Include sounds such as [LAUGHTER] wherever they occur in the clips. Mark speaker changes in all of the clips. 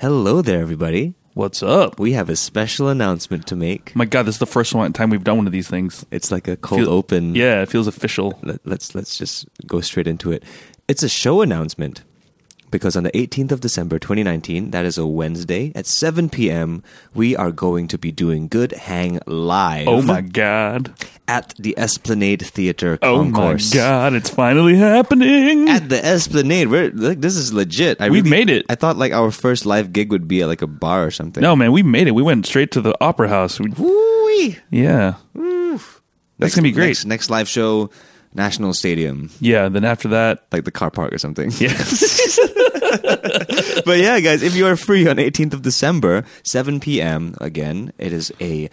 Speaker 1: Hello there, everybody.
Speaker 2: What's up?
Speaker 1: We have a special announcement to make.
Speaker 2: My God, this is the first one time we've done one of these things.
Speaker 1: It's like a cold
Speaker 2: Feel-
Speaker 1: open.
Speaker 2: Yeah, it feels official.
Speaker 1: Let, let's let's just go straight into it. It's a show announcement because on the 18th of December 2019, that is a Wednesday at 7 p.m., we are going to be doing Good Hang live.
Speaker 2: Oh my God.
Speaker 1: At the Esplanade Theater
Speaker 2: Oh my
Speaker 1: concourse.
Speaker 2: God, it's finally happening.
Speaker 1: At the Esplanade, we're, like, this is legit. I
Speaker 2: We made it.
Speaker 1: I thought like our first live gig would be at like a bar or something.
Speaker 2: No, man, we made it. We went straight to the opera house. We,
Speaker 1: Woo-wee.
Speaker 2: yeah. That's
Speaker 1: Next-
Speaker 2: going to be great.
Speaker 1: Next, next live show, National Stadium,
Speaker 2: Yeah, then after that,
Speaker 1: like the car park or something.
Speaker 2: yes.
Speaker 1: [LAUGHS] but yeah, guys, if you are free on 18th of December, 7 p.m. again, it is a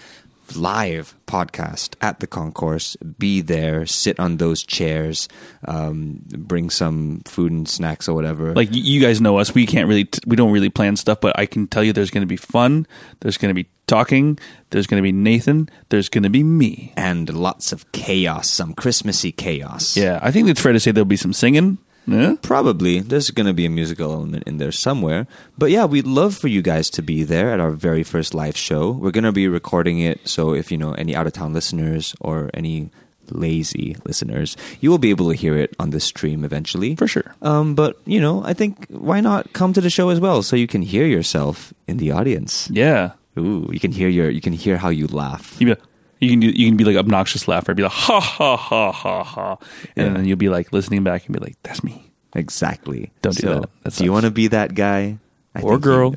Speaker 1: live podcast at the concourse. Be there, sit on those chairs, um, bring some food and snacks or whatever.
Speaker 2: like y- you guys know us, we can't really, t- we don't really plan stuff, but I can tell you there's going to be fun. There's going to be talking. There's going to be Nathan. There's going to be me.
Speaker 1: and lots of chaos, some Christmassy chaos.
Speaker 2: Yeah, I think it's fair to say there'll be some singing. Yeah.
Speaker 1: Probably. There's going to be a musical element in there somewhere. But yeah, we'd love for you guys to be there at our very first live show. We're going to be recording it. So if you know any out of town listeners or any lazy listeners, you will be able to hear it on the stream eventually.
Speaker 2: For sure.
Speaker 1: Um, but, you know, I think why not come to the show as well so you can hear yourself in the audience?
Speaker 2: Yeah.
Speaker 1: Ooh, you can hear your, you can hear how you laugh.
Speaker 2: You be, you can do you can be like obnoxious laugher, be like ha ha ha ha ha, and
Speaker 1: Yeah.
Speaker 2: then you'll be like listening back and be like, "That's me."
Speaker 1: Exactly.
Speaker 2: Don't do
Speaker 1: So,
Speaker 2: that. That
Speaker 1: do you
Speaker 2: sucks.
Speaker 1: want to be that guy? I
Speaker 2: Or
Speaker 1: think you- uh,
Speaker 2: girl.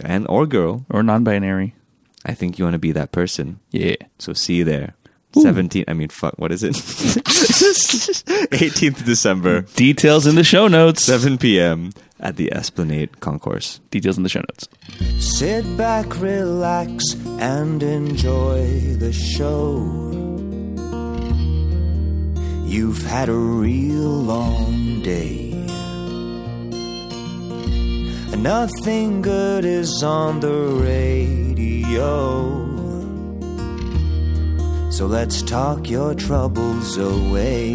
Speaker 1: and or girl.
Speaker 2: or non-binary.
Speaker 1: I think you want to be that person.
Speaker 2: Yeah.
Speaker 1: So see you there. 17, I mean, fuck, what is it? [LAUGHS] 18th December,
Speaker 2: Details in the show notes.
Speaker 1: 7 p.m. at the Esplanade Concourse.
Speaker 2: Details in the show notes.
Speaker 3: Sit back, relax, and enjoy the show. You've had a real long day. Nothing good is on the radio. So let's talk your troubles away.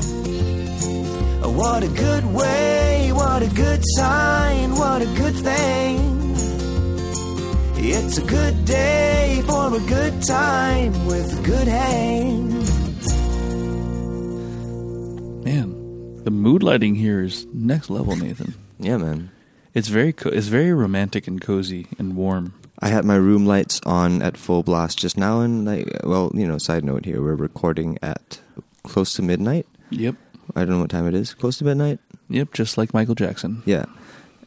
Speaker 3: What a good way, what a good sign, what a good thing. It's a good day for a good time with a good hang.
Speaker 2: Man, the mood lighting here is next level, Nathan.
Speaker 1: Yeah, man.
Speaker 2: it's very co- it's very romantic and cozy and warm.
Speaker 1: I had my room lights on at full blast just now, and like, well, you know, side note here, we're recording at close to midnight.
Speaker 2: Yep.
Speaker 1: I don't know what time it is. Close to midnight?
Speaker 2: Yep, just like Michael Jackson.
Speaker 1: Yeah.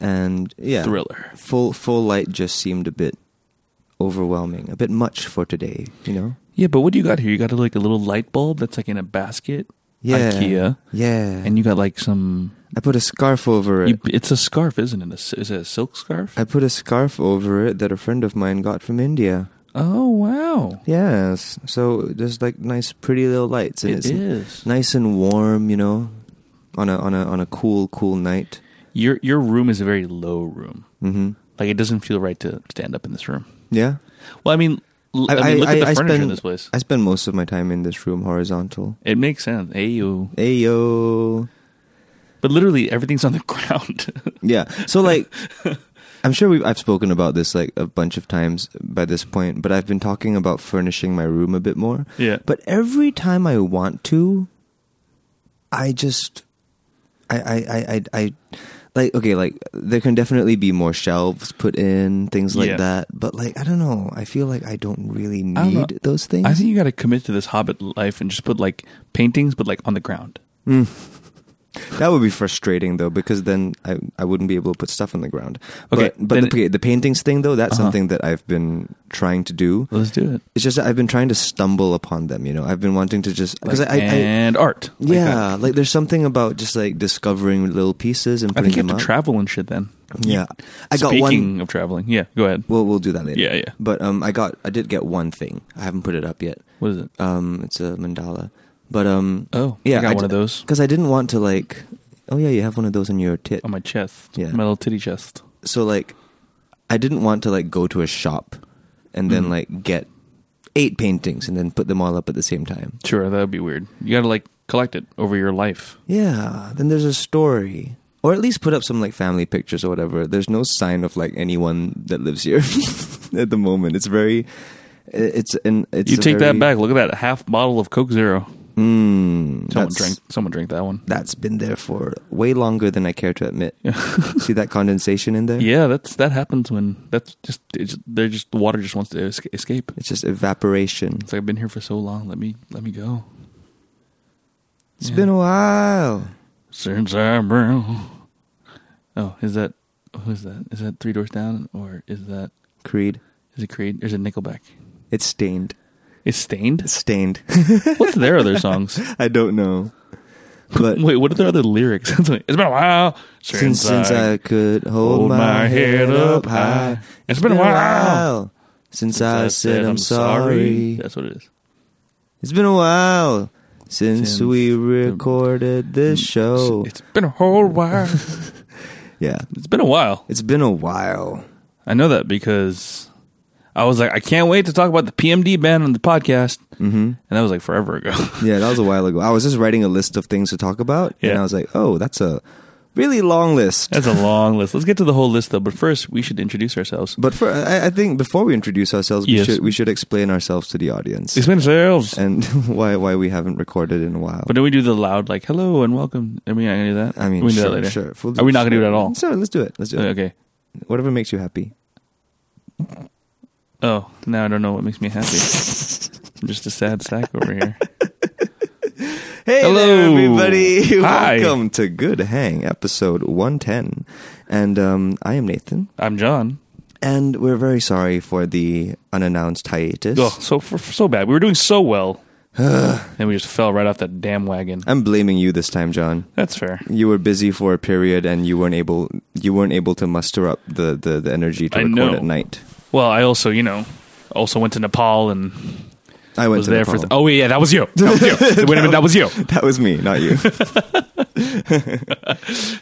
Speaker 1: And yeah.
Speaker 2: Thriller.
Speaker 1: Full, full light just seemed a bit overwhelming, a bit much for today, you know?
Speaker 2: Yeah, but what do you got here? You got like a little light bulb that's like in a basket.
Speaker 1: Yeah.
Speaker 2: IKEA.
Speaker 1: Yeah.
Speaker 2: And you got like some.
Speaker 1: I put a scarf over it.
Speaker 2: You, it's a scarf, isn't it? A s is it a silk scarf?
Speaker 1: I put a scarf over it that a friend of mine got from India.
Speaker 2: oh wow!
Speaker 1: Yes. So there's like nice pretty little lights and
Speaker 2: It
Speaker 1: it's
Speaker 2: is.
Speaker 1: nice and warm, you know, on a on a on a cool cool night.
Speaker 2: Your your room is a very low room.
Speaker 1: Mhm.
Speaker 2: Like it doesn't feel right to stand up in this room.
Speaker 1: Yeah.
Speaker 2: Well, I mean, l- I, mean, look at the furniture
Speaker 1: spend
Speaker 2: in this place.
Speaker 1: I spend most of my time in this room horizontal.
Speaker 2: it makes sense. Ayo.
Speaker 1: Ayo.
Speaker 2: But literally everything's on the [LAUGHS] ground.
Speaker 1: Yeah. So
Speaker 2: [LAUGHS]
Speaker 1: like I'm sure we've I've spoken about this like a bunch of times by this point, but I've been talking about furnishing my room a bit more.
Speaker 2: Yeah.
Speaker 1: But every time I want to, I just I I I I, I like okay, like there can definitely be more shelves put in, things like
Speaker 2: Yeah.
Speaker 1: that. But like I don't know, I feel like I don't really need
Speaker 2: I don't know.
Speaker 1: those things.
Speaker 2: I think you got to commit to this hobbit life and just put like paintings, but like on the ground.
Speaker 1: Hmm. That would be frustrating though, because then I I wouldn't be able to put stuff on the ground.
Speaker 2: Okay,
Speaker 1: but, but
Speaker 2: then-
Speaker 1: the, okay, the paintings thing though, that's
Speaker 2: Uh-huh.
Speaker 1: something that I've been trying to do.
Speaker 2: Let's do it.
Speaker 1: It's just that I've been trying to stumble upon them. You know, I've been wanting to just because I, I, I
Speaker 2: and art. Like uh,
Speaker 1: yeah,
Speaker 2: that.
Speaker 1: like there's something about just like discovering little pieces and
Speaker 2: I
Speaker 1: putting
Speaker 2: think you
Speaker 1: them
Speaker 2: have to
Speaker 1: up.
Speaker 2: travel and shit then.
Speaker 1: Yeah, I got
Speaker 2: Speaking
Speaker 1: one.
Speaker 2: of traveling, yeah, go ahead.
Speaker 1: We'll we'll do that later.
Speaker 2: Yeah, yeah.
Speaker 1: But um, I got I did get one thing. I haven't put it up yet.
Speaker 2: What is it?
Speaker 1: Um, it's a mandala. But um,
Speaker 2: Oh,
Speaker 1: yeah,
Speaker 2: I got one of those
Speaker 1: because I didn't want to like. Oh yeah, you have one of those in your tit.
Speaker 2: on my chest,
Speaker 1: Yeah.
Speaker 2: my little titty chest.
Speaker 1: so like, I didn't want to like go to a shop, and then
Speaker 2: Mm.
Speaker 1: like get eight paintings and then put them all up at the same time.
Speaker 2: Sure, that would be weird. You got to like collect it over your life.
Speaker 1: Yeah, then there's a story. Or at least put up some like family pictures or whatever. There's no sign of like anyone that lives here [LAUGHS] at the moment. It's very, it's an it's.
Speaker 2: you
Speaker 1: a
Speaker 2: take
Speaker 1: very-
Speaker 2: that back. Look at that half bottle of Coke Zero.
Speaker 1: Mm,
Speaker 2: Someone
Speaker 1: that's-
Speaker 2: drank. Someone drank that one.
Speaker 1: That's been there for way longer than I care to admit. [LAUGHS] See that condensation in there?
Speaker 2: Yeah, that's that happens when that's just it's, they're just the water just wants to esca- escape.
Speaker 1: It's just evaporation.
Speaker 2: It's like I've been here for so long. Let me let me go.
Speaker 1: It's
Speaker 2: Yeah.
Speaker 1: been a while.
Speaker 2: Since I brown. Oh, is that who is that? Is that Three Doors Down or is that
Speaker 1: Creed.
Speaker 2: is it Creed? Or is it Nickelback?
Speaker 1: It's stained.
Speaker 2: It's Stained.
Speaker 1: It's stained. [LAUGHS]
Speaker 2: What's their other songs?
Speaker 1: I don't know. [LAUGHS] But
Speaker 2: Wait, what are their other lyrics? [LAUGHS] it's like, "It's been a while
Speaker 1: since, since I, could hold, my, head up high,
Speaker 2: It's been a while
Speaker 1: since, I, said, I'm sorry.
Speaker 2: That's what it is.
Speaker 1: It's been a while since, Mm.
Speaker 2: Since
Speaker 1: we
Speaker 2: the-
Speaker 1: recorded this show. [LAUGHS]
Speaker 2: Mm. It's been a whole while.
Speaker 1: yeah.
Speaker 2: it's been a while.
Speaker 1: It's been a while.
Speaker 2: I know that because I was like, I can't wait to talk about the PMD band on the podcast,
Speaker 1: Mm-hmm.
Speaker 2: and that was like forever ago. [LAUGHS]
Speaker 1: Yeah, that was a while ago. I was just writing a list of things to talk about, and
Speaker 2: Yeah.
Speaker 1: I was like, "Oh, that's a really long list."
Speaker 2: That's a long list. Let's get to the whole list though, but first we should introduce ourselves.
Speaker 1: But for I, I think before we introduce ourselves, we
Speaker 2: Yes.
Speaker 1: should we should explain ourselves to the audience
Speaker 2: Explain ourselves.
Speaker 1: and [LAUGHS] why why we haven't recorded in a while.
Speaker 2: But then we do the loud like hello and welcome. Are we not gonna do that?
Speaker 1: I mean,
Speaker 2: we can
Speaker 1: sure,
Speaker 2: do that later.
Speaker 1: sure.
Speaker 2: Are we not gonna do it at all?
Speaker 1: So let's do it. Let's do it.
Speaker 2: Okay.
Speaker 1: Whatever makes you happy.
Speaker 2: Oh, now I don't know what makes me happy. I'm just a sad sack over here.
Speaker 1: Hey
Speaker 2: Hello.
Speaker 1: there, [LAUGHS] everybody!
Speaker 2: Hi.
Speaker 1: Welcome to Good Hang, episode one ten, and um, I am Nathan,
Speaker 2: I'm
Speaker 1: [LAUGHS]
Speaker 2: John.
Speaker 1: and we're very sorry for the unannounced hiatus.
Speaker 2: Oh, so for, so bad. We were doing so
Speaker 1: [SIGHS]
Speaker 2: well, and we just fell right off that damn wagon.
Speaker 1: I'm blaming you this time, John.
Speaker 2: That's fair.
Speaker 1: you were busy for a period and you weren't able you weren't able to muster up the the, the energy to
Speaker 2: I
Speaker 1: record
Speaker 2: know.
Speaker 1: at night.
Speaker 2: Well, I also, you know, also went to Nepal and
Speaker 1: I went
Speaker 2: was
Speaker 1: to
Speaker 2: there
Speaker 1: Nepal.
Speaker 2: for. oh yeah, that was you. That [LAUGHS] was you. Wait a minute, that was you.
Speaker 1: that was me, not
Speaker 2: [LAUGHS]
Speaker 1: you.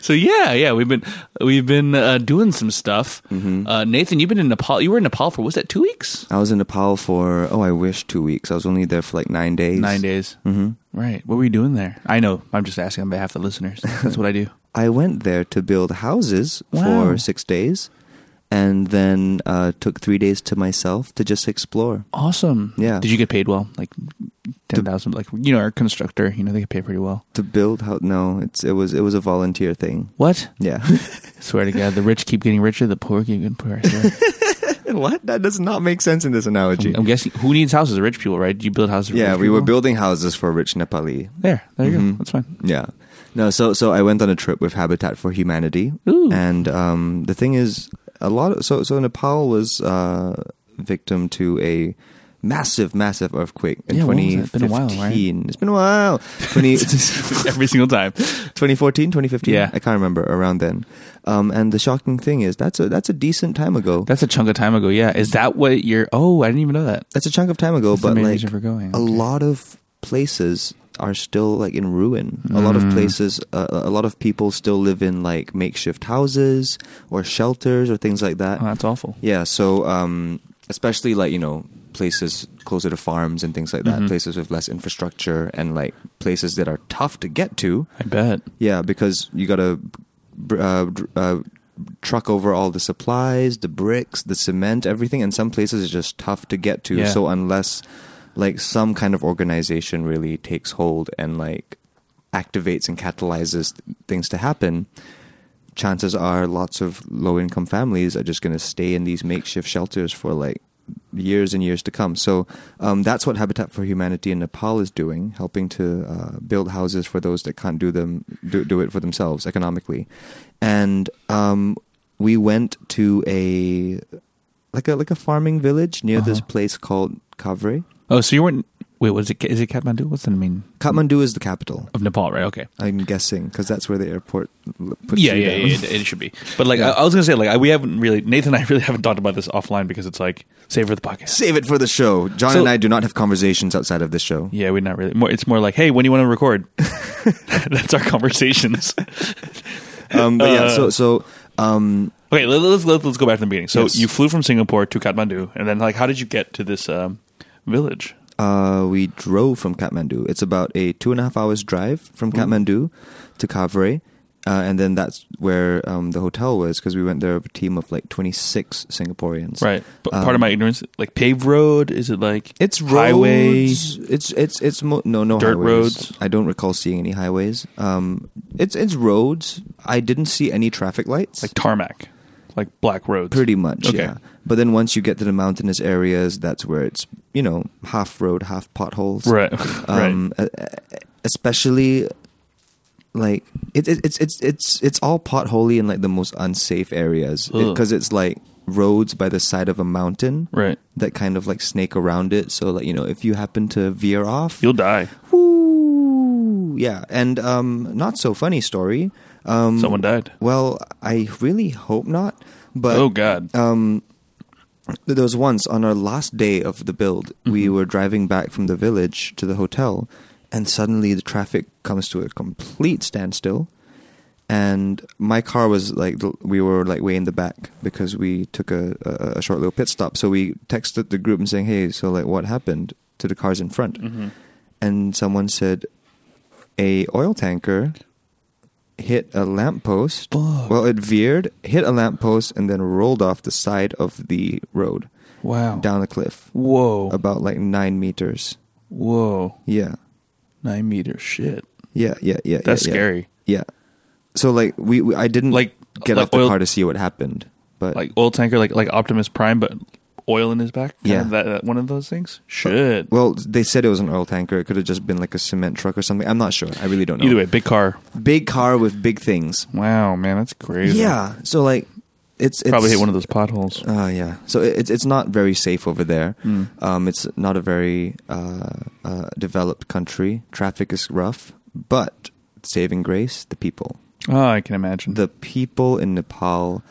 Speaker 2: So yeah, yeah, we've been we've been uh, doing some stuff. Uh, Nathan, you've been in Nepal. You were in Nepal for was that two weeks?
Speaker 1: I was in Nepal for oh, I wish two weeks. I was only there for like nine days.
Speaker 2: Nine days. Mm-hmm. Right. What were you doing there? I know. I'm just asking on behalf of the listeners. That's what I do.
Speaker 1: I went there to build houses
Speaker 2: Wow.
Speaker 1: for six days, and then uh, took three days to myself to just explore.
Speaker 2: [LAUGHS] Awesome.
Speaker 1: Yeah.
Speaker 2: Did you get paid well? Like ten thousand. Like you know, our constructor. You know, they get paid pretty well.
Speaker 1: To build how? No, it's it was it was a volunteer thing.
Speaker 2: What?
Speaker 1: Yeah.
Speaker 2: swear to God, the rich keep getting richer, the poor keep getting [LAUGHS] poorer. I
Speaker 1: [LAUGHS]
Speaker 2: swear.
Speaker 1: what? That does not make sense in this analogy.
Speaker 2: I'm guessing who needs houses? Rich people, right? You build Mm-hmm. houses. For
Speaker 1: yeah,
Speaker 2: rich
Speaker 1: we were
Speaker 2: people?
Speaker 1: building houses for rich Nepali.
Speaker 2: There, there you go.
Speaker 1: Mhm.
Speaker 2: That's fine. [LAUGHS]
Speaker 1: Yeah. No, so so I went on a trip with Habitat for Humanity,
Speaker 2: Ooh.
Speaker 1: and um, the thing is, a lot of so so Nepal was uh, victim to a massive, massive earthquake in
Speaker 2: Yeah, when was
Speaker 1: 2015.
Speaker 2: that? It's been a while, right?
Speaker 1: It's been a while.
Speaker 2: [LAUGHS]
Speaker 1: [LAUGHS] 20,
Speaker 2: Every single time.
Speaker 1: 2014, 2015.
Speaker 2: Yeah.
Speaker 1: I can't remember around then. Um, and the shocking thing is that's a that's a decent time ago.
Speaker 2: That's a chunk of time ago. Yeah. Is that what you're? Oh, I didn't even know that.
Speaker 1: That's a chunk of time ago,
Speaker 2: That's the
Speaker 1: but
Speaker 2: main
Speaker 1: like
Speaker 2: reason for going.
Speaker 1: a
Speaker 2: Okay.
Speaker 1: lot of places are still like in ruin. A lot of places, uh, a lot of people still live in like makeshift houses or shelters or things like that.
Speaker 2: Oh, that's awful.
Speaker 1: Yeah, so um, especially like you know places closer to farms and things like that,
Speaker 2: Mhm.
Speaker 1: places with less infrastructure and like places that are tough to get to.
Speaker 2: I bet.
Speaker 1: Yeah, because you gotta br- uh, dr- uh, truck over all the supplies, the bricks, the cement, everything, and some places it's just tough to get to.
Speaker 2: Yeah.
Speaker 1: So unless like some kind of organization really takes hold and like activates and catalyzes th- things to happen. Chances are, lots of low-income families are just going to stay in these makeshift shelters for like years and years to come. So um, that's what Habitat for Humanity in Nepal is doing, helping to uh, build houses for those that can't do them do, do it for themselves economically. And um, we went to a like a like a farming village near this
Speaker 2: Uh-huh.
Speaker 1: place called Kavre.
Speaker 2: Oh, so you weren't? Wait, what is it? Is it Kathmandu? What's the name
Speaker 1: Kathmandu is the capital.
Speaker 2: of Nepal? Right? Okay.
Speaker 1: I'm guessing because that's where the airport l- puts
Speaker 2: yeah,
Speaker 1: you
Speaker 2: yeah,
Speaker 1: down.
Speaker 2: yeah, it, it should be. But like, I, I was gonna say, like, I, we haven't really Nathan and I [LAUGHS] really haven't talked about this offline because it's like save for the podcast.
Speaker 1: Save it for the show. John
Speaker 2: So-
Speaker 1: and I do not have conversations outside of this show.
Speaker 2: Yeah, we're not really. More, it's more like, hey, when do you want
Speaker 1: [LAUGHS]
Speaker 2: to record? [LAUGHS] That's our conversations.
Speaker 1: Um, but yeah,
Speaker 2: Uh,
Speaker 1: so so um,
Speaker 2: okay, let, let's let, us let us go back to the beginning. So
Speaker 1: Yes.
Speaker 2: you flew from Singapore to Kathmandu, and then like, how did you get to this um, village?
Speaker 1: uh, we drove from Kathmandu. It's about a two and a half hours drive from
Speaker 2: Hmm.
Speaker 1: Kathmandu to Kavre. Uh, and then that's where um, the hotel was because we went there with a team of like 26 Singaporeans.
Speaker 2: Right. But
Speaker 1: Um,
Speaker 2: part of my ignorance, like paved road, is it like
Speaker 1: It's roads.
Speaker 2: highway?
Speaker 1: It's it's it's mo- no no
Speaker 2: Dirt
Speaker 1: highways.
Speaker 2: roads?
Speaker 1: I don't recall seeing any highways. Um, it's it's roads. I didn't see any traffic lights.
Speaker 2: like tarmac, like black roads.
Speaker 1: pretty much.
Speaker 2: Okay.
Speaker 1: Yeah. But then once you get to the mountainous areas, that's where it's you know half road, half potholes.
Speaker 2: [LAUGHS] Right. [LAUGHS] right.
Speaker 1: Um, e- e- Especially like it, it, it's it's it's it's all potholy in like the most unsafe areas
Speaker 2: Ugh.
Speaker 1: because it's like roads by the side of a mountain
Speaker 2: Right.
Speaker 1: that kind of like snake around it. So like you know if you happen to veer off,
Speaker 2: You'll die.
Speaker 1: Woo! Yeah, and um, not so funny story. Um,
Speaker 2: Someone died.
Speaker 1: Well, I really hope not. But
Speaker 2: oh God.
Speaker 1: um, there was once on our last day of the build, we were driving back from the village to the hotel, and suddenly the traffic comes to a complete standstill. And my car was like the- we were like way in the back because we took a, a, a short little pit stop. So we texted the group and saying, "Hey, so like what happened to the cars in front?" And someone said, "A oil tanker hit a lamppost.
Speaker 2: Fuck.
Speaker 1: Well, it veered, hit a lamppost, and then rolled off the side of the road
Speaker 2: wow.
Speaker 1: down a cliff,
Speaker 2: Whoa.
Speaker 1: about like nine meters.
Speaker 2: Whoa.
Speaker 1: Yeah,
Speaker 2: Nine meter shit.
Speaker 1: yeah, yeah, yeah.
Speaker 2: That's
Speaker 1: yeah, yeah.
Speaker 2: scary.
Speaker 1: Yeah. So like we, we I didn't
Speaker 2: Like-
Speaker 1: get
Speaker 2: like
Speaker 1: off the
Speaker 2: oil-
Speaker 1: car to see what happened, but
Speaker 2: Like oil tanker, like like Optimus Prime, but oil in his back. Kind
Speaker 1: Yeah.
Speaker 2: of that, that one of those things. Shit.
Speaker 1: well, they said it was an oil tanker. It could have just been like a cement truck or something. I'm not sure. I really don't know.
Speaker 2: Either way, big car.
Speaker 1: big car with big things.
Speaker 2: Wow, man, that's crazy.
Speaker 1: Yeah. So like, it's, it's
Speaker 2: Probably hit one of those potholes.
Speaker 1: Uh, yeah. So it- it's it's not very safe over there.
Speaker 2: Mm.
Speaker 1: Um, it's not a very uh, uh, developed country. Traffic is rough, but saving grace, the people.
Speaker 2: Oh, I can imagine.
Speaker 1: The people in Nepal.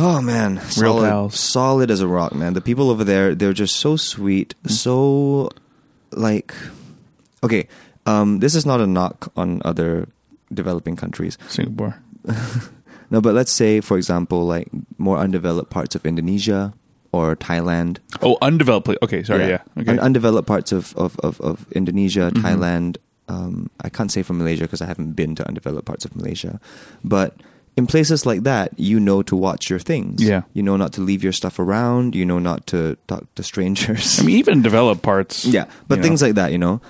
Speaker 1: Oh man, solid,
Speaker 2: pals.
Speaker 1: solid as a rock, man. The people over there, they're just so sweet, so like okay. Um, this is not a knock on other developing countries.
Speaker 2: Singapore.
Speaker 1: No, but let's say, for example, like more undeveloped parts of Indonesia or Thailand.
Speaker 2: Oh, undeveloped. pla- Okay, sorry. Yeah. Okay. Mm-hmm.
Speaker 1: Un- undeveloped parts of, of, of, of Indonesia, Thailand. Um, I can't say for Malaysia because I haven't been to undeveloped parts of Malaysia. But in places like that, you know to watch your things.
Speaker 2: Yeah.
Speaker 1: You know not to leave your stuff around. You know not to talk to strangers.
Speaker 2: I mean, even developed
Speaker 1: [LAUGHS]
Speaker 2: parts.
Speaker 1: yeah. But
Speaker 2: you
Speaker 1: things
Speaker 2: know.
Speaker 1: like that, you know.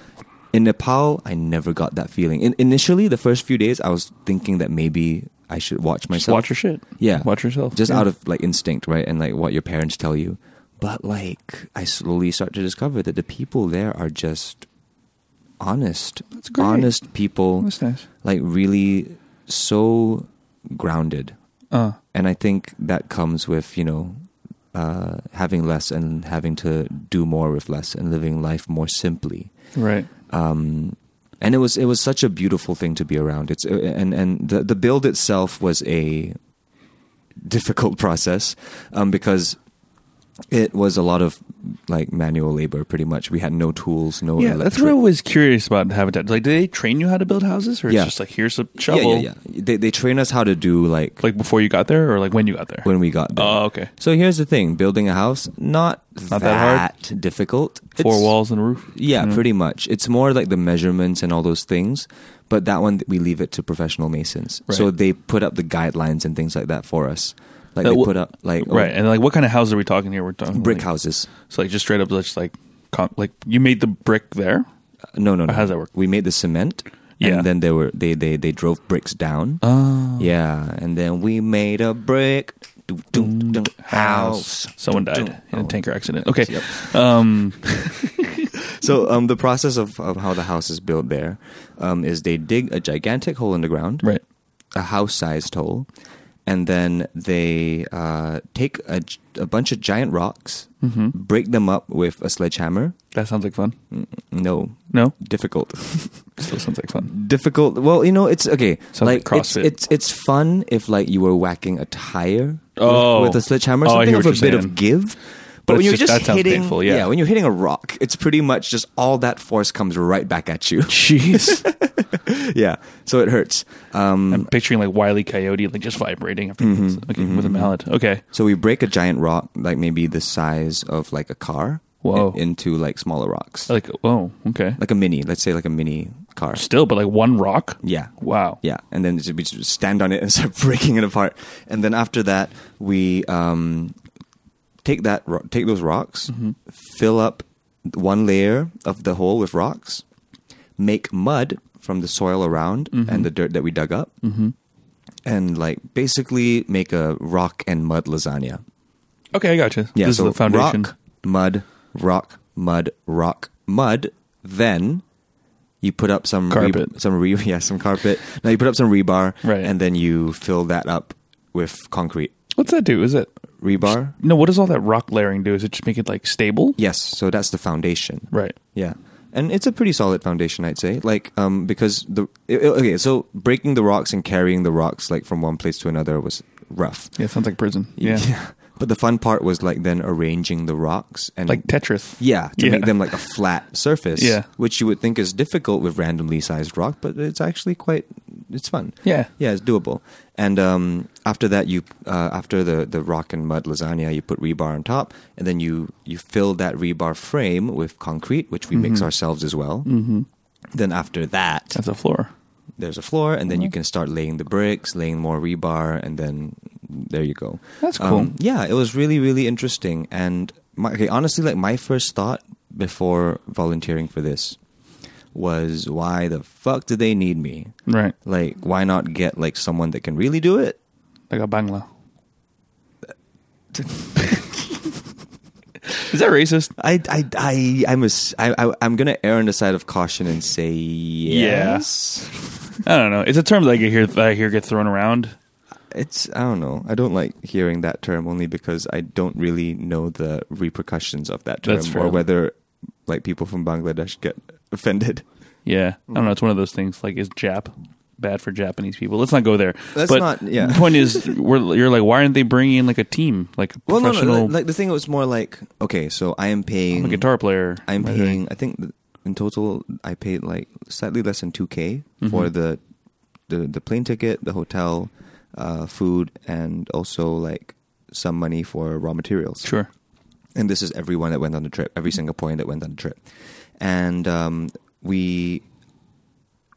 Speaker 1: In Nepal, I never got that feeling. In- initially, the first few days, I was thinking that maybe I should watch
Speaker 2: Just
Speaker 1: myself.
Speaker 2: watch your shit.
Speaker 1: Yeah.
Speaker 2: Watch yourself.
Speaker 1: just
Speaker 2: Yeah.
Speaker 1: out of like instinct, right? And like what your parents tell you. But like, I slowly start to discover that the people there are just honest,
Speaker 2: That's great.
Speaker 1: honest people,
Speaker 2: That's nice.
Speaker 1: like really so grounded.
Speaker 2: Uh,
Speaker 1: And I think that comes with you know uh, having less and having to do more with less and living life more simply
Speaker 2: right.
Speaker 1: um, and it was it was such a beautiful thing to be around. It's uh, and and the the build itself was a difficult [LAUGHS] process um, because it was a lot of like manual labor. Pretty much, we had no tools, no
Speaker 2: yeah, that's what I
Speaker 1: electric.
Speaker 2: was curious about Habitat. Like, do they train you how to build houses, or
Speaker 1: Yeah.
Speaker 2: it's just like here's a
Speaker 1: Yeah,
Speaker 2: shovel?
Speaker 1: yeah, yeah. They they train us how to do like
Speaker 2: Like before you got there, or like when you got there?
Speaker 1: when we got there.
Speaker 2: oh, okay.
Speaker 1: so here's the thing: building a house not,
Speaker 2: Not that hard.
Speaker 1: hard. difficult.
Speaker 2: Four
Speaker 1: It's-
Speaker 2: walls and a roof.
Speaker 1: Yeah,
Speaker 2: Mm.
Speaker 1: pretty much. It's more like the measurements and all those things, but that one we leave it to professional masons. So
Speaker 2: Right.
Speaker 1: they put up the guidelines and things like that for us. Like
Speaker 2: That
Speaker 1: they
Speaker 2: w-
Speaker 1: put up like oh,
Speaker 2: Right, and like, what kind of houses are we talking here? We're talking
Speaker 1: brick
Speaker 2: like,
Speaker 1: houses.
Speaker 2: So like, just straight up, just like, con- like you made the brick there.
Speaker 1: No, no, no.
Speaker 2: How does that work?
Speaker 1: We made the cement.
Speaker 2: Yeah.
Speaker 1: And then they were they they they drove bricks down.
Speaker 2: Oh,
Speaker 1: Yeah, and then we made a brick doo- doo- doo- house.
Speaker 2: Someone
Speaker 1: Doo-
Speaker 2: died
Speaker 1: doo.
Speaker 2: in a tanker accident. Okay.
Speaker 1: Yep.
Speaker 2: Um,
Speaker 1: So um, the process of, of how the house is built there um, is they dig a gigantic hole in the ground,
Speaker 2: right.
Speaker 1: a house-sized hole, and then they uh, take a, g- a bunch of giant rocks,
Speaker 2: Mm-hmm.
Speaker 1: break them up with a sledgehammer.
Speaker 2: That sounds like fun.
Speaker 1: Mm, No,
Speaker 2: No,
Speaker 1: difficult,
Speaker 2: still sounds like fun.
Speaker 1: difficult. Well, you know, it's okay.
Speaker 2: Sounds like
Speaker 1: it's,
Speaker 2: CrossFit.
Speaker 1: it's it's fun if like you were whacking a tire with-
Speaker 2: Oh.
Speaker 1: with, a sledgehammer,
Speaker 2: Oh, I
Speaker 1: something
Speaker 2: hear
Speaker 1: of a
Speaker 2: what
Speaker 1: bit
Speaker 2: you're saying.
Speaker 1: of give. But,
Speaker 2: But
Speaker 1: when
Speaker 2: it's
Speaker 1: you're
Speaker 2: just-
Speaker 1: just,
Speaker 2: that sounds
Speaker 1: hitting,
Speaker 2: painful, yeah.
Speaker 1: when you're hitting a rock, it's pretty much just all that force comes right back at you.
Speaker 2: Jeez,
Speaker 1: [LAUGHS] yeah, so it hurts. Um,
Speaker 2: I'm picturing like Wiley Coyote like just vibrating after
Speaker 1: Mm-hmm.
Speaker 2: okay, with a mallet. Okay,
Speaker 1: So we break a giant rock, like maybe the size of like a car,
Speaker 2: Whoa.
Speaker 1: in- into like smaller rocks,
Speaker 2: like oh okay,
Speaker 1: like a mini. Let's say like a mini car.
Speaker 2: still but like one rock.
Speaker 1: Yeah,
Speaker 2: Wow.
Speaker 1: yeah. And then just- we just stand on it and [LAUGHS] start breaking it apart. And then after that, we um, take that ro- take those rocks, fill up one layer of the hole with rocks, make mud from the soil around and the dirt that we dug up, and like basically make a rock and mud lasagna.
Speaker 2: Okay, I gotcha.
Speaker 1: Yeah,
Speaker 2: this
Speaker 1: so
Speaker 2: is the foundation.
Speaker 1: Rock, mud, rock, mud, rock, mud. Then you put up some re-
Speaker 2: Carpet.
Speaker 1: some re- [LAUGHS] yeah, some carpet. Now you put up some rebar,
Speaker 2: Right.
Speaker 1: And then you fill that up with concrete
Speaker 2: What's that do? Is it
Speaker 1: rebar.
Speaker 2: no? What does all that rock layering do? Is it just make it like stable?
Speaker 1: Yes, so that's the foundation.
Speaker 2: Right.
Speaker 1: Yeah. And it's a pretty solid foundation, I'd say. Like, um, because the it- it- okay, so breaking the rocks and carrying the rocks like from one place to another was rough.
Speaker 2: Yeah, sounds like prison. Yeah,
Speaker 1: [LAUGHS] But the fun part was like then arranging the rocks and
Speaker 2: like Tetris.
Speaker 1: Yeah, to
Speaker 2: Yeah.
Speaker 1: make them like a flat surface.
Speaker 2: Yeah.
Speaker 1: Which you would think is difficult with randomly sized rock, but it's actually quite it's fun.
Speaker 2: Yeah.
Speaker 1: Yeah, it's doable. And um, after that you uh, after the, the rock and mud lasagna you put rebar on top and then you you fill that rebar frame with concrete, which we mix ourselves as well. Mm-hmm. Then after that
Speaker 2: That's a floor.
Speaker 1: there's a floor and
Speaker 2: Mm-hmm.
Speaker 1: then you can start laying the bricks, laying more rebar and then there you go. Um,
Speaker 2: That's cool.
Speaker 1: yeah, it was really, really interesting. And my, okay, honestly, like my first thought before volunteering for this was, why the fuck do they need me?
Speaker 2: Right.
Speaker 1: Like, why not get like someone that can really do it?
Speaker 2: Like
Speaker 1: [LAUGHS]
Speaker 2: a bangla. Is that racist?
Speaker 1: I, I, I, I'm a, s- I, I, I'm gonna err on the side of caution and say yes. [LAUGHS]
Speaker 2: I don't know. It's a term that I get hear that I hear get thrown around.
Speaker 1: It's I don't know. I don't like hearing that term only because I don't really know the repercussions of that term
Speaker 2: That's fair.
Speaker 1: or whether like people from Bangladesh get [LAUGHS] offended.
Speaker 2: Yeah, I
Speaker 1: Mm.
Speaker 2: don't know. It's one of those things. Like, is Jap bad for Japanese people? Let's not go there.
Speaker 1: Let's
Speaker 2: but
Speaker 1: not- yeah.
Speaker 2: The point is, we're, you're like, why aren't they bringing in like a team, like a
Speaker 1: Well, no,
Speaker 2: professional
Speaker 1: no, like the thing was more like okay, so I am paying
Speaker 2: a guitar player?
Speaker 1: I'm
Speaker 2: Why
Speaker 1: paying. I think th- in total I paid like slightly less than two k for the, the the plane ticket, the hotel, uh, food, and also like some money for raw materials.
Speaker 2: they- Sure.
Speaker 1: and this is everyone that went on the trip, every Singaporean that went on the trip, and um, we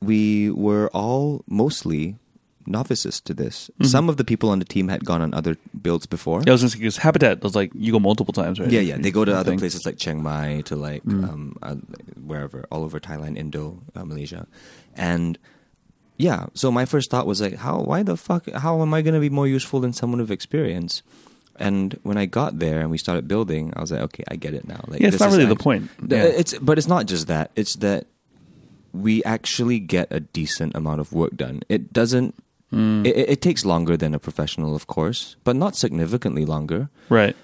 Speaker 1: we were all mostly novices to this. Some of the people on the team had gone on other builds before.
Speaker 2: Yeah, I was just because Habitat was like you go multiple times, right?
Speaker 1: Yeah, yeah, they go to other
Speaker 2: Thing.
Speaker 1: places like Chiang Mai to like
Speaker 2: Mm.
Speaker 1: um, uh, wherever, all over Thailand, Indo, uh, Malaysia, and yeah. So my first thought was like, how? Why the fuck? How am I going to be more useful than someone with experience? And when I got there and we started building, I was like, okay, I get it now. Like,
Speaker 2: Yeah, it's not
Speaker 1: is
Speaker 2: really the
Speaker 1: act-
Speaker 2: point.
Speaker 1: Th-
Speaker 2: Yeah.
Speaker 1: It's but it's not just that. It's that we actually get a decent amount of work done. It doesn't.
Speaker 2: Mm.
Speaker 1: It, it- it takes longer than a professional, of course, but not significantly longer
Speaker 2: Right.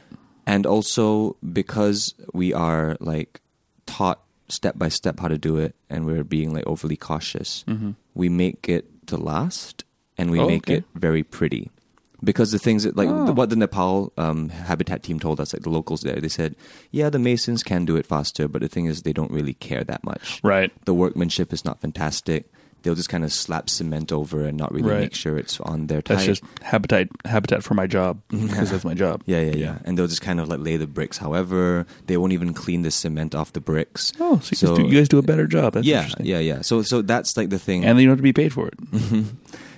Speaker 1: and also because we are like taught step by step how to do it and we're being like overly cautious we make it to last and we
Speaker 2: Mm-hmm. Oh,
Speaker 1: make
Speaker 2: okay.
Speaker 1: it very pretty because the things that like
Speaker 2: Oh.
Speaker 1: what the nepal um, habitat team told us like the locals there they said yeah the masons can do it faster but the thing is they don't really care that much
Speaker 2: Right.
Speaker 1: the workmanship is not fantastic they'll just kind of slap cement over and not really
Speaker 2: Right.
Speaker 1: make sure it's on their
Speaker 2: That's
Speaker 1: type.
Speaker 2: just habitat habitat for my job because that's my job.
Speaker 1: [LAUGHS] Yeah, yeah, yeah. And they'll just kind of like lay the bricks. However, they won't even clean the cement off the bricks.
Speaker 2: Oh, so you, guys, do, you guys do a better job. That's
Speaker 1: yeah, Mm.
Speaker 2: interesting.
Speaker 1: yeah, yeah. So, so that's like the thing.
Speaker 2: And then you don't have to be paid for it.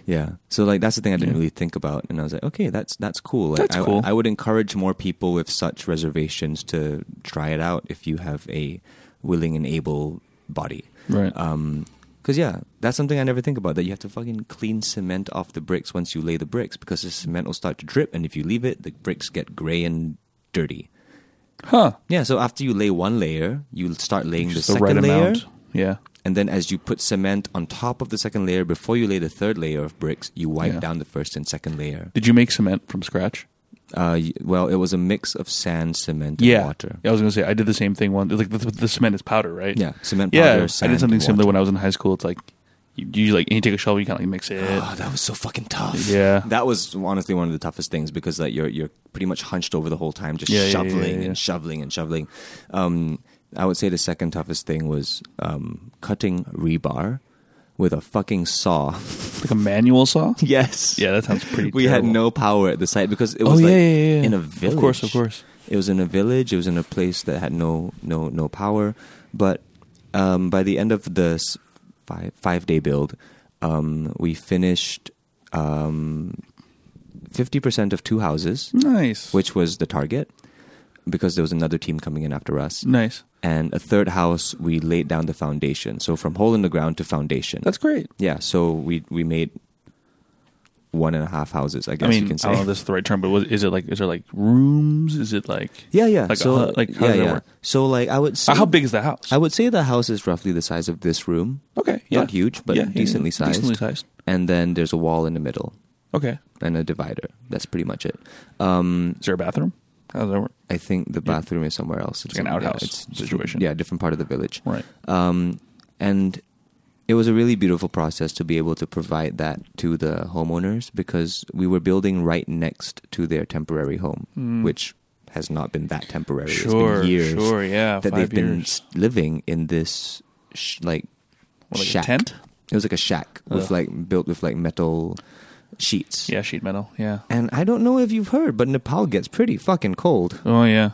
Speaker 1: yeah. So, like that's the thing I didn't
Speaker 2: Yeah.
Speaker 1: really think about, and I was like, okay, that's that's cool. Like,
Speaker 2: That's
Speaker 1: I,
Speaker 2: cool.
Speaker 1: I would encourage more people with such reservations to try it out if you have a willing and able body.
Speaker 2: Right.
Speaker 1: Um, because yeah, that's something I never think about. That you have to fucking clean cement off the bricks once you lay the bricks, because the cement will start to drip, and if you leave it, the bricks get gray and dirty.
Speaker 2: huh.
Speaker 1: Yeah, so after you lay one layer, you start laying the
Speaker 2: Just the
Speaker 1: second
Speaker 2: right
Speaker 1: layer,
Speaker 2: amount. Yeah.
Speaker 1: And then as you put cement on top of the second layer before you lay the third layer of bricks, you wipe
Speaker 2: Yeah.
Speaker 1: down the first and second layer.
Speaker 2: Did you make cement from scratch?
Speaker 1: Uh, y- well, it was a mix of sand, cement, and water.
Speaker 2: I was gonna say I did the same thing once. Like the, the cement is powder, right?
Speaker 1: Yeah, cement powder,
Speaker 2: yeah.
Speaker 1: sand,
Speaker 2: I did something
Speaker 1: and
Speaker 2: similar
Speaker 1: water.
Speaker 2: when I was in high school. It's like you, you like you take a shovel, you kind of like mix it.
Speaker 1: Oh, that was so fucking tough.
Speaker 2: Yeah.
Speaker 1: that was honestly one of the toughest things because like you're you're pretty much hunched over the whole time, just
Speaker 2: Yeah, yeah, yeah,
Speaker 1: shoveling
Speaker 2: yeah.
Speaker 1: and shoveling and shoveling. Um, I would say the second toughest thing was um, cutting rebar with a fucking saw. [LAUGHS]
Speaker 2: like a manual saw.
Speaker 1: yes.
Speaker 2: Yeah, that sounds pretty.
Speaker 1: We
Speaker 2: terrible.
Speaker 1: had no power at the site because it
Speaker 2: Oh,
Speaker 1: was
Speaker 2: yeah,
Speaker 1: like
Speaker 2: yeah, yeah, yeah.
Speaker 1: in a
Speaker 2: Of
Speaker 1: village.
Speaker 2: course, of course.
Speaker 1: It was in a village. It was in a place that had no no no power. But um, by the end of this five five day build, um, we finished um, fifty percent of two houses,
Speaker 2: Nice.
Speaker 1: which was the target, because there was another team coming in after us.
Speaker 2: nice.
Speaker 1: And a third house, we laid down the foundation. So from hole in the ground to foundation.
Speaker 2: That's great.
Speaker 1: yeah. So we we made one and a half houses. I guess
Speaker 2: I mean,
Speaker 1: you can say.
Speaker 2: I don't know if this is the right term, but was, is it like is there like rooms? Is it like
Speaker 1: Yeah, yeah.
Speaker 2: Like,
Speaker 1: so,
Speaker 2: uh, like, how
Speaker 1: yeah,
Speaker 2: does that
Speaker 1: yeah.
Speaker 2: work?
Speaker 1: So, like, I would say,
Speaker 2: Uh, how big is the house?
Speaker 1: I would say the house is roughly the size of this room.
Speaker 2: okay, yeah.
Speaker 1: Not huge, but
Speaker 2: Yeah, yeah,
Speaker 1: decently
Speaker 2: yeah.
Speaker 1: sized.
Speaker 2: Decently sized.
Speaker 1: And then there's a wall in the middle
Speaker 2: Okay.
Speaker 1: and a divider. That's pretty much it. Um,
Speaker 2: Is there a bathroom? How does that work?
Speaker 1: I think the bathroom is somewhere else. It's
Speaker 2: like an
Speaker 1: in- yeah,
Speaker 2: outhouse situation.
Speaker 1: Yeah, different part of the village.
Speaker 2: Right.
Speaker 1: Um, and it was a really beautiful process to be able to provide that to the homeowners because we were building right next to their temporary home, which has not been that temporary. it's
Speaker 2: Mm. Sure,
Speaker 1: been years
Speaker 2: sure, yeah,
Speaker 1: that
Speaker 2: five
Speaker 1: they've been s-
Speaker 2: years.
Speaker 1: living in this sh- like,
Speaker 2: What, like a
Speaker 1: shack.
Speaker 2: tent?
Speaker 1: It was like a shack with
Speaker 2: Ugh.
Speaker 1: like built with like metal sheets.
Speaker 2: Yeah, sheet metal. Yeah.
Speaker 1: And I don't know if you've heard, but Nepal gets pretty fucking cold.
Speaker 2: Oh yeah.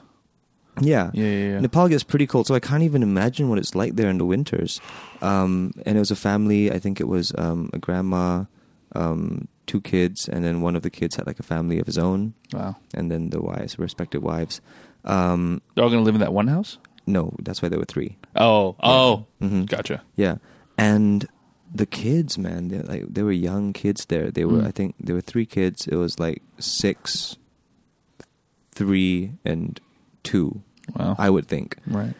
Speaker 1: Yeah.
Speaker 2: Yeah, yeah, yeah.
Speaker 1: Nepal gets pretty cold, so I can't even imagine what it's like there in the winters. Um, and it was a family, I think it was um, a grandma, um, two kids, and then one of the kids had like a family of his own,
Speaker 2: Wow.
Speaker 1: and then the wives, respected wives. Um,
Speaker 2: They're all gonna live in that one house.
Speaker 1: no, that's why there were three.
Speaker 2: Oh. Oh.
Speaker 1: Mhm.
Speaker 2: Gotcha.
Speaker 1: Yeah. And the kids, man, they like they were young kids there. They were
Speaker 2: Mm.
Speaker 1: I think there were three kids. It was like six, three, and two,
Speaker 2: Wow.
Speaker 1: I would think.
Speaker 2: right.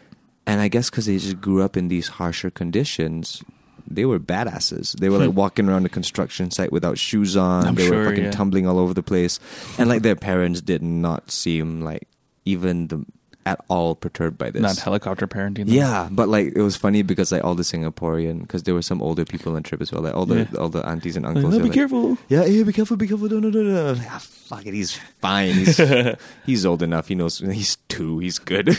Speaker 1: And I guess because they just grew up in these harsher conditions, they were badasses. They were like walking around a construction site without shoes on.
Speaker 2: Hmm. I'm
Speaker 1: they were
Speaker 2: sure,
Speaker 1: fucking
Speaker 2: yeah.
Speaker 1: tumbling all over the place. And like their parents did not seem like even the at all perturbed by this.
Speaker 2: Not helicopter parenting. then.
Speaker 1: yeah, but like it was funny because like all the Singaporean, because there were some older people on trip as well, like all the
Speaker 2: Yeah.
Speaker 1: all the aunties and
Speaker 2: Like,
Speaker 1: uncles.
Speaker 2: oh,
Speaker 1: they're
Speaker 2: be
Speaker 1: like,
Speaker 2: careful.
Speaker 1: Yeah, yeah, be careful, be careful. No, no, no, no. Like, ah, fuck it, he's fine.
Speaker 2: [LAUGHS]
Speaker 1: He's he's old enough. He knows. He's two. He's good.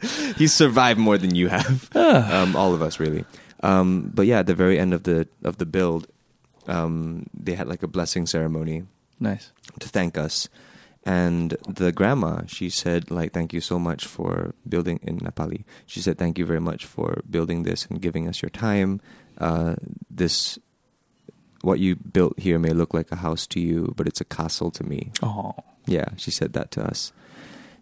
Speaker 1: [LAUGHS] he's survived more than you
Speaker 2: [SIGHS]
Speaker 1: have.
Speaker 2: Ah.
Speaker 1: um, all of us, really. Um, but yeah, at the very end of the of the build, um, they had like a blessing ceremony
Speaker 2: Nice.
Speaker 1: to thank us. And the grandma, she said, like, thank you so much for building in Nepali. She said, thank you very much for building this and giving us your time. Uh, this, what you built here may look like a house to you, but it's a castle to me.
Speaker 2: Oh.
Speaker 1: Yeah, she said that to us,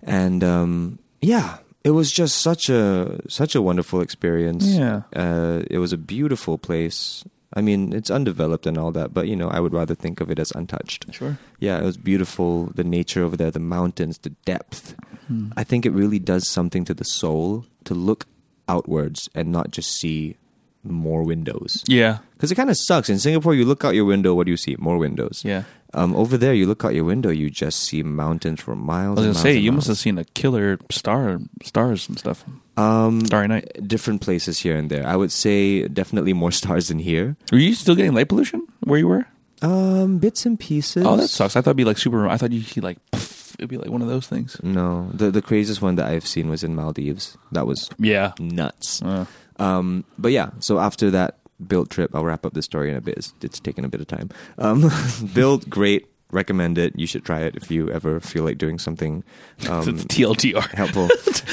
Speaker 1: and um, yeah, it was just such a such a wonderful experience.
Speaker 2: Yeah.
Speaker 1: uh, it was a beautiful place. I mean, it's undeveloped and all that, but you know, I would rather think of it as untouched.
Speaker 2: Sure.
Speaker 1: Yeah, it was beautiful. The nature over there, the mountains, the depth.
Speaker 2: Hmm.
Speaker 1: I think it really does something to the soul to look outwards and not just see more windows.
Speaker 2: Yeah.
Speaker 1: Because it kind of sucks. In Singapore, you look out your window, what do you see? More windows.
Speaker 2: Yeah.
Speaker 1: Um, over there, you look out your window, you just see mountains for miles.
Speaker 2: I was
Speaker 1: and
Speaker 2: gonna
Speaker 1: miles
Speaker 2: say
Speaker 1: and
Speaker 2: you
Speaker 1: miles.
Speaker 2: must have seen a killer star, stars and stuff.
Speaker 1: Um,
Speaker 2: Starry night.
Speaker 1: different places here and there. I would say definitely more [LAUGHS] stars than here.
Speaker 2: Were you still getting light pollution where you were?
Speaker 1: Um, bits and pieces.
Speaker 2: Oh, that sucks. I thought it'd be like super. I thought you could like pff, it'd be like one of those things.
Speaker 1: No, the the craziest one that I've seen was in Maldives. That was
Speaker 2: Yeah.
Speaker 1: nuts.
Speaker 2: Uh,
Speaker 1: Um, but yeah, so after that build trip, I'll wrap up the story in a bit. It's, it's taken a bit of time. Um, [LAUGHS] build great, recommend it. You should try it if you ever feel like doing something um,
Speaker 2: [LAUGHS] TLDR.
Speaker 1: helpful.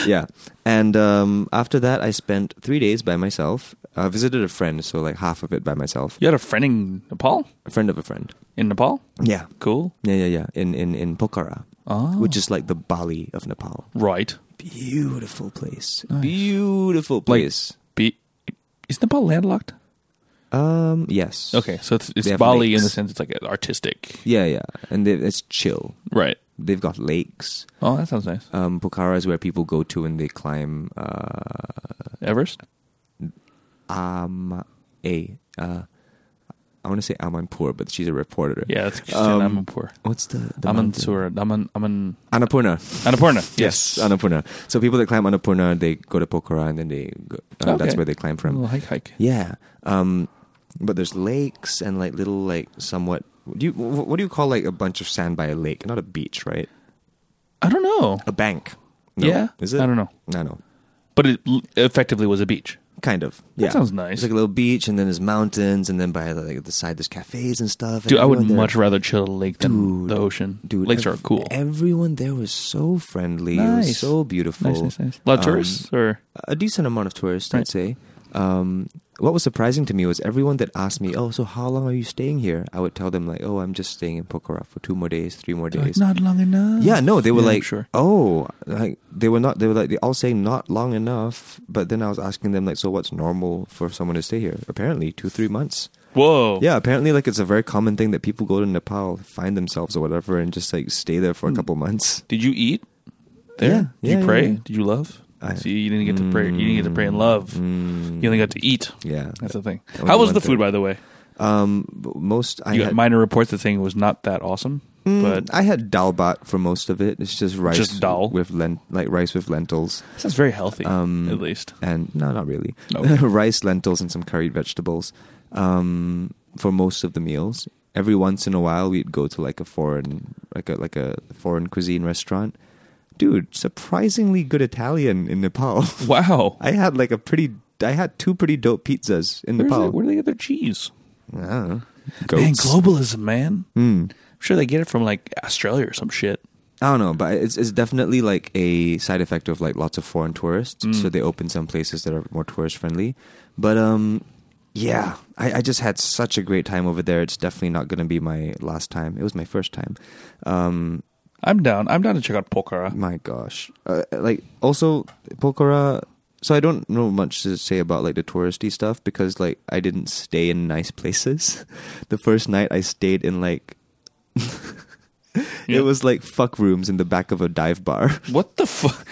Speaker 1: yeah, and um, after that, I spent three days by myself. I visited a friend, so like half of it by myself.
Speaker 2: You had a friend in Nepal.
Speaker 1: A friend of a friend.
Speaker 2: In Nepal.
Speaker 1: Yeah,
Speaker 2: Cool.
Speaker 1: yeah, yeah, yeah. In in in Pokhara,
Speaker 2: Oh.
Speaker 1: which is like the Bali of Nepal.
Speaker 2: Right.
Speaker 1: Beautiful place.
Speaker 2: Nice.
Speaker 1: Beautiful place.
Speaker 2: Be- is Nepal landlocked?
Speaker 1: um. Yes.
Speaker 2: Okay, so it's,
Speaker 1: They
Speaker 2: it's
Speaker 1: have
Speaker 2: Bali
Speaker 1: lakes.
Speaker 2: in the sense it's like artistic,
Speaker 1: Yeah, yeah, and they, it's chill.
Speaker 2: right?
Speaker 1: They've got lakes.
Speaker 2: Oh, that sounds nice.
Speaker 1: Um, Pokhara is where people go to when they climb. Uh,
Speaker 2: Everest.
Speaker 1: um, a. Uh, I want to say Amanpour, but she's a reporter.
Speaker 2: Yeah, that's Christian
Speaker 1: Um,
Speaker 2: Amanpour.
Speaker 1: What's the, the mountain?
Speaker 2: Amanpour. Aman, Aman,
Speaker 1: Annapurna. [LAUGHS]
Speaker 2: Annapurna. Yes.
Speaker 1: Annapurna. So people that climb Annapurna, they go to Pokhara and then they go, uh, that's
Speaker 2: Okay.
Speaker 1: where they climb from.
Speaker 2: Little hike, hike.
Speaker 1: Yeah. Um, but there's lakes and like little like somewhat. Do you wh- what do you call like a bunch of sand by a lake? Not a beach, right?
Speaker 2: I don't know.
Speaker 1: A bank.
Speaker 2: Yeah?
Speaker 1: Is it?
Speaker 2: I don't know.
Speaker 1: No, no.
Speaker 2: But it l- effectively was a beach.
Speaker 1: Kind of.
Speaker 2: That
Speaker 1: Yeah.
Speaker 2: sounds nice.
Speaker 1: It's like a little beach, and then there's mountains, and then by like the side there's cafes and stuff. and
Speaker 2: Dude, I would
Speaker 1: everyone there-
Speaker 2: much rather chill at a lake than
Speaker 1: Dude.
Speaker 2: the ocean.
Speaker 1: Dude,
Speaker 2: Lakes
Speaker 1: ev-
Speaker 2: are cool.
Speaker 1: Everyone there was so friendly. It
Speaker 2: Nice.
Speaker 1: was so beautiful.
Speaker 2: Nice, nice, nice. A lot of
Speaker 1: Um,
Speaker 2: tourists or
Speaker 1: a decent amount of tourists,
Speaker 2: Right.
Speaker 1: I'd say. Um, what was surprising to me was everyone that asked me, "Oh, so how long are you staying here?" I would tell them like, "Oh, I'm just staying in Pokhara for two more days, three more
Speaker 2: They're like,
Speaker 1: days."
Speaker 2: not long enough.
Speaker 1: yeah, no, they were
Speaker 2: Yeah, I'm
Speaker 1: like,
Speaker 2: sure.
Speaker 1: "Oh," like they were not. They were like they all saying not long enough. But then I was asking them like, "So what's normal for someone to stay here?" Apparently, two three months.
Speaker 2: Whoa.
Speaker 1: Yeah, apparently, like it's a very common thing that people go to Nepal, find themselves or whatever, and just like stay there
Speaker 2: Hmm.
Speaker 1: for a couple months.
Speaker 2: Did you eat there?
Speaker 1: Yeah,
Speaker 2: Did
Speaker 1: yeah,
Speaker 2: you pray?
Speaker 1: yeah.
Speaker 2: Did you love?
Speaker 1: I- Mm.
Speaker 2: See, you didn't get to pray. You didn't get to pray and love. You only got to eat.
Speaker 1: Hmm. Yeah,
Speaker 2: That's the thing.
Speaker 1: Only
Speaker 2: How was
Speaker 1: one
Speaker 2: the food,
Speaker 1: thing.
Speaker 2: by the way?
Speaker 1: um, b- most I
Speaker 2: you
Speaker 1: had- Hmm, Mm,
Speaker 2: got minor reports that saying it was not that awesome, but
Speaker 1: I had dal bat for most of it. It's just rice,
Speaker 2: Just dal?
Speaker 1: with lent, like rice with lentils,
Speaker 2: it sounds very healthy,
Speaker 1: Um,
Speaker 2: at least.
Speaker 1: and no, not really.
Speaker 2: No.
Speaker 1: [LAUGHS] rice, lentils, and some curried vegetables um, for most of the meals. Every once in a while, we'd go to like a foreign, like a like a foreign cuisine restaurant. Dude, surprisingly good Italian in Nepal. [LAUGHS]
Speaker 2: Wow.
Speaker 1: I had like a pretty. I had two pretty dope pizzas in
Speaker 2: Where, is
Speaker 1: Nepal.
Speaker 2: it- where do they get their cheese?
Speaker 1: I don't know.
Speaker 2: Man,
Speaker 1: Goats.
Speaker 2: globalism, man.
Speaker 1: Mm.
Speaker 2: I'm sure they get it from like Australia or some shit.
Speaker 1: I don't know, but it's it's definitely like a side effect of like lots of foreign tourists. So they open some places that are more tourist friendly. But um, yeah, I, I just had such a great time over there. It's definitely not going to be my last time. It was my first time. Um,
Speaker 2: I'm down. I'm down to check out Pokhara.
Speaker 1: my gosh, uh, like also Pokhara. So I don't know much to say about like the touristy stuff because like I didn't stay in nice places. [LAUGHS] the first night I stayed in like.
Speaker 2: Yeah.
Speaker 1: It was like fuck rooms in the back of a dive bar. [LAUGHS]
Speaker 2: What the fuck?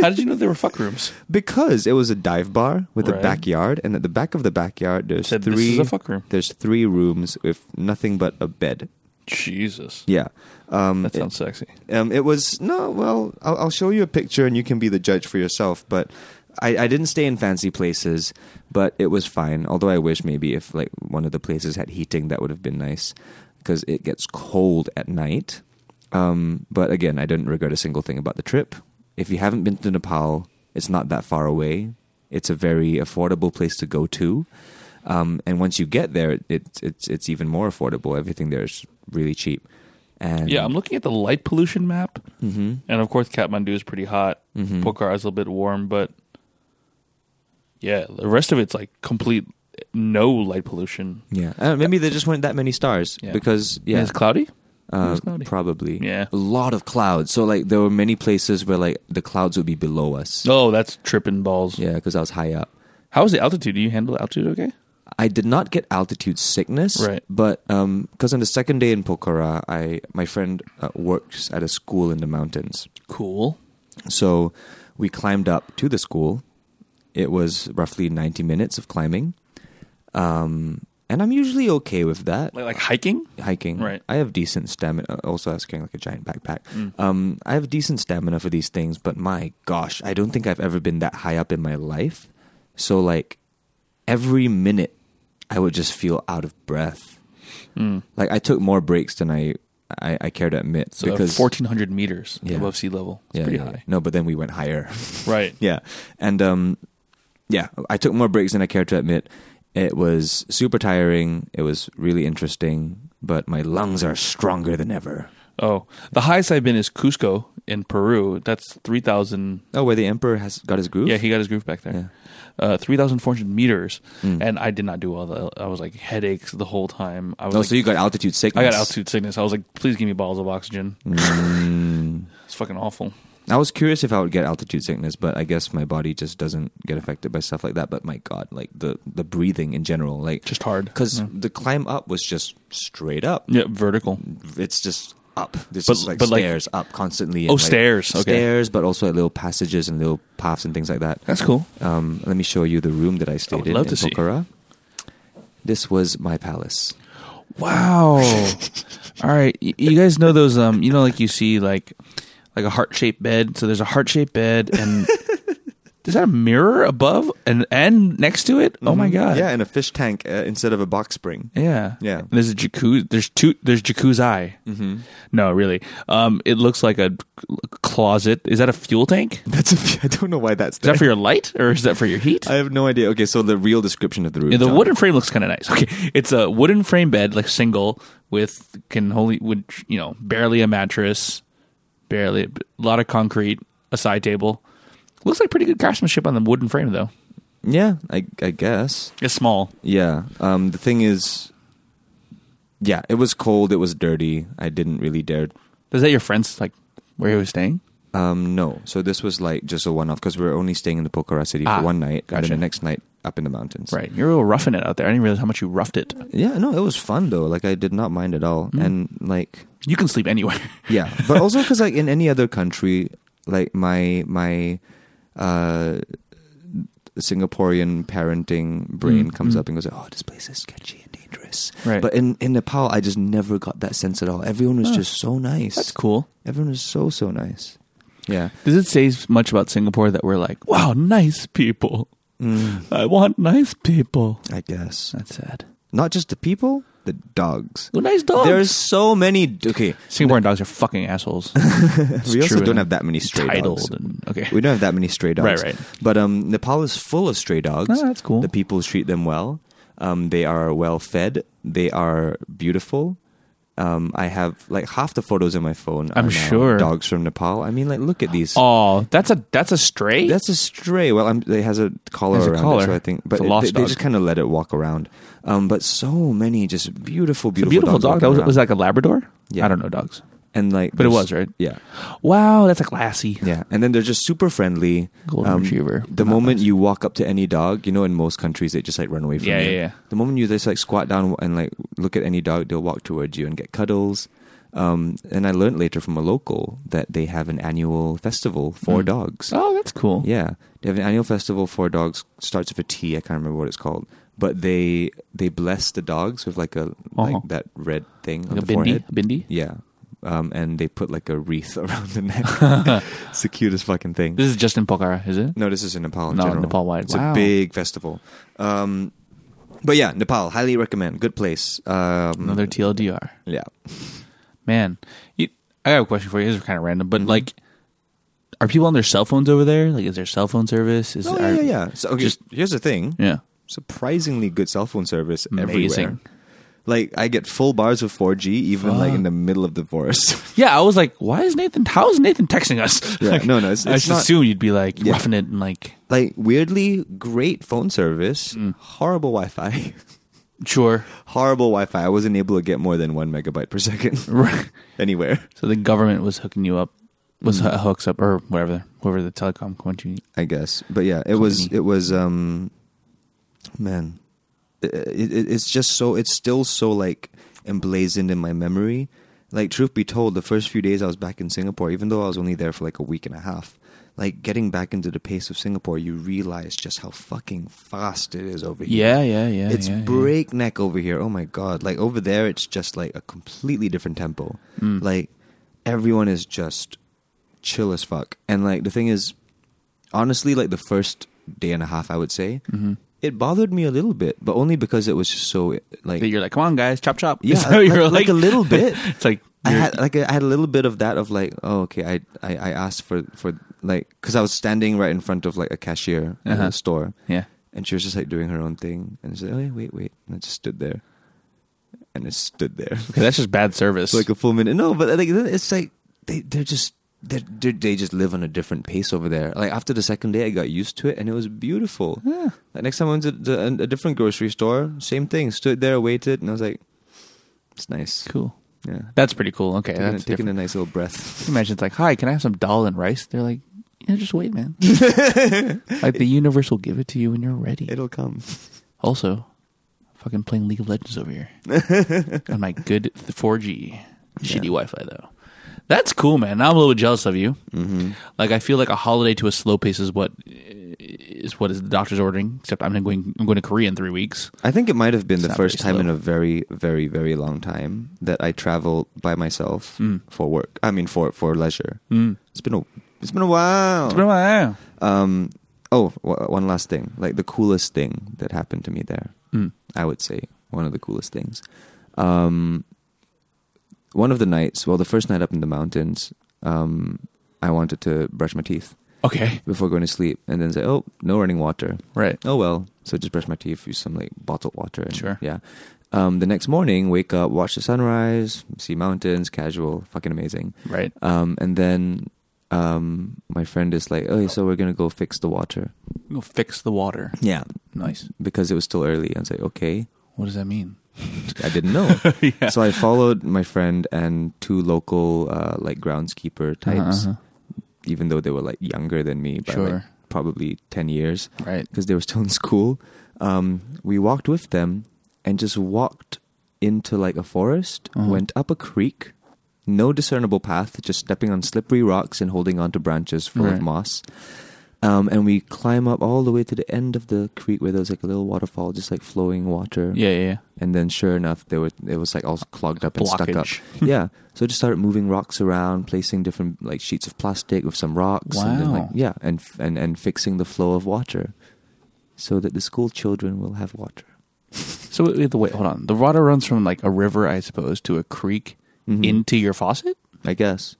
Speaker 2: How did you know there were fuck rooms?
Speaker 1: Because it was a dive bar with
Speaker 2: Right.
Speaker 1: a backyard, and at the back of the backyard, there's
Speaker 2: Said
Speaker 1: three.
Speaker 2: this is a fuck room.
Speaker 1: There's three rooms with nothing but a bed.
Speaker 2: Jesus,
Speaker 1: Yeah, um,
Speaker 2: that sounds sexy.
Speaker 1: it, um, it was no. Well, I'll, I'll show you a picture, and you can be the judge for yourself. But I, I didn't stay in fancy places, but it was fine. Although I wish maybe if like one of the places had heating, that would have been nice because it gets cold at night. Um, but again, I didn't regret a single thing about the trip. If you haven't been to Nepal, it's not that far away. It's a very affordable place to go to. Um, and once you get there, it's it's it's even more affordable. Everything there is really cheap. And
Speaker 2: Yeah, I'm looking at the light pollution map,
Speaker 1: Mhm.
Speaker 2: and of course Kathmandu is pretty hot.
Speaker 1: Mm. Mm-hmm.
Speaker 2: Pokhara is a little bit warm, but yeah, the rest of it's like complete no light pollution.
Speaker 1: Yeah, I don't know, maybe there just weren't that many stars
Speaker 2: Yeah.
Speaker 1: because yeah,
Speaker 2: And it's cloudy.
Speaker 1: uh,
Speaker 2: it's cloudy.
Speaker 1: probably
Speaker 2: Yeah.
Speaker 1: a lot of clouds. So like there were many places where like the clouds would be below us.
Speaker 2: Oh, that's tripping balls.
Speaker 1: Yeah, because I was high up.
Speaker 2: How is the altitude? Do you handle the altitude okay?
Speaker 1: I did not get altitude sickness,
Speaker 2: Right.
Speaker 1: But um, because on the second day in Pokhara, I my friend uh, works at a school in the mountains,
Speaker 2: Cool.
Speaker 1: so we climbed up to the school. It was roughly ninety minutes of climbing, um, and I'm usually okay with that.
Speaker 2: Like, like hiking?
Speaker 1: hiking.
Speaker 2: Right.
Speaker 1: I have decent stamina. Also, I was carrying like a giant backpack. Um, I have decent stamina for these things, but my gosh, I don't think I've ever been that high up in my life. So like every minute, I would just feel out of breath.
Speaker 2: Mm.
Speaker 1: Like I took more breaks than I I, I care to admit
Speaker 2: So
Speaker 1: because
Speaker 2: 1400 meters
Speaker 1: Yeah.
Speaker 2: above sea level. It's
Speaker 1: yeah,
Speaker 2: pretty
Speaker 1: yeah.
Speaker 2: high.
Speaker 1: no, but then we went higher.
Speaker 2: [LAUGHS] Right.
Speaker 1: Yeah. And um yeah, I took more breaks than I care to admit. It was super tiring. It was really interesting, but my lungs are stronger than ever.
Speaker 2: Oh, the highest I've been is Cusco in Peru. That's 3000
Speaker 1: Oh, where the emperor has got his groove?
Speaker 2: Yeah, he got his groove back there. Uh, 3,400 meters.
Speaker 1: Hmm.
Speaker 2: And I did not do well. The- I was like headaches the whole time. I was
Speaker 1: Oh,
Speaker 2: like,
Speaker 1: so you got altitude sickness.
Speaker 2: I got altitude sickness. I was like, please give me bottles of oxygen. it's fucking awful.
Speaker 1: Hmm. [LAUGHS] I was curious if I would get altitude sickness, but I guess my body just doesn't get affected by stuff like that. But my god, like the the breathing in general, like
Speaker 2: Just hard.
Speaker 1: because the climb up was just straight up.
Speaker 2: Yeah, vertical.
Speaker 1: It's just up. This
Speaker 2: But-
Speaker 1: is like
Speaker 2: but, like-
Speaker 1: stairs up constantly. and,
Speaker 2: Oh,
Speaker 1: like,
Speaker 2: stairs, okay.
Speaker 1: Stairs, but also like little passages and little paths and things like that.
Speaker 2: That's cool.
Speaker 1: Um, let me show you the room that I
Speaker 2: I
Speaker 1: stayed
Speaker 2: would
Speaker 1: in
Speaker 2: love
Speaker 1: in
Speaker 2: to see.
Speaker 1: Pokhara. This was my palace.
Speaker 2: [LAUGHS] Wow. All right, Y- you guys know those um you know like you see like like a heart-shaped bed. So there's a heart-shaped bed [LAUGHS] and is that a mirror above and and next to it? Oh my god.
Speaker 1: Mm. Yeah, and a fish tank uh, instead of a box spring. [LAUGHS]
Speaker 2: Yeah.
Speaker 1: Yeah.
Speaker 2: There's a jacuzzi. There's two. There's jacuzzi. Mm-hmm. No, really. Um, it looks like a closet. Is that a fuel tank? Is
Speaker 1: That's a, I don't know why that's there.
Speaker 2: that for your light or is that for your heat?
Speaker 1: [LAUGHS] I have no idea. Okay, so the real description of the room.
Speaker 2: Yeah, the
Speaker 1: John.
Speaker 2: wooden frame looks kind of nice. Okay, it's a wooden frame bed, like single, with can only would you know barely a mattress, barely a lot of concrete, a side table. Looks like pretty good craftsmanship on the wooden frame though.
Speaker 1: Yeah, I, I guess.
Speaker 2: It's small.
Speaker 1: Yeah. Um, the thing is, yeah, it was cold. It was dirty. I didn't really dare.
Speaker 2: Is that your friend's like where he was staying?
Speaker 1: Um, no. So this was like just a one-off because we were only staying in the Pokhara city
Speaker 2: Ah,
Speaker 1: for one night, and
Speaker 2: gotcha.
Speaker 1: then the next night up in the mountains.
Speaker 2: Right, you're real roughing it out there. I didn't realize how much you roughed it.
Speaker 1: Yeah. No, it was fun though. Like I did not mind at all,
Speaker 2: Mm.
Speaker 1: and like
Speaker 2: You can sleep anywhere. [LAUGHS]
Speaker 1: yeah, but also because like in any other country, like my my uh Singaporean parenting brain
Speaker 2: Mm,
Speaker 1: comes
Speaker 2: mm.
Speaker 1: up and goes, "Oh, this place is sketchy and dangerous."
Speaker 2: Right.
Speaker 1: But in in Nepal, I just never got that sense at all. Everyone was
Speaker 2: Huh.
Speaker 1: just so nice.
Speaker 2: That's cool.
Speaker 1: Everyone was so so nice. Yeah.
Speaker 2: Does it say much about Singapore that we're like, wow, nice people?
Speaker 1: Mm,
Speaker 2: I want nice people.
Speaker 1: I guess
Speaker 2: That's sad.
Speaker 1: not just the people, the dogs.
Speaker 2: Well, nice dogs.
Speaker 1: There's so many. Okay,
Speaker 2: Singaporean dogs are fucking assholes.
Speaker 1: [LAUGHS] we also
Speaker 2: true,
Speaker 1: don't
Speaker 2: and
Speaker 1: have that many stray dogs.
Speaker 2: Titled and okay.
Speaker 1: We don't have that many stray dogs.
Speaker 2: Right, right.
Speaker 1: But um, Nepal is full of stray dogs.
Speaker 2: Oh, that's cool.
Speaker 1: The people treat them well. Um, they are well fed. They are beautiful. Um, I have like half the photos in my phone. are
Speaker 2: I'm
Speaker 1: now
Speaker 2: sure.
Speaker 1: dogs from Nepal. I mean, like look at these.
Speaker 2: Oh, that's a that's a stray.
Speaker 1: That's a stray. Well, I'm, it has a collar
Speaker 2: There's a
Speaker 1: around
Speaker 2: collar.
Speaker 1: it, so I think.
Speaker 2: It's
Speaker 1: But
Speaker 2: a
Speaker 1: it-
Speaker 2: lost
Speaker 1: they, they
Speaker 2: dog.
Speaker 1: just kind of let it walk around. Um, but so many just beautiful,
Speaker 2: It's a
Speaker 1: beautiful,
Speaker 2: beautiful
Speaker 1: dogs
Speaker 2: dog.
Speaker 1: walking
Speaker 2: That was,
Speaker 1: around.
Speaker 2: was like a Labrador.
Speaker 1: Yeah.
Speaker 2: I don't know dogs,
Speaker 1: and like,
Speaker 2: but it
Speaker 1: there's-
Speaker 2: was right.
Speaker 1: Yeah,
Speaker 2: Wow, that's a classy.
Speaker 1: yeah. And then they're just super friendly.
Speaker 2: Golden retriever.
Speaker 1: Um, The
Speaker 2: Not
Speaker 1: moment
Speaker 2: nice.
Speaker 1: you walk up to any dog, you know, in most countries they just like run away from
Speaker 2: Yeah,
Speaker 1: you.
Speaker 2: yeah, yeah.
Speaker 1: The moment you just like squat down and like look at any dog, they'll walk towards you and get cuddles. Um, and I learned later from a local that they have an annual festival for
Speaker 2: Mm.
Speaker 1: dogs.
Speaker 2: Oh, that's cool.
Speaker 1: Yeah, they have an annual festival for dogs. Starts with a T. I can't remember what it's called, but they they bless the dogs with like a
Speaker 2: Uh-huh.
Speaker 1: like that red thing on
Speaker 2: Like a
Speaker 1: the forehead.
Speaker 2: bindi, bindi.
Speaker 1: Yeah, um, and they put like a wreath [LAUGHS] around the neck.
Speaker 2: [LAUGHS]
Speaker 1: it's the cutest fucking thing.
Speaker 2: This is just in Pokhara, is it?
Speaker 1: No, this is in Nepal. In
Speaker 2: No,
Speaker 1: general.
Speaker 2: Nepal wide.
Speaker 1: It's
Speaker 2: Wow.
Speaker 1: a big festival. Um, but yeah, Nepal. Highly recommend. Good place. Um,
Speaker 2: Another TLDR.
Speaker 1: yeah.
Speaker 2: Man, you, I got a question for you. This is kind of random,
Speaker 1: Mm-hmm.
Speaker 2: but like, are people on their cell phones over there? Like, is there cell phone service? Is
Speaker 1: Oh,
Speaker 2: are-
Speaker 1: yeah, yeah, yeah. So okay,
Speaker 2: just-
Speaker 1: here's the thing.
Speaker 2: yeah.
Speaker 1: Surprisingly good cell phone service everywhere.
Speaker 2: Amazing.
Speaker 1: Like I get full bars of 4G even like in
Speaker 2: Fuck.
Speaker 1: the middle of the forest. [LAUGHS]
Speaker 2: Yeah, I was like, why is Nathan? How is Nathan texting us? [LAUGHS]
Speaker 1: Yeah,
Speaker 2: Like,
Speaker 1: no, no, it's-
Speaker 2: I
Speaker 1: it's
Speaker 2: just
Speaker 1: not-
Speaker 2: assume you'd be like
Speaker 1: Yeah.
Speaker 2: roughing it and like,
Speaker 1: like weirdly great phone service,
Speaker 2: Mm.
Speaker 1: horrible Wi-Fi. [LAUGHS]
Speaker 2: sure.
Speaker 1: horrible Wi-Fi. I wasn't able to get more than 1 megabyte per second
Speaker 2: [LAUGHS] Right.
Speaker 1: [LAUGHS] anywhere.
Speaker 2: So the government was hooking you up, was hu- hooks up or whatever, whoever the telecom company.
Speaker 1: I guess. But yeah, it was
Speaker 2: Company.
Speaker 1: it was um man it, it, it's just so it's still so like emblazoned in my memory. Like truth be told, the first few days I was back in Singapore, even though I was only there for like a week and a half, like getting back into the pace of Singapore, you realize just how fucking fast it is over here.
Speaker 2: Yeah, yeah, yeah.
Speaker 1: it's
Speaker 2: yeah, yeah.
Speaker 1: breakneck over here. Oh my god! Like over there, it's just like a completely different tempo.
Speaker 2: Mm.
Speaker 1: Like everyone is just chill as fuck. And like the thing is, honestly, like the first day and a half, I would say,
Speaker 2: Mm-hmm.
Speaker 1: it bothered me a little bit, but only because it was just so like
Speaker 2: That you're like, come on, guys, chop chop.
Speaker 1: Yeah,
Speaker 2: [LAUGHS] So you're
Speaker 1: like- like a little
Speaker 2: [LAUGHS]
Speaker 1: bit.
Speaker 2: it's like
Speaker 1: I
Speaker 2: you're-
Speaker 1: had like I had a little bit of that of like oh okay I I, I asked for for like because I was standing right in front of like a cashier at
Speaker 2: Uh-huh.
Speaker 1: a store
Speaker 2: yeah.
Speaker 1: and she was just like doing her own thing and she said oh yeah, wait wait and I just stood there and I stood [LAUGHS] there
Speaker 2: Okay, that's just bad service.
Speaker 1: for like a full minute no but like it's like they they're just they they they just live on a different pace over there like after the second day I got used to it and it was beautiful
Speaker 2: Yeah.
Speaker 1: like next time I went to the, a, a different grocery store same thing stood there waited and I was like it's nice
Speaker 2: cool.
Speaker 1: yeah
Speaker 2: That's pretty cool. Okay,
Speaker 1: taking, a,
Speaker 2: that's
Speaker 1: taking
Speaker 2: different.
Speaker 1: a nice little breath.
Speaker 2: Can you Imagine it's like, hi, can I have some dal and rice? They're like, yeah, just wait, [LAUGHS] man. like the universe will give it to you when you're
Speaker 1: [LAUGHS]
Speaker 2: ready.
Speaker 1: It'll come.
Speaker 2: [LAUGHS] Also, fucking playing League of Legends over here on my good 4G. Shitty Wi-Fi though. That's cool, man. Now I'm a little jealous of you. Mm-hmm. Like I feel like a holiday to a slow pace is what is what is the doctor's ordering. Except I'm going I'm going to Korea in three weeks.
Speaker 1: I think it might have been the
Speaker 2: not very
Speaker 1: first time
Speaker 2: slow.
Speaker 1: in a very, very, very long time that I traveled by myself
Speaker 2: Hmm.
Speaker 1: for work. I mean, for for leisure. Mm. It's been a it's been a
Speaker 2: Oh.
Speaker 1: while.
Speaker 2: Wow.
Speaker 1: Um, oh, w- one last thing. Like the coolest thing that happened to me there,
Speaker 2: Mm.
Speaker 1: I would say one of the coolest things. Um, one of the nights, well, the first night up in the mountains, um, I wanted to brush my teeth
Speaker 2: Okay.
Speaker 1: before going to sleep, and then say, "Oh, no running water."
Speaker 2: Right.
Speaker 1: Oh well, so just brush my teeth, use some like bottled water. And,
Speaker 2: Sure.
Speaker 1: Yeah. Um, the next morning, wake up, watch the sunrise, see mountains, casual, fucking amazing.
Speaker 2: Right.
Speaker 1: Um, and then um, my friend is like, "Oh, so we're gonna go fix the water."
Speaker 2: Go fix the water.
Speaker 1: Yeah,
Speaker 2: Nice.
Speaker 1: because it was still early. I was like, "Okay,
Speaker 2: What does that mean?
Speaker 1: I didn't know."
Speaker 2: [LAUGHS] yeah.
Speaker 1: So I followed my friend and two local uh, like groundskeeper types,
Speaker 2: Uh-huh.
Speaker 1: even though they were like younger than me by like,
Speaker 2: Sure.
Speaker 1: probably ten years
Speaker 2: Right.
Speaker 1: because they were still in school. Um, we walked with them and just walked into like a forest,
Speaker 2: Uh-huh.
Speaker 1: went up a creek, no discernible path, just stepping on slippery rocks and holding onto branches full of
Speaker 2: Right.
Speaker 1: moss. Um, and we climb up all the way to the end of the creek where there was like a little waterfall, just like flowing water.
Speaker 2: Yeah. Yeah. yeah.
Speaker 1: And then, sure enough, there were it was like all clogged up and stuck up.
Speaker 2: Blockage.
Speaker 1: yeah. So I just started moving rocks around, placing different like sheets of plastic with some rocks. And then, like,
Speaker 2: Wow.
Speaker 1: yeah, and f- and and fixing the flow of water, so that the school children will have water.
Speaker 2: So wait, wait, wait, hold on. The water runs from like a river, I suppose, to a creek
Speaker 1: Mhm.
Speaker 2: into your faucet.
Speaker 1: I guess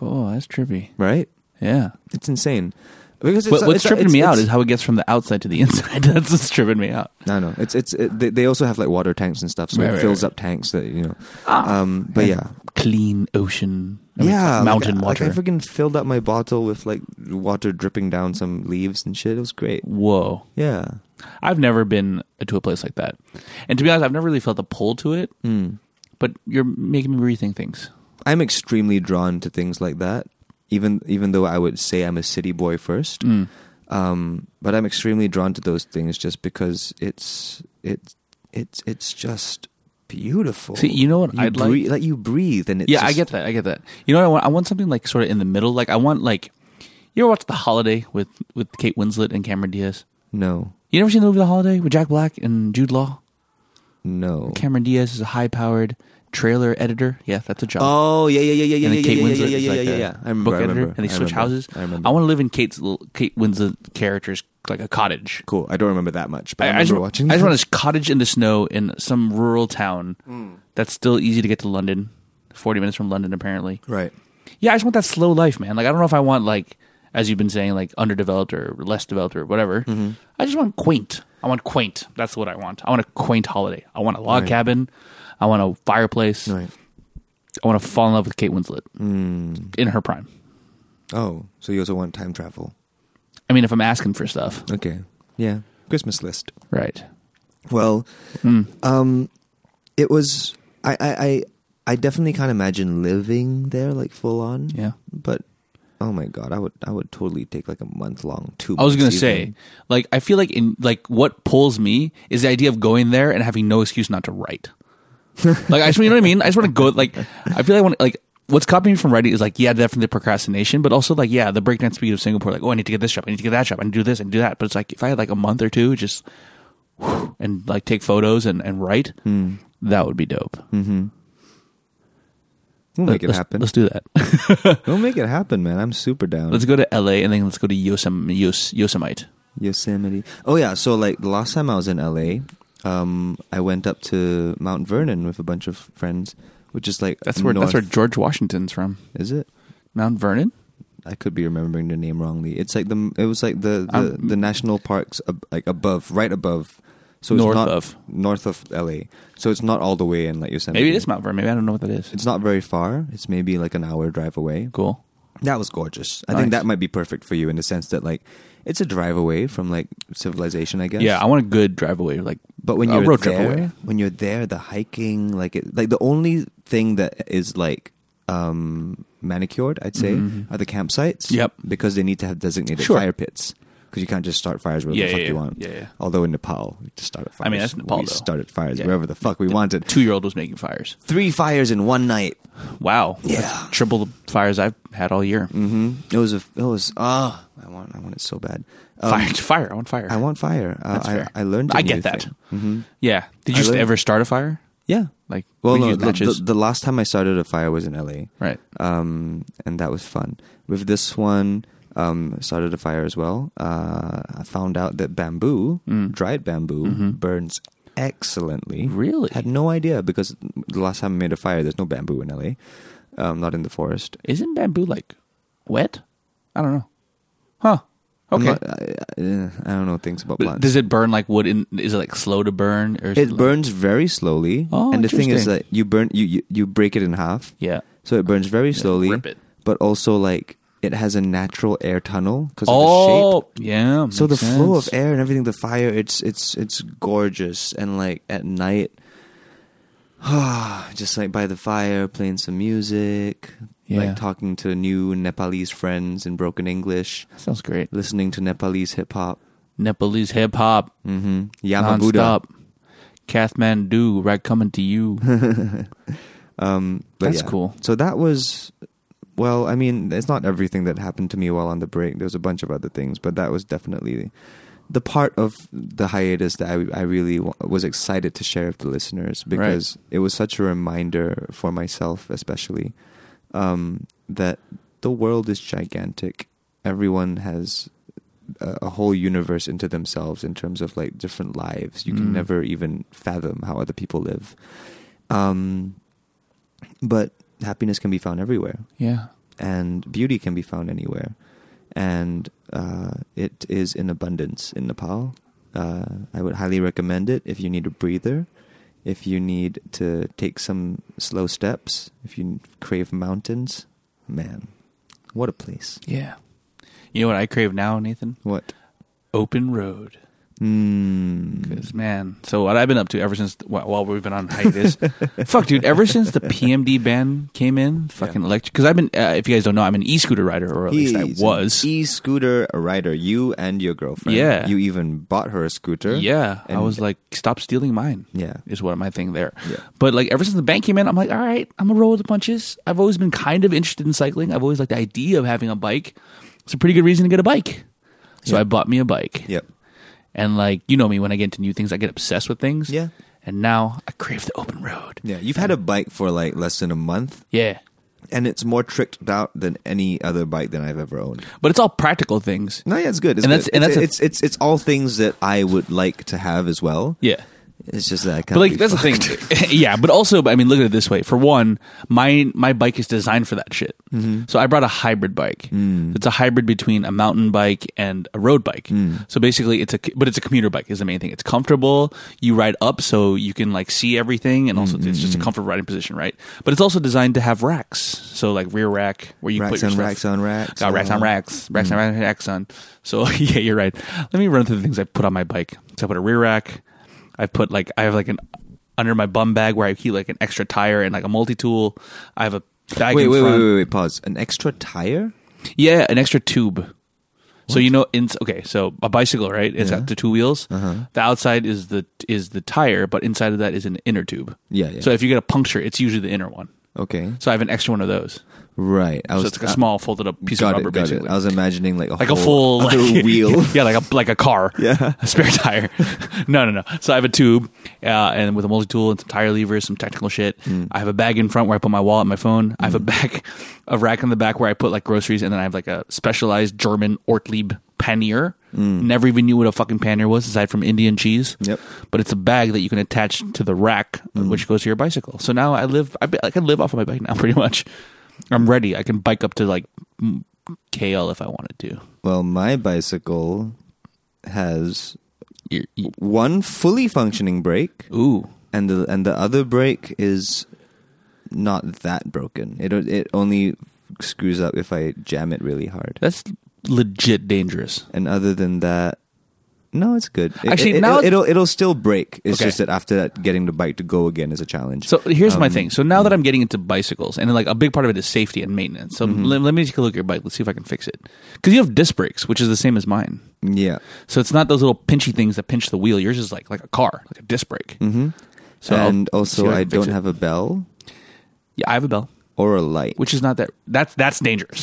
Speaker 2: Oh, that's trippy.
Speaker 1: right.
Speaker 2: Yeah.
Speaker 1: It's insane because it's,
Speaker 2: What, what's
Speaker 1: it's-
Speaker 2: tripping
Speaker 1: it's-
Speaker 2: me out
Speaker 1: it's-
Speaker 2: is how it gets from the outside to the [LAUGHS] inside. That's what's tripping me out.
Speaker 1: No, no. It's it's it, they, they also have like water tanks and stuff, so
Speaker 2: Right,
Speaker 1: it
Speaker 2: right,
Speaker 1: fills
Speaker 2: right. Ah.
Speaker 1: up tanks that you know. um, but yeah,
Speaker 2: Clean ocean. I mean,
Speaker 1: yeah, like, uh,
Speaker 2: mountain
Speaker 1: like,
Speaker 2: water.
Speaker 1: I freaking filled up my bottle with like water dripping down some leaves and shit. It was great.
Speaker 2: Whoa.
Speaker 1: Yeah.
Speaker 2: I've never been to a place like that. And to be honest, I've never really felt the pull to it,
Speaker 1: Mm.
Speaker 2: but you're making me rethink things.
Speaker 1: I'm extremely drawn to things like that. Even even though I would say I'm a city boy first,
Speaker 2: Mm.
Speaker 1: um, but I'm extremely drawn to those things just because it's it's it's it's just beautiful.
Speaker 2: See, you know what I'd like?
Speaker 1: breathe, like you breathe and it's
Speaker 2: yeah, I
Speaker 1: just-
Speaker 2: get that. I get that. You know what I want? I want something like sort of in the middle. Like I want like you ever watch The Holiday with with Kate Winslet and Cameron Diaz?
Speaker 1: no
Speaker 2: You never seen the movie The Holiday with Jack Black and Jude Law?
Speaker 1: no.
Speaker 2: Cameron Diaz is a high powered trailer editor. Yeah, that's a job.
Speaker 1: Oh yeah yeah yeah yeah
Speaker 2: and
Speaker 1: yeah
Speaker 2: then Kate
Speaker 1: yeah
Speaker 2: Winslet
Speaker 1: yeah yeah
Speaker 2: is
Speaker 1: yeah
Speaker 2: like
Speaker 1: yeah
Speaker 2: a
Speaker 1: yeah. I remember.
Speaker 2: book
Speaker 1: I remember.
Speaker 2: editor, and they
Speaker 1: I
Speaker 2: switch
Speaker 1: remember.
Speaker 2: houses.
Speaker 1: I remember.
Speaker 2: I want to live in Kate's l- Kate Winslet character's like a cottage.
Speaker 1: cool. I don't remember that much, but I,
Speaker 2: I, I
Speaker 1: remember
Speaker 2: just,
Speaker 1: watching.
Speaker 2: I just
Speaker 1: that. Mm.
Speaker 2: want a cottage in the snow in some rural town
Speaker 1: [LAUGHS]
Speaker 2: that's still easy to get to London. Forty minutes from London, apparently.
Speaker 1: right.
Speaker 2: Yeah, I just want that slow life, man. Like I don't know if I want like as you've been saying, like underdeveloped or less developed or whatever.
Speaker 1: Mm-hmm.
Speaker 2: I just want quaint. I want quaint. That's what I want. I want a quaint holiday. I want a log
Speaker 1: Right.
Speaker 2: cabin. I want a fireplace.
Speaker 1: Right.
Speaker 2: I want to fall in love with Kate Winslet in her prime.
Speaker 1: Mm. Oh, so you also want time travel?
Speaker 2: I mean, if I'm asking for stuff,
Speaker 1: Okay. Yeah. Christmas list.
Speaker 2: right?
Speaker 1: Well,
Speaker 2: Mm,
Speaker 1: um, it was I I I, I definitely can't imagine living there like full on.
Speaker 2: Yeah.
Speaker 1: But oh my god, I would I would totally take like a month long two.
Speaker 2: I was gonna
Speaker 1: months
Speaker 2: say,
Speaker 1: even.
Speaker 2: like, I feel like in like what pulls me is the idea of going there and having no excuse not to [LAUGHS] write. like, I just you know what I mean. I just want to go. Like, I feel like I want like what's copying me from writing is like yeah, definitely procrastination, but also like yeah, the breakdown speed of Singapore. Like, oh, I need to get this job, I need to get that job, I need to do this and do that. But it's like if I had like a month or two, just [SIGHS] whew, and like take photos and and write, that would be dope.
Speaker 1: Mm-hmm. we'll make it
Speaker 2: Let's-
Speaker 1: happen.
Speaker 2: Let's do that.
Speaker 1: we'll make it happen, man. I'm super down.
Speaker 2: [LAUGHS] Let's go to LA and then let's go to Yosem, Yos, Yosemite.
Speaker 1: Yosemite. Oh yeah, so like the last time I was in LA, um, I went up to Mount Vernon with a bunch of friends, which is like
Speaker 2: That's where that's where
Speaker 1: north-
Speaker 2: George Washington's from.
Speaker 1: is it?
Speaker 2: Mount Vernon.
Speaker 1: I could be remembering the name wrongly. It's like the it was like the the,
Speaker 2: Um,
Speaker 1: the national parks ab- like above, right above. So
Speaker 2: North
Speaker 1: it's not
Speaker 2: of.
Speaker 1: north of LA. So it's not all the way in like Yosemite.
Speaker 2: Maybe it is Mount Vernon. Maybe I don't know what that is.
Speaker 1: It's not very far. It's maybe like an hour drive away.
Speaker 2: cool.
Speaker 1: That was gorgeous. I
Speaker 2: Nice.
Speaker 1: think that might be perfect for you in the sense that like it's a drive away from like civilization, I guess.
Speaker 2: Yeah, I want a good drive away. Like,
Speaker 1: But when
Speaker 2: a
Speaker 1: you're
Speaker 2: road
Speaker 1: there,
Speaker 2: trip away.
Speaker 1: when you're there, the hiking, like it, like the only thing that is like um manicured, I'd say, are the campsites.
Speaker 2: Mm-hmm. Yep.
Speaker 1: Because they need to have designated
Speaker 2: Sure.
Speaker 1: fire pits. because you can't just start fires wherever the
Speaker 2: Yeah,
Speaker 1: fuck
Speaker 2: yeah,
Speaker 1: you
Speaker 2: yeah.
Speaker 1: want.
Speaker 2: Yeah, yeah.
Speaker 1: Although in Nepal, we just started fires.
Speaker 2: I mean, that's Nepal,
Speaker 1: We
Speaker 2: though.
Speaker 1: started fires
Speaker 2: Yeah.
Speaker 1: wherever the fuck we wanted.
Speaker 2: Two year old was making fires.
Speaker 1: Three fires in one night.
Speaker 2: Wow.
Speaker 1: Yeah.
Speaker 2: That's triple the fires I've had all year.
Speaker 1: hmm It was a. It was ah. I want. I want it so bad. Um,
Speaker 2: Fire, [LAUGHS] fire, I want fire.
Speaker 1: I want fire. Uh,
Speaker 2: That's
Speaker 1: I,
Speaker 2: fair.
Speaker 1: I learned. a
Speaker 2: I
Speaker 1: new
Speaker 2: get that.
Speaker 1: thing. hmm
Speaker 2: Yeah. Did
Speaker 1: I
Speaker 2: you
Speaker 1: learned-
Speaker 2: ever start a fire?
Speaker 1: Yeah.
Speaker 2: Like,
Speaker 1: Well,
Speaker 2: we
Speaker 1: no.
Speaker 2: use
Speaker 1: The,
Speaker 2: matches.
Speaker 1: the, the last time I started a fire was in LA.
Speaker 2: right.
Speaker 1: um, and that was fun. With this one, um, started a fire as well. Uh, I found out that bamboo,
Speaker 2: Mm.
Speaker 1: dried bamboo, burns excellently.
Speaker 2: Mm-hmm. Really?
Speaker 1: Had no idea because the last time I made a fire, there's no bamboo in LA, um, not in the forest.
Speaker 2: Isn't bamboo like wet? I don't know. Huh.
Speaker 1: I'm
Speaker 2: Okay.
Speaker 1: not- I, I- I don't know things about
Speaker 2: But
Speaker 1: plants.
Speaker 2: does it burn like wood? In, is it like slow to burn or is
Speaker 1: it
Speaker 2: like-
Speaker 1: burns very slowly,
Speaker 2: Oh,
Speaker 1: and the thing is that
Speaker 2: interesting.
Speaker 1: you burn you, you you break it in half,
Speaker 2: Yeah.
Speaker 1: so it burns very slowly.
Speaker 2: Rip it.
Speaker 1: But also like it has a natural air tunnel because of the shape.
Speaker 2: Oh, yeah.
Speaker 1: so the
Speaker 2: makes
Speaker 1: flow of
Speaker 2: sense.
Speaker 1: air and everything the fire it's it's it's gorgeous and like at night [SIGHS] just like by the fire playing some music
Speaker 2: Yeah.
Speaker 1: like talking to new nepalese friends in broken english
Speaker 2: sounds great.
Speaker 1: listening to nepalese hip-hop
Speaker 2: Nepalese hip hop,
Speaker 1: mm-hmm. yamabuddha
Speaker 2: nonstop. Kathmandu, right coming
Speaker 1: [LAUGHS]
Speaker 2: to you.
Speaker 1: um but
Speaker 2: That's
Speaker 1: yeah.
Speaker 2: cool.
Speaker 1: so that was well i mean it's not everything that happened to me while on the break there's a bunch of other things but that was definitely the part of the hiatus that I, I really wa- was excited to share with the listeners because it was such a reminder for myself, especially, um, that the world is gigantic. Everyone has a, a whole universe into themselves in terms of like different lives. You can
Speaker 2: Mm.
Speaker 1: never even fathom how other people live. Um, but happiness can be found everywhere
Speaker 2: yeah.
Speaker 1: and beauty can be found anywhere. And uh, it is in abundance in Nepal. Uh, I would highly recommend it if you need a breather, if you need to take some slow steps, if you crave mountains. Man, what a place.
Speaker 2: Yeah. You know what I crave now, Nathan?
Speaker 1: What?
Speaker 2: Open road.
Speaker 1: Mm.
Speaker 2: Because, man, so what I've been up to ever since, while while we've been
Speaker 1: [LAUGHS]
Speaker 2: on hiatus, fuck, dude, ever since the PMD ban came in, fucking electric. Because I've been, uh, if you guys don't know, I'm an e scooter rider, or at least I
Speaker 1: He's an
Speaker 2: was.
Speaker 1: e-scooter rider. You and your girlfriend.
Speaker 2: Yeah.
Speaker 1: You even bought her a scooter.
Speaker 2: Yeah. I
Speaker 1: And-
Speaker 2: was like, stop stealing mine.
Speaker 1: Yeah.
Speaker 2: Is what my thing there.
Speaker 1: Yeah.
Speaker 2: But like ever since the bank came in, I'm like, all right, I'm gonna roll with the punches. I've always been kind of interested in cycling. I've always liked the idea of having a bike. It's a pretty good reason to get a bike. So
Speaker 1: Yeah.
Speaker 2: I bought me a bike.
Speaker 1: Yep.
Speaker 2: And like, you know me, when I get into new things, I get obsessed with things.
Speaker 1: Yeah.
Speaker 2: And now I crave the open road.
Speaker 1: Yeah. You've had a bike for like less than a month.
Speaker 2: Yeah.
Speaker 1: and it's more tricked out than any other bike that I've ever owned.
Speaker 2: But it's all practical things.
Speaker 1: No, yeah, it's good. It's
Speaker 2: And that's-
Speaker 1: good.
Speaker 2: and
Speaker 1: it's,
Speaker 2: that's a-
Speaker 1: it's, it's it's all things that I would like to have as well.
Speaker 2: Yeah.
Speaker 1: It's just that I can't.
Speaker 2: But like
Speaker 1: be
Speaker 2: that's
Speaker 1: fucked.
Speaker 2: the [LAUGHS] thing, yeah. But also, I mean, look at it this way: for one, my my bike is designed for that shit.
Speaker 1: Mm-hmm.
Speaker 2: So I brought a hybrid bike.
Speaker 1: Mm.
Speaker 2: It's a hybrid between a mountain bike and a road bike.
Speaker 1: Mm.
Speaker 2: So basically, it's a but it's a commuter bike is the main thing. It's comfortable. You ride up, so you can like see everything, and also it's
Speaker 1: Mm-hmm.
Speaker 2: just a comfortable riding position, right? But it's also designed to have racks, so like rear rack where you
Speaker 1: Racks
Speaker 2: put your
Speaker 1: on
Speaker 2: stuff.
Speaker 1: racks on racks.
Speaker 2: Got racks on
Speaker 1: Uh,
Speaker 2: racks, racks on racks, racks on. So [LAUGHS] yeah, you're right. Let me run through the things I put on my bike. So I put a rear rack. I put like I have like an under my bum bag where I keep like an extra tire and like a multi tool. I have a bag
Speaker 1: Wait,
Speaker 2: in
Speaker 1: wait, wait,
Speaker 2: front.
Speaker 1: wait, wait. Pause. An extra tire.
Speaker 2: Yeah, an extra tube. So you know, in, okay, so a bicycle, right? It's got the two wheels.
Speaker 1: Uh-huh.
Speaker 2: The outside is the is the tire, but inside of that is an inner tube.
Speaker 1: Yeah, yeah.
Speaker 2: So if you get a puncture, it's usually the inner one.
Speaker 1: Okay.
Speaker 2: So I have an extra one of those.
Speaker 1: Right. I
Speaker 2: So
Speaker 1: was
Speaker 2: it's like a
Speaker 1: uh,
Speaker 2: small folded up piece
Speaker 1: got
Speaker 2: of rubber,
Speaker 1: it, got
Speaker 2: basically
Speaker 1: it. I was imagining like a
Speaker 2: like
Speaker 1: whole
Speaker 2: a full
Speaker 1: other
Speaker 2: like, [LAUGHS]
Speaker 1: wheel.
Speaker 2: yeah, like a like a car,
Speaker 1: [LAUGHS] Yeah.
Speaker 2: a spare tire. [LAUGHS] no, no, no. So I have a tube, uh, and with a multi tool and some tire levers, some technical shit.
Speaker 1: Mm.
Speaker 2: I have a bag in front where I put my wallet, and my phone. I have a back, a rack in the back where I put like groceries, and then I have like a specialized German Ortlieb pannier. Never even knew what a fucking pannier was, aside from Indian cheese.
Speaker 1: Mm. Yep. Mm.
Speaker 2: But it's a bag that you can attach to the rack, which goes to your bicycle. So now I live, I, be- I can live off of my bike now, [LAUGHS] pretty much. I'm ready. I can bike up to like m- KL if I wanted to.
Speaker 1: Well, my bicycle has
Speaker 2: You're- you-
Speaker 1: one fully functioning brake.
Speaker 2: ooh,
Speaker 1: and the and the other brake is not that broken. It it only screws up if I jam it really hard.
Speaker 2: that's legit dangerous.
Speaker 1: And other than that, No, it's good. It-
Speaker 2: Actually,
Speaker 1: it,
Speaker 2: now
Speaker 1: it,
Speaker 2: it's-
Speaker 1: will it'll still break. It's
Speaker 2: Okay.
Speaker 1: just that after that, getting the bike to go again is a challenge.
Speaker 2: So here's
Speaker 1: Um,
Speaker 2: my thing. So
Speaker 1: mm-hmm.
Speaker 2: now that I'm getting into bicycles, and like a big part of it is safety and maintenance. So
Speaker 1: Mm-hmm.
Speaker 2: let, let me take a look at your bike. Let's see if I can fix it. Because you have disc brakes, which is the same as mine.
Speaker 1: yeah.
Speaker 2: So it's not those little pinchy things that pinch the wheel. Yours is like like a car, like a disc brake. Mm-hmm. So I'll
Speaker 1: and
Speaker 2: see
Speaker 1: also,
Speaker 2: if
Speaker 1: I
Speaker 2: can fix
Speaker 1: don't
Speaker 2: it.
Speaker 1: have a bell
Speaker 2: Yeah, I have a bell,
Speaker 1: or a light.
Speaker 2: which is not that. That's that's
Speaker 1: [LAUGHS]
Speaker 2: dangerous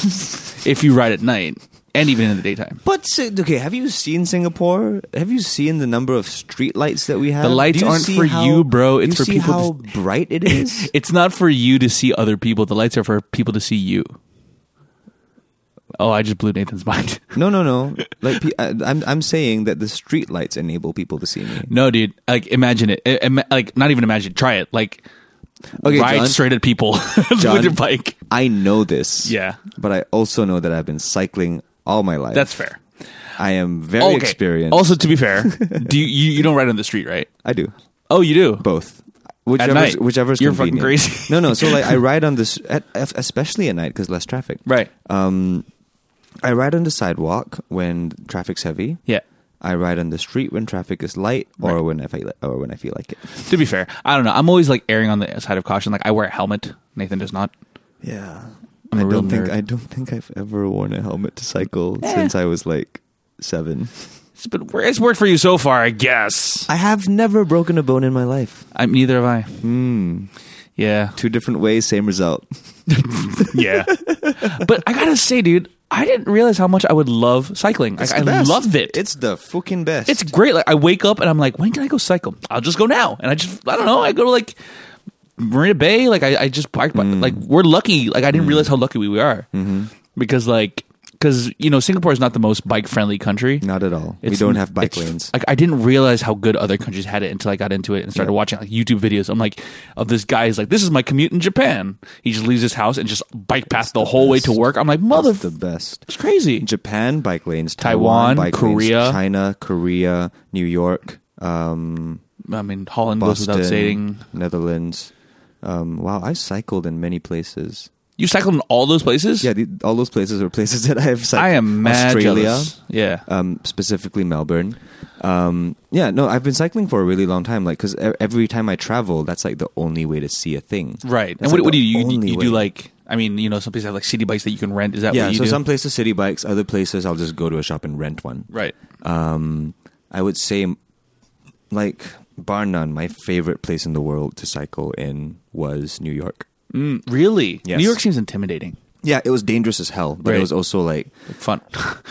Speaker 2: if you ride at night and even in the daytime.
Speaker 1: But uh, okay, have you seen Singapore? Have you seen the number of street lights that we have?
Speaker 2: lights
Speaker 1: Do you
Speaker 2: aren't
Speaker 1: see
Speaker 2: for
Speaker 1: how-
Speaker 2: you, bro.
Speaker 1: do you
Speaker 2: It's for
Speaker 1: see How
Speaker 2: people to
Speaker 1: bright
Speaker 2: [LAUGHS]
Speaker 1: it is.
Speaker 2: It's not for you to see other people. The lights are for people to see you. Oh, I just blew Nathan's [LAUGHS] mind.
Speaker 1: no, no, no. Like pe- I- I'm, I'm saying that the street lights enable people to see me.
Speaker 2: No, dude. Like, imagine it. I- ima- like, not even imagine. Try it. Like,
Speaker 1: Okay,
Speaker 2: ride
Speaker 1: John.
Speaker 2: straight at people [LAUGHS]
Speaker 1: John.
Speaker 2: with your bike.
Speaker 1: I know this.
Speaker 2: Yeah.
Speaker 1: But I also know that I've been cycling all my life.
Speaker 2: That's fair.
Speaker 1: I am very experienced.
Speaker 2: Also, to
Speaker 1: [LAUGHS]
Speaker 2: be fair, do you, you you don't ride on the street, right?
Speaker 1: I do
Speaker 2: Oh, you do.
Speaker 1: both. Whichever's,
Speaker 2: night.
Speaker 1: whichever's
Speaker 2: You're fucking
Speaker 1: convenient.
Speaker 2: crazy.
Speaker 1: no, no. So
Speaker 2: [LAUGHS]
Speaker 1: like I ride on this, at, especially at night because less traffic.
Speaker 2: right.
Speaker 1: Um, I ride on the sidewalk when traffic's heavy.
Speaker 2: yeah.
Speaker 1: I ride on the street when traffic is light, or
Speaker 2: Right.
Speaker 1: when I feel or when I feel like it.
Speaker 2: To be fair, I don't know. I'm always like erring on the side of caution. Like I wear a helmet. Nathan does not.
Speaker 1: Yeah,
Speaker 2: I'm
Speaker 1: I
Speaker 2: a real
Speaker 1: don't think
Speaker 2: nerd.
Speaker 1: I don't think I've ever worn a helmet to cycle since I was like seven.
Speaker 2: It's been it's worked for you so far, I guess.
Speaker 1: I have never broken a bone in my life.
Speaker 2: I'm neither have I. Hmm. Yeah.
Speaker 1: Two different ways, same result.
Speaker 2: Yeah. [LAUGHS] but I gotta say, dude, I didn't realize how much I would love cycling. Like,
Speaker 1: It's
Speaker 2: I
Speaker 1: the best.
Speaker 2: loved it.
Speaker 1: It's the fucking best.
Speaker 2: it's great. Like I wake up and I'm like, when can I go cycle? I'll just go now. And I just I don't know. I go to like Marina Bay. Like I, I just bike. by
Speaker 1: Mm.
Speaker 2: Like we're lucky. Like I didn't realize how lucky we are
Speaker 1: Mm-hmm.
Speaker 2: because like because you know Singapore is not the most bike friendly country.
Speaker 1: not at all. we
Speaker 2: It's-
Speaker 1: don't have bike
Speaker 2: it's-
Speaker 1: lanes.
Speaker 2: Like I didn't realize how good other countries had it until I got into it and started
Speaker 1: Yeah.
Speaker 2: watching like YouTube videos. I'm like, of this guy is like, this is my commute in Japan. He just leaves his house and just bike past the, whole way to
Speaker 1: best.
Speaker 2: work. I'm like, mother,
Speaker 1: It's the best.
Speaker 2: it's crazy.
Speaker 1: Japan bike lanes, Taiwan,
Speaker 2: Taiwan,
Speaker 1: bike
Speaker 2: Korea.
Speaker 1: lanes, China, Korea, New York, um,
Speaker 2: I mean, Holland goes
Speaker 1: Boston,
Speaker 2: without saying.
Speaker 1: Netherlands. Um, wow, I cycled in many places.
Speaker 2: You cycle in all those places.
Speaker 1: Yeah, the, all those places are places [LAUGHS] that I have cycled.
Speaker 2: I am mad
Speaker 1: Australia,
Speaker 2: jealous. Yeah.
Speaker 1: um, specifically Melbourne. Um, yeah, no, I've been cycling for a really long time. Like, because every time I travel, that's like the only way to see a thing.
Speaker 2: Right.
Speaker 1: That's,
Speaker 2: and what,
Speaker 1: like,
Speaker 2: what do
Speaker 1: the
Speaker 2: you you,
Speaker 1: only
Speaker 2: you
Speaker 1: way.
Speaker 2: do like I mean, you know, some places have like city bikes that you can rent. Is that
Speaker 1: Yeah,
Speaker 2: what you
Speaker 1: so
Speaker 2: do?
Speaker 1: some places city bikes, other places I'll just go to a shop and rent one.
Speaker 2: right.
Speaker 1: Um, I would say, like bar none, my favorite place in the world to cycle in was New York.
Speaker 2: Mm, really?
Speaker 1: Yes.
Speaker 2: New York seems intimidating.
Speaker 1: Yeah, it was dangerous as hell, but
Speaker 2: Right.
Speaker 1: it was also like
Speaker 2: Like,
Speaker 1: [LAUGHS]
Speaker 2: fun.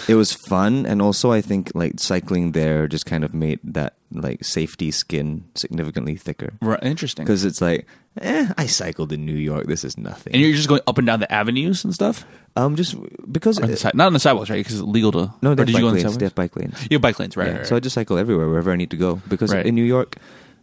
Speaker 1: it was fun, and also I think like cycling there just kind of made that like safety skin significantly thicker
Speaker 2: right. Interesting.
Speaker 1: because it's like, eh, I cycled in New York. This is
Speaker 2: And
Speaker 1: nothing.
Speaker 2: you're just going up and down the avenues and stuff?
Speaker 1: Um, just because
Speaker 2: On the side, not on the sidewalks, right? Because it's legal to.
Speaker 1: no,
Speaker 2: or
Speaker 1: they have
Speaker 2: did you
Speaker 1: bike
Speaker 2: go on the
Speaker 1: lanes. They
Speaker 2: sidewalks?
Speaker 1: have bike lanes.
Speaker 2: You have bike lanes, right?
Speaker 1: Yeah,
Speaker 2: right,
Speaker 1: So I
Speaker 2: right.
Speaker 1: just cycle everywhere wherever I need to go because
Speaker 2: Right.
Speaker 1: in New York,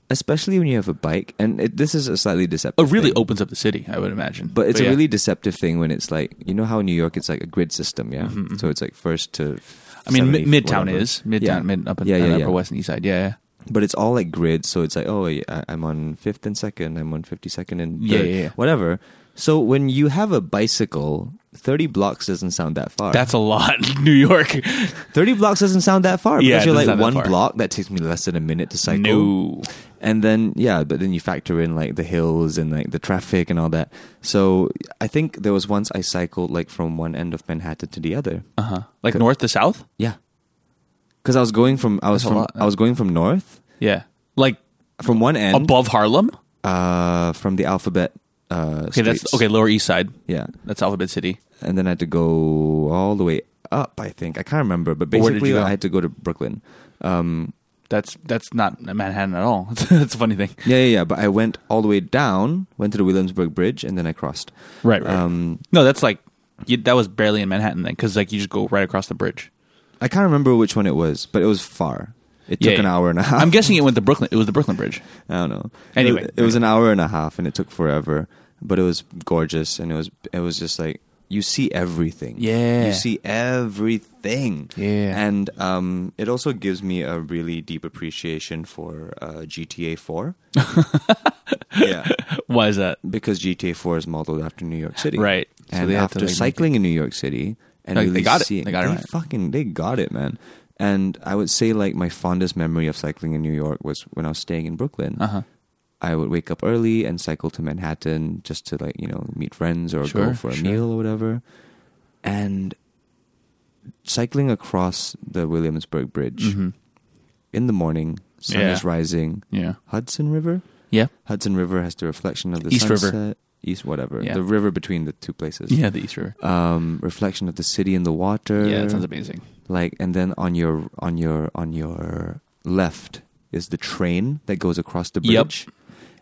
Speaker 1: especially when you have a bike, and it, this is a slightly
Speaker 2: it
Speaker 1: deceptive.
Speaker 2: Oh, really
Speaker 1: thing,
Speaker 2: opens up the city, I would imagine.
Speaker 1: but it's a
Speaker 2: yeah.
Speaker 1: really deceptive thing when it's like you know how in New York it's like a grid system, yeah. So it's like first to.
Speaker 2: Mm-hmm, I mean, mid
Speaker 1: 70,
Speaker 2: Midtown
Speaker 1: whatever.
Speaker 2: is Midtown,
Speaker 1: Yeah.
Speaker 2: mid up and
Speaker 1: Yeah, yeah,
Speaker 2: and upper
Speaker 1: yeah.
Speaker 2: west and east side. Yeah, yeah.
Speaker 1: but it's all like grids. So it's like, oh, yeah, I- I'm on fifth and second. I'm on fifty second and
Speaker 2: Yeah,
Speaker 1: third,
Speaker 2: yeah, yeah.
Speaker 1: whatever. So when you have a bicycle, thirty blocks doesn't sound that far.
Speaker 2: That's a lot, [LAUGHS] New York.
Speaker 1: thirty blocks doesn't sound that far
Speaker 2: Yeah,
Speaker 1: because
Speaker 2: it
Speaker 1: you're
Speaker 2: doesn't
Speaker 1: like
Speaker 2: sound that
Speaker 1: one
Speaker 2: far.
Speaker 1: block that takes me less than a minute to cycle.
Speaker 2: no,
Speaker 1: And then yeah, but then you factor in like the hills and like the traffic and all that. So I think there was once I cycled like from one end of Manhattan to the other.
Speaker 2: uh huh. Like north to south.
Speaker 1: Yeah, because I was going from I was
Speaker 2: That's a
Speaker 1: from
Speaker 2: lot.
Speaker 1: I was going from north
Speaker 2: Yeah, like
Speaker 1: from one end
Speaker 2: above Harlem.
Speaker 1: uh from the alphabet. Uh,
Speaker 2: Okay, that's okay. Lower East Side.
Speaker 1: Yeah,
Speaker 2: That's Alphabet City.
Speaker 1: and then I had to go all the way up. I think I can't remember, but
Speaker 2: Where did you
Speaker 1: basically
Speaker 2: go?
Speaker 1: I had to go to Brooklyn. Um,
Speaker 2: That's that's not Manhattan at all. [LAUGHS] that's a funny thing.
Speaker 1: yeah, yeah, yeah. But I went all the way down, went to the Williamsburg Bridge, and then I crossed.
Speaker 2: Right.
Speaker 1: Um,
Speaker 2: no, that's like you, that was barely in Manhattan then, because like you just go right across the bridge.
Speaker 1: I can't remember which one it was, but it was far. It took
Speaker 2: Yeah,
Speaker 1: an
Speaker 2: yeah.
Speaker 1: hour and a [LAUGHS] half.
Speaker 2: I'm guessing it went to Brooklyn. It was the Brooklyn Bridge.
Speaker 1: I don't know.
Speaker 2: Anyway.
Speaker 1: it was, it was an hour and a half, and it took forever. But it was gorgeous, and it was it was just like you see everything.
Speaker 2: Yeah.
Speaker 1: you see everything.
Speaker 2: Yeah.
Speaker 1: and um, it also gives me a really deep appreciation for uh, GTA
Speaker 2: [LAUGHS]
Speaker 1: Four. yeah,
Speaker 2: Why is that?
Speaker 1: because GTA Four is modeled after New York City,
Speaker 2: Right. So
Speaker 1: And
Speaker 2: they have to,
Speaker 1: after
Speaker 2: like, make
Speaker 1: cycling in New York City and
Speaker 2: Like, they
Speaker 1: really
Speaker 2: got it.
Speaker 1: seeing,
Speaker 2: They got it right.
Speaker 1: fucking they got it, man. And I would say like my fondest memory of cycling in New York was when I was staying in Brooklyn.
Speaker 2: Uh huh.
Speaker 1: I would wake up early and cycle to Manhattan just to like, you know, meet friends or go
Speaker 2: Sure,
Speaker 1: for a
Speaker 2: sure.
Speaker 1: meal or whatever. And cycling across the Williamsburg Bridge
Speaker 2: hmm
Speaker 1: in the morning, Mm-hmm. sun
Speaker 2: Yeah.
Speaker 1: is rising,
Speaker 2: Yeah.
Speaker 1: Hudson River?
Speaker 2: Yeah.
Speaker 1: Hudson River has the reflection of the
Speaker 2: East River.
Speaker 1: sunset, east whatever.
Speaker 2: Yeah.
Speaker 1: The river between the two places.
Speaker 2: Yeah, the East River.
Speaker 1: Um, reflection of the city in the water.
Speaker 2: Yeah, that sounds amazing.
Speaker 1: like and then on your on your on your left is the train that goes across the
Speaker 2: Yep.
Speaker 1: bridge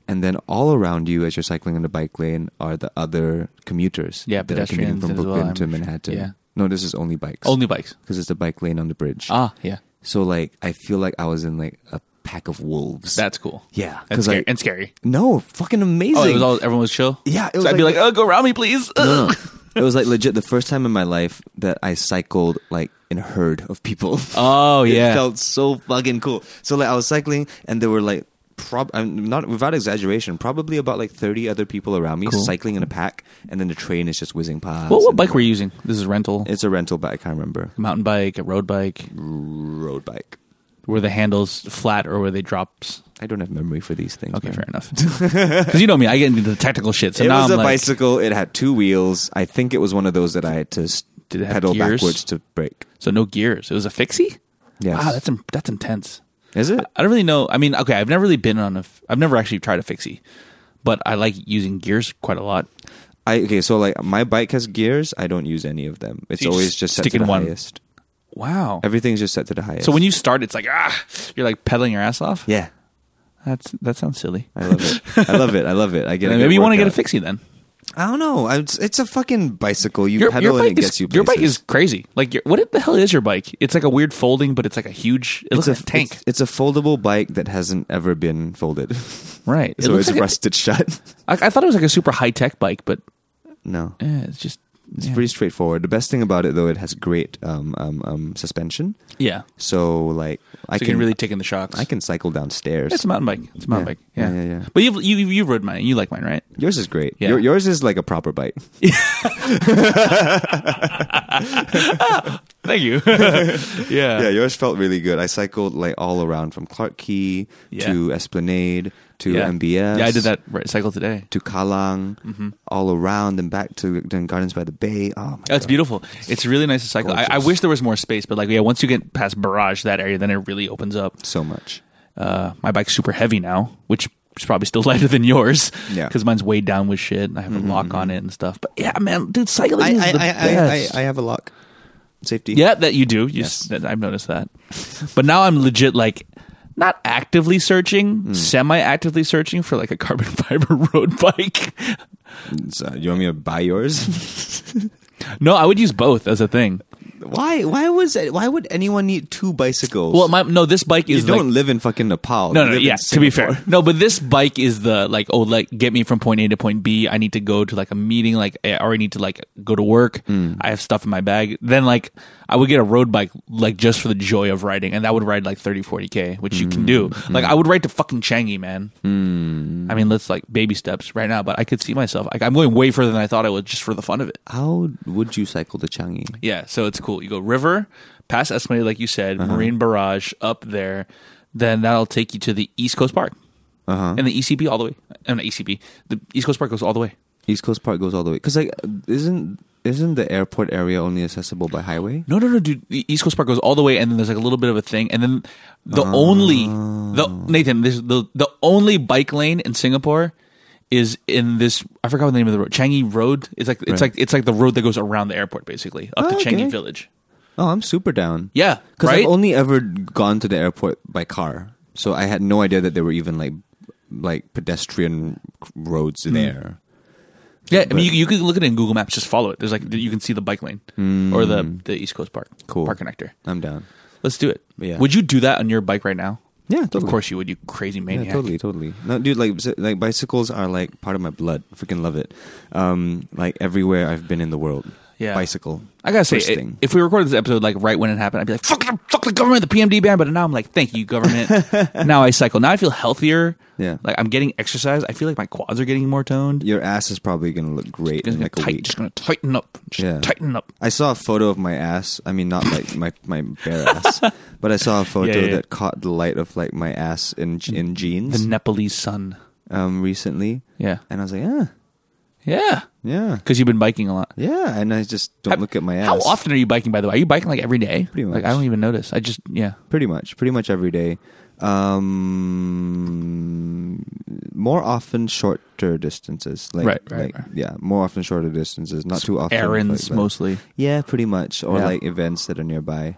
Speaker 1: and then all around you as you're cycling in the bike lane are the other commuters
Speaker 2: Yeah,
Speaker 1: that are commuting
Speaker 2: pedestrians
Speaker 1: from
Speaker 2: as well,
Speaker 1: brooklyn
Speaker 2: I'm
Speaker 1: to
Speaker 2: sure.
Speaker 1: manhattan
Speaker 2: Yeah.
Speaker 1: no this is only bikes
Speaker 2: Only bikes.
Speaker 1: because it's the bike lane on the bridge
Speaker 2: Ah, yeah.
Speaker 1: so like i feel like i was in like a pack of wolves
Speaker 2: That's cool.
Speaker 1: yeah
Speaker 2: And
Speaker 1: because
Speaker 2: scary.
Speaker 1: like
Speaker 2: and scary.
Speaker 1: no fucking amazing
Speaker 2: Oh, it was all, everyone was chill?
Speaker 1: yeah it
Speaker 2: So
Speaker 1: was
Speaker 2: I'd be like, oh, go around me, please.
Speaker 1: [LAUGHS] no, no. it was like legit the first time in my life that i cycled like in a herd of
Speaker 2: [LAUGHS]
Speaker 1: people
Speaker 2: [LAUGHS] Oh, yeah.
Speaker 1: It felt so fucking cool. So like I was cycling and there were like prob I'm not without exaggeration, probably about like 30 other people around me
Speaker 2: Cool.
Speaker 1: cycling in a pack and then the train is just whizzing past.
Speaker 2: what, what
Speaker 1: and-
Speaker 2: bike were you using? This is rental.
Speaker 1: It's a rental bike, I can't remember.
Speaker 2: mountain bike, a road bike.
Speaker 1: Road bike.
Speaker 2: Were the handles flat or were they drops?
Speaker 1: I don't have memory for these things.
Speaker 2: Okay,
Speaker 1: man.
Speaker 2: fair
Speaker 1: [LAUGHS]
Speaker 2: enough. Because you know me, I get into the technical shit. So
Speaker 1: it
Speaker 2: now
Speaker 1: was
Speaker 2: I'm
Speaker 1: a
Speaker 2: like,
Speaker 1: bicycle. It had two wheels. I think it was one of those that I had to s-
Speaker 2: Did it have
Speaker 1: pedal
Speaker 2: gears?
Speaker 1: backwards to brake.
Speaker 2: so no gears. It was a fixie.
Speaker 1: Yes.
Speaker 2: Wow, Ah, that's im- that's intense.
Speaker 1: Is it?
Speaker 2: I don't really know. I mean, okay, I've never really been on a. F- I've never actually tried a fixie, but I like using gears quite a lot.
Speaker 1: I okay. So like my bike has gears. I don't use any of them. It's
Speaker 2: you
Speaker 1: always
Speaker 2: just
Speaker 1: just set
Speaker 2: stick
Speaker 1: to
Speaker 2: in
Speaker 1: the
Speaker 2: one.
Speaker 1: highest.
Speaker 2: Wow.
Speaker 1: Everything's just set to the highest.
Speaker 2: so when you start, it's like ah, you're like pedaling your ass off.
Speaker 1: yeah,
Speaker 2: that's that sounds silly.
Speaker 1: I love it. I love it. I love it. I get.
Speaker 2: And
Speaker 1: a good
Speaker 2: then maybe you want to get a
Speaker 1: workout.
Speaker 2: fixie then.
Speaker 1: I don't know. I- It's, it's a fucking bicycle. You
Speaker 2: Your,
Speaker 1: pedal
Speaker 2: your
Speaker 1: and it
Speaker 2: bike
Speaker 1: gets
Speaker 2: is
Speaker 1: you.
Speaker 2: your bike
Speaker 1: places.
Speaker 2: is crazy. Like your, what the hell is your bike? It's like a weird folding, but it's like a huge. It looks like a tank,
Speaker 1: It's, it's a foldable bike that hasn't ever been folded, [LAUGHS]
Speaker 2: right? It
Speaker 1: so
Speaker 2: looks
Speaker 1: it's
Speaker 2: like a-
Speaker 1: rusted shut. [LAUGHS]
Speaker 2: I, I thought it was like a super high tech bike, but
Speaker 1: No,
Speaker 2: eh, it's just
Speaker 1: it's
Speaker 2: yeah.
Speaker 1: pretty straightforward. The best thing about it, though, it has great um, um, um, suspension.
Speaker 2: Yeah, so
Speaker 1: So like, I
Speaker 2: you can, really take in the shocks.
Speaker 1: I can cycle downstairs.
Speaker 2: It's a mountain bike. It's a mountain
Speaker 1: Yeah.
Speaker 2: bike. Yeah.
Speaker 1: Yeah, yeah, yeah.
Speaker 2: But you've you you rode mine. You like mine, right?
Speaker 1: yours is great.
Speaker 2: Yeah.
Speaker 1: Your, yours is like a proper bike.
Speaker 2: Thank
Speaker 1: [LAUGHS]
Speaker 2: you. yeah.
Speaker 1: yeah, yours felt really good. I cycled like all around from Clark Key
Speaker 2: Yeah.
Speaker 1: to Esplanade to MBS.
Speaker 2: Yeah, I did that right, cycle today.
Speaker 1: to Kalang, all around and back to then Gardens by the Bay. Oh my
Speaker 2: Oh, it's
Speaker 1: God.
Speaker 2: beautiful. It's really nice to cycle. I, I
Speaker 1: Gorgeous.
Speaker 2: wish there was more space, but like yeah, once you get past Barrage that area, then it really opens up.
Speaker 1: So much.
Speaker 2: Uh, my bike's super heavy now, which is probably still [LAUGHS] lighter than yours.
Speaker 1: Yeah. Mm-hmm,
Speaker 2: because mine's weighed down with shit. And I have a lock on it and stuff. But yeah, man, dude, cycling is the best.
Speaker 1: have a lock. Safety.
Speaker 2: Yeah, that you do. You s- that- I've noticed that. But now I'm legit like not actively searching,
Speaker 1: Hmm.
Speaker 2: semi-actively searching for like a carbon [LAUGHS] fiber road bike.
Speaker 1: So, you want me to buy yours?
Speaker 2: No, I would use both as a thing.
Speaker 1: [LAUGHS] why? Why was? It, why would anyone need two bicycles?
Speaker 2: Well, my no, this bike
Speaker 1: you
Speaker 2: is
Speaker 1: don't
Speaker 2: like,
Speaker 1: live in fucking Nepal.
Speaker 2: no,
Speaker 1: You
Speaker 2: no,
Speaker 1: live in
Speaker 2: yeah. To be
Speaker 1: Singapore.
Speaker 2: fair, no, but this bike is the like oh like get me from point A to point B. I need to go to like a meeting. Like I already need to like go to work.
Speaker 1: Mm.
Speaker 2: I have stuff in my bag. Then like I would get a road bike like just for the joy of riding, and that would ride like 30, 40 k, which you can do.
Speaker 1: Mm.
Speaker 2: Like I would ride to fucking Changi, man. I mean, let's like baby steps right now, but I could see myself. Like, I'm going way further than I thought I would just for the fun of it.
Speaker 1: How would you cycle to Changi?
Speaker 2: Yeah, so it's cool. You go river, past Esplanade, like you said,
Speaker 1: Uh-huh.
Speaker 2: Marine Barrage up there, then that'll take you to the East Coast Park uh-huh. and the ECB all the way. And the ECB, the East Coast Park goes all the way.
Speaker 1: East Coast Park goes all the way because like isn't isn't the airport area only accessible by highway?
Speaker 2: No, no, no, dude. The East Coast Park goes all the way, and then there's like a little bit of a thing, and then the
Speaker 1: Oh.
Speaker 2: only the Nathan, this the the only bike lane in Singapore is in this. I forgot what the name of the road. Changi Road. It's like
Speaker 1: Right.
Speaker 2: it's like it's like the road that goes around the airport, basically up to
Speaker 1: Oh, okay.
Speaker 2: Changi Village.
Speaker 1: Oh, I'm super down.
Speaker 2: Yeah,
Speaker 1: because
Speaker 2: right?
Speaker 1: I've only ever gone to the airport by car, so I had no idea that there were even like like pedestrian roads
Speaker 2: Hmm.
Speaker 1: there.
Speaker 2: Yeah, I mean, you, you could look at it in Google Maps. Just follow it. There's like you can see the bike lane or the the East Coast Park.
Speaker 1: Cool.
Speaker 2: Park connector.
Speaker 1: I'm down.
Speaker 2: Hmm. Let's do it.
Speaker 1: Yeah.
Speaker 2: Would you do that on your bike right now?
Speaker 1: Yeah, totally.
Speaker 2: Of course you would. You crazy maniac.
Speaker 1: Yeah, totally, totally. No, dude, like s- like bicycles are like part of my blood. I freaking love it. Um, like everywhere I've been in the world,
Speaker 2: Yeah.
Speaker 1: bicycle.
Speaker 2: I gotta say,
Speaker 1: twisting.
Speaker 2: i- if we recorded this episode like right when it happened, I'd be like, "Fuck, the- fuck the government, the PMD ban." But now I'm like, "Thank you,
Speaker 1: [LAUGHS]
Speaker 2: government." now I cycle. Now I feel healthier.
Speaker 1: Yeah.
Speaker 2: like I'm getting exercise. I feel like my quads are getting more toned.
Speaker 1: your ass is probably going to look great
Speaker 2: Just
Speaker 1: in
Speaker 2: gonna,
Speaker 1: like a
Speaker 2: tight-
Speaker 1: week.
Speaker 2: just gonna tighten up. Just
Speaker 1: Yeah.
Speaker 2: tighten up.
Speaker 1: I saw a photo of my ass. I mean, not like my my
Speaker 2: [LAUGHS]
Speaker 1: bare ass, but I saw a photo
Speaker 2: Yeah, yeah, yeah.
Speaker 1: that caught the light of like my ass in in
Speaker 2: The
Speaker 1: jeans
Speaker 2: Nepalese sun.
Speaker 1: um recently,
Speaker 2: Yeah,
Speaker 1: and I was like, yeah,
Speaker 2: yeah.
Speaker 1: yeah,
Speaker 2: Because you've been biking a lot.
Speaker 1: yeah, and I just don't
Speaker 2: How-
Speaker 1: look at my ass.
Speaker 2: How often are you biking? By the way, are you biking like every day?
Speaker 1: Pretty much.
Speaker 2: Like I don't even notice. I just yeah.
Speaker 1: Pretty much, pretty much every day. Um, more often shorter distances, like,
Speaker 2: Right, right,
Speaker 1: like
Speaker 2: right.
Speaker 1: yeah, more often shorter distances. Not too often but-
Speaker 2: Errands
Speaker 1: but-
Speaker 2: mostly.
Speaker 1: Yeah, pretty much, or
Speaker 2: Yeah.
Speaker 1: like events that are nearby.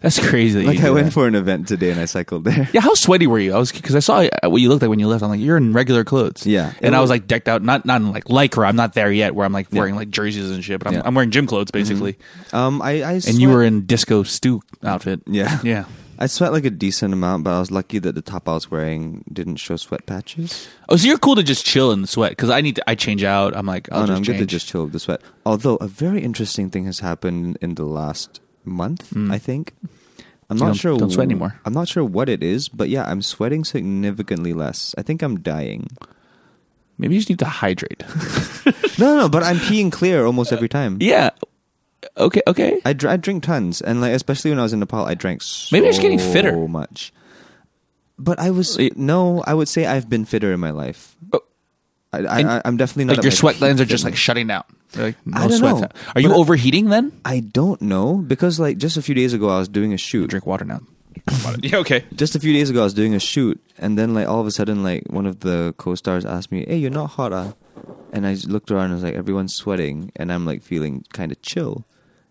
Speaker 2: That's crazy. That
Speaker 1: Like
Speaker 2: you do
Speaker 1: I went
Speaker 2: that.
Speaker 1: for an event today and I cycled there.
Speaker 2: Yeah, how sweaty were you? I was because I saw uh, what you looked like when you left. I'm like, you're in regular clothes.
Speaker 1: Yeah.
Speaker 2: and I was like decked out, not not in like lycra. I'm not there yet, where I'm like wearing like jerseys and shit. But I'm,
Speaker 1: Yeah. Mm-hmm.
Speaker 2: I'm wearing gym clothes basically.
Speaker 1: Um, I, I
Speaker 2: And you
Speaker 1: slept-
Speaker 2: were in disco stew outfit.
Speaker 1: Yeah.
Speaker 2: yeah.
Speaker 1: I sweat like a decent amount, but I was lucky that the top I was wearing didn't show sweat patches.
Speaker 2: Oh, so you're cool to just chill in the sweat because I need to. I change out. I'm like, I'll
Speaker 1: Oh, no,
Speaker 2: just
Speaker 1: I'm good to
Speaker 2: change.
Speaker 1: just chill with the sweat. Although a very interesting thing has happened in the last month, I think. I'm not
Speaker 2: You Mm. don't-
Speaker 1: sure.
Speaker 2: don't sweat
Speaker 1: wh-
Speaker 2: anymore.
Speaker 1: I'm not sure what it is, but yeah, I'm sweating significantly less. I think I'm
Speaker 2: [LAUGHS]
Speaker 1: dying.
Speaker 2: Maybe you just need to hydrate. [LAUGHS]
Speaker 1: No, no, but I'm peeing clear almost every time.
Speaker 2: yeah. Okay. Okay.
Speaker 1: I, dr- I drink tons, and like especially when I was in Nepal, I drank so
Speaker 2: Maybe I'm just getting fitter.
Speaker 1: much. But I was
Speaker 2: Wait.
Speaker 1: no, I would say I've been fitter in my life.
Speaker 2: Oh.
Speaker 1: I, I,
Speaker 2: And-
Speaker 1: I, I'm definitely not
Speaker 2: like
Speaker 1: at
Speaker 2: your
Speaker 1: my
Speaker 2: sweat glands are
Speaker 1: peak
Speaker 2: just
Speaker 1: fitness.
Speaker 2: like shutting down. They're like no
Speaker 1: I don't
Speaker 2: sweat.
Speaker 1: know.
Speaker 2: Are you
Speaker 1: But I-
Speaker 2: overheating then?
Speaker 1: I don't know because like just a few days ago I was doing a shoot.
Speaker 2: Drink water now. yeah. Okay.
Speaker 1: Just a few days ago I was doing a shoot, and then like all of a sudden like one of the co-stars asked me, "Hey, you're not hot, ah?" And I just looked around and I was like, "Everyone's sweating," and I'm like feeling kind of chill.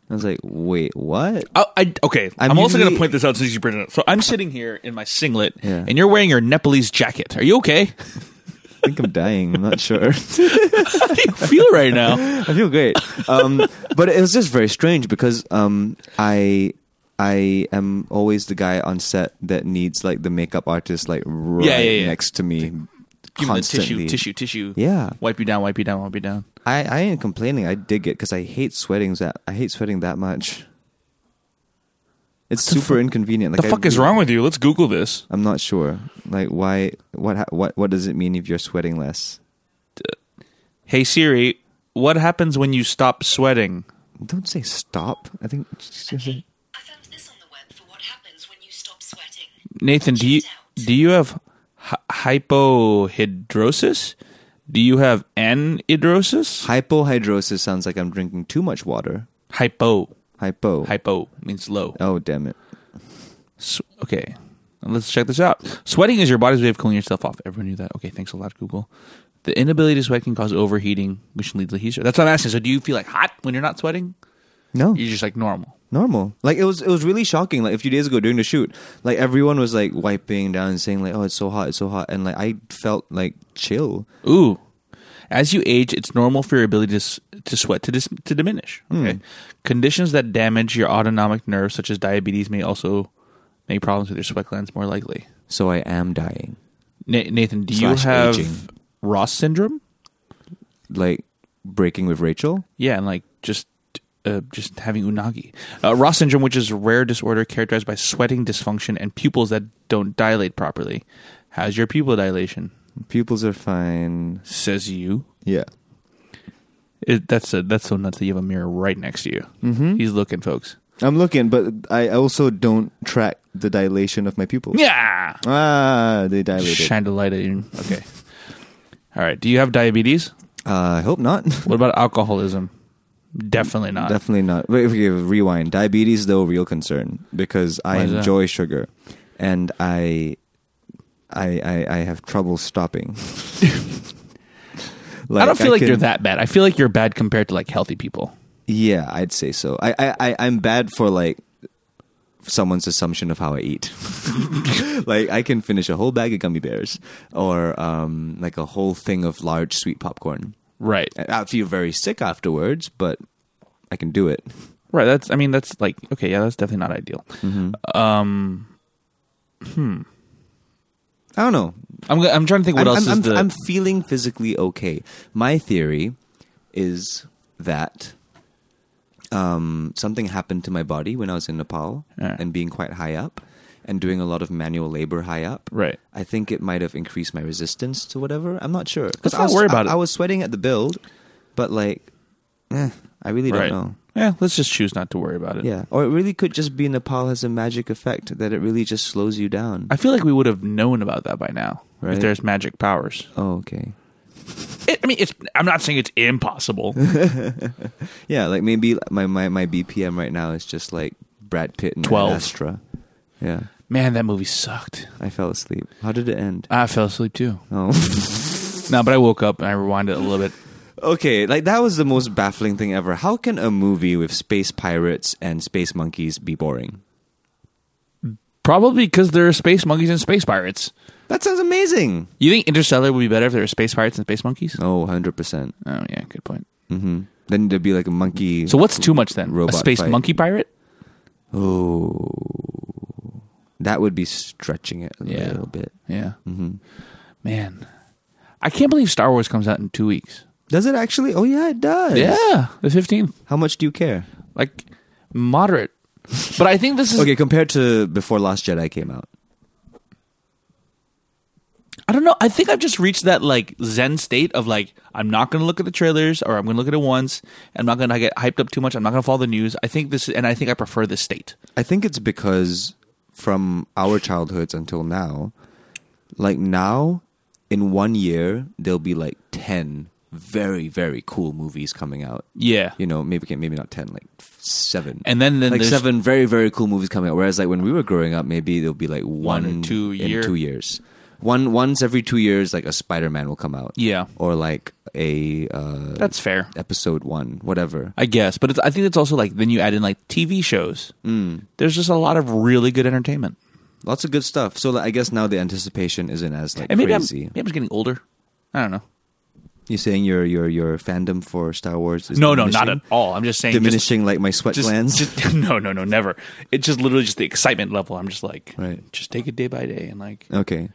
Speaker 1: I was like, "Wait, what?"
Speaker 2: I, Oh, I okay.
Speaker 1: I'm
Speaker 2: I'm, also going
Speaker 1: usually-
Speaker 2: to point this out since you bring it up. So I'm sitting here in my singlet,
Speaker 1: Yeah.
Speaker 2: and you're wearing your Nepalese jacket. Are you okay?
Speaker 1: I think I'm dying. I'm not sure. [LAUGHS]
Speaker 2: How do you feel right now?
Speaker 1: I feel great. Um, but it was just very strange because um, I I am always the guy on set that needs like the makeup artist like right
Speaker 2: Yeah, yeah, yeah.
Speaker 1: next to me
Speaker 2: Give me the
Speaker 1: constantly.
Speaker 2: tissue, tissue, tissue.
Speaker 1: Yeah,
Speaker 2: Wipe you down, wipe you down, wipe you down.
Speaker 1: I, I ain't complaining. I dig it because I hate sweating that I hate sweating that much. It's super inconvenient.
Speaker 2: The
Speaker 1: Like, I
Speaker 2: fuck is
Speaker 1: really-
Speaker 2: wrong with you? Let's Google this.
Speaker 1: I'm not sure. Like why? What? ha- What? What does it mean if you're sweating less?
Speaker 2: Hey Siri, what happens when you stop sweating?
Speaker 1: Don't say stop. I think.
Speaker 4: Okay, I found this on the web for what happens when you stop sweating.
Speaker 2: Nathan, do you do you have hy- hypohidrosis? Do you have anhidrosis?
Speaker 1: Hypohidrosis sounds like I'm drinking too much water.
Speaker 2: Hypo,
Speaker 1: Hypo.
Speaker 2: hypo means low.
Speaker 1: Oh damn it!
Speaker 2: S okay, let's check this out. Sweating is your body's way of cooling yourself off. Everyone knew that. Okay, thanks a lot, Google. The inability to sweat can cause overheating, which can lead to heat stroke. That's what I'm asking. So, do you feel like hot when you're not sweating?
Speaker 1: No,
Speaker 2: You're just like normal.
Speaker 1: normal. Like it was, it was really shocking. Like a few days ago during the shoot, like everyone was like wiping down and saying like, "Oh, it's so hot, it's so hot," and like I felt like chill.
Speaker 2: Ooh. As you age, it's normal for your ability to, s- to sweat to, dis- to diminish.
Speaker 1: Hmm.
Speaker 2: Okay. Conditions that damage your autonomic nerves, such as diabetes, may also make problems with your sweat glands more likely.
Speaker 1: So I am dying.
Speaker 2: Na- Nathan, do you
Speaker 1: Slash
Speaker 2: have
Speaker 1: aging.
Speaker 2: Ross syndrome?
Speaker 1: Like breaking with Rachel.
Speaker 2: Yeah, and like just uh, just having unagi. Uh, Ross syndrome, which is a rare disorder characterized by sweating dysfunction and pupils that don't dilate properly. How's your pupil dilation?
Speaker 1: Pupils are fine.
Speaker 2: Says you.
Speaker 1: Yeah.
Speaker 2: It, that's a, that's so nuts that you have a mirror right next to you. Mm-hmm. He's looking, folks.
Speaker 1: I'm looking, but I also don't track the dilation of my pupils.
Speaker 2: Yeah.
Speaker 1: Ah, they dilated.
Speaker 2: Shine the light at you. Okay. All right. Do you have diabetes?
Speaker 1: Uh, I hope
Speaker 2: [LAUGHS]
Speaker 1: not.
Speaker 2: What about alcoholism? Definitely not.
Speaker 1: Definitely not. Wait, okay, rewind. Diabetes, though, real concern because I
Speaker 2: Why is that?
Speaker 1: enjoy sugar, and I, I, I, I have trouble stopping.
Speaker 2: [LAUGHS] I don't feel like
Speaker 1: can-
Speaker 2: you're that bad. I feel like you're bad compared to like healthy people.
Speaker 1: Yeah, I'd say so. I, I, I I'm bad for like someone's assumption of how I eat. [LAUGHS] like I can finish a whole bag of gummy bears or um like a whole thing of large sweet popcorn.
Speaker 2: Right.
Speaker 1: I- I feel very sick afterwards, but I can do it.
Speaker 2: Right. That's. I mean. That's like. Okay. Yeah. That's definitely not ideal. Um.
Speaker 1: I don't know.
Speaker 2: I'm. go- I'm trying to think. What
Speaker 1: I'm,
Speaker 2: else
Speaker 1: I'm,
Speaker 2: is the?
Speaker 1: I'm, I'm feeling physically okay. My theory is that um, something happened to my body when I was in Nepal
Speaker 2: Yeah.
Speaker 1: and being quite high up and doing a lot of manual labor high up.
Speaker 2: Right.
Speaker 1: I think it might have increased my resistance to whatever. I'm not sure.
Speaker 2: Let's
Speaker 1: I
Speaker 2: not
Speaker 1: was,
Speaker 2: worry
Speaker 1: I-
Speaker 2: about it.
Speaker 1: I was sweating at the build, but like, eh, I really
Speaker 2: right.
Speaker 1: don't know.
Speaker 2: Yeah, let's just choose not to worry about it.
Speaker 1: Yeah, or it really could just be Nepal has a magic effect that it really just slows you down.
Speaker 2: I feel like we would have known about that by now
Speaker 1: Right.
Speaker 2: if there's magic powers.
Speaker 1: oh, okay.
Speaker 2: It, I mean, it's. I'm not saying it's
Speaker 1: [LAUGHS]
Speaker 2: impossible.
Speaker 1: Yeah, like maybe my, my, my BPM right now is just like Brad Pitt and
Speaker 2: 12.
Speaker 1: Astra. Yeah,
Speaker 2: Man, that movie sucked.
Speaker 1: I fell asleep. How did it end?
Speaker 2: I fell asleep too.
Speaker 1: Oh. [LAUGHS]
Speaker 2: No, but I woke up and I rewound it a little bit.
Speaker 1: Okay, like that was the most baffling thing ever. How can a movie with space pirates and space monkeys be boring?
Speaker 2: Probably because there are space monkeys and space pirates.
Speaker 1: That sounds amazing.
Speaker 2: You think Interstellar would be better if there were space pirates and space monkeys?
Speaker 1: Oh, 100%.
Speaker 2: Oh yeah, good point.
Speaker 1: hmm Then there'd be like a monkey.
Speaker 2: So what's too much then?
Speaker 1: Robot
Speaker 2: a space
Speaker 1: fight.
Speaker 2: monkey pirate?
Speaker 1: Oh. That would be stretching it a
Speaker 2: Yeah.
Speaker 1: little bit.
Speaker 2: Yeah,
Speaker 1: hmm
Speaker 2: man, I can't believe Star Wars comes out in two weeks.
Speaker 1: Does it actually? Oh, yeah, it does.
Speaker 2: Yeah, the fifteenth,
Speaker 1: How much do you care?
Speaker 2: like moderate. But I think this is.
Speaker 1: Okay, compared to before Last Jedi came out.
Speaker 2: I don't know. I think I've just reached that like zen state of like I'm not going to look at the trailers or I'm going to look at it once. I'm not going to get hyped up too much. I'm not going to follow the news. I think this, and I think I prefer this state.
Speaker 1: I think it's because from our childhoods until now, like now, in one year, there'll be like 10 very, very cool movies coming out.
Speaker 2: Yeah.
Speaker 1: You know, maybe maybe not 10, like f- seven.
Speaker 2: And then- then
Speaker 1: like
Speaker 2: there's-
Speaker 1: seven very, very cool movies coming out. Whereas like when we were growing up, maybe there'll be like one,
Speaker 2: One or two
Speaker 1: in
Speaker 2: year.
Speaker 1: two years. One once every two years, like a Spider Man will come out.
Speaker 2: Yeah.
Speaker 1: Or like a uh
Speaker 2: That's fair.
Speaker 1: episode one, whatever.
Speaker 2: I guess, but it's, I think it's also like then you add in like TV shows. Mm. There's just a lot of really good entertainment,
Speaker 1: Lots of good stuff. So like, I guess now the anticipation isn't as like
Speaker 2: and maybe I'm,
Speaker 1: crazy.
Speaker 2: maybe I'm just getting older. I don't know.
Speaker 1: You're saying your your your fandom for Star Wars is
Speaker 2: No, no, not at
Speaker 1: diminishing?
Speaker 2: all. I'm just saying just-
Speaker 1: diminishing like my sweat
Speaker 2: Just,
Speaker 1: glands.
Speaker 2: just- [LAUGHS] no, no, no, never. It's just literally just the excitement level. I'm just like,
Speaker 1: Right.
Speaker 2: just take it day by day and like.
Speaker 1: okay.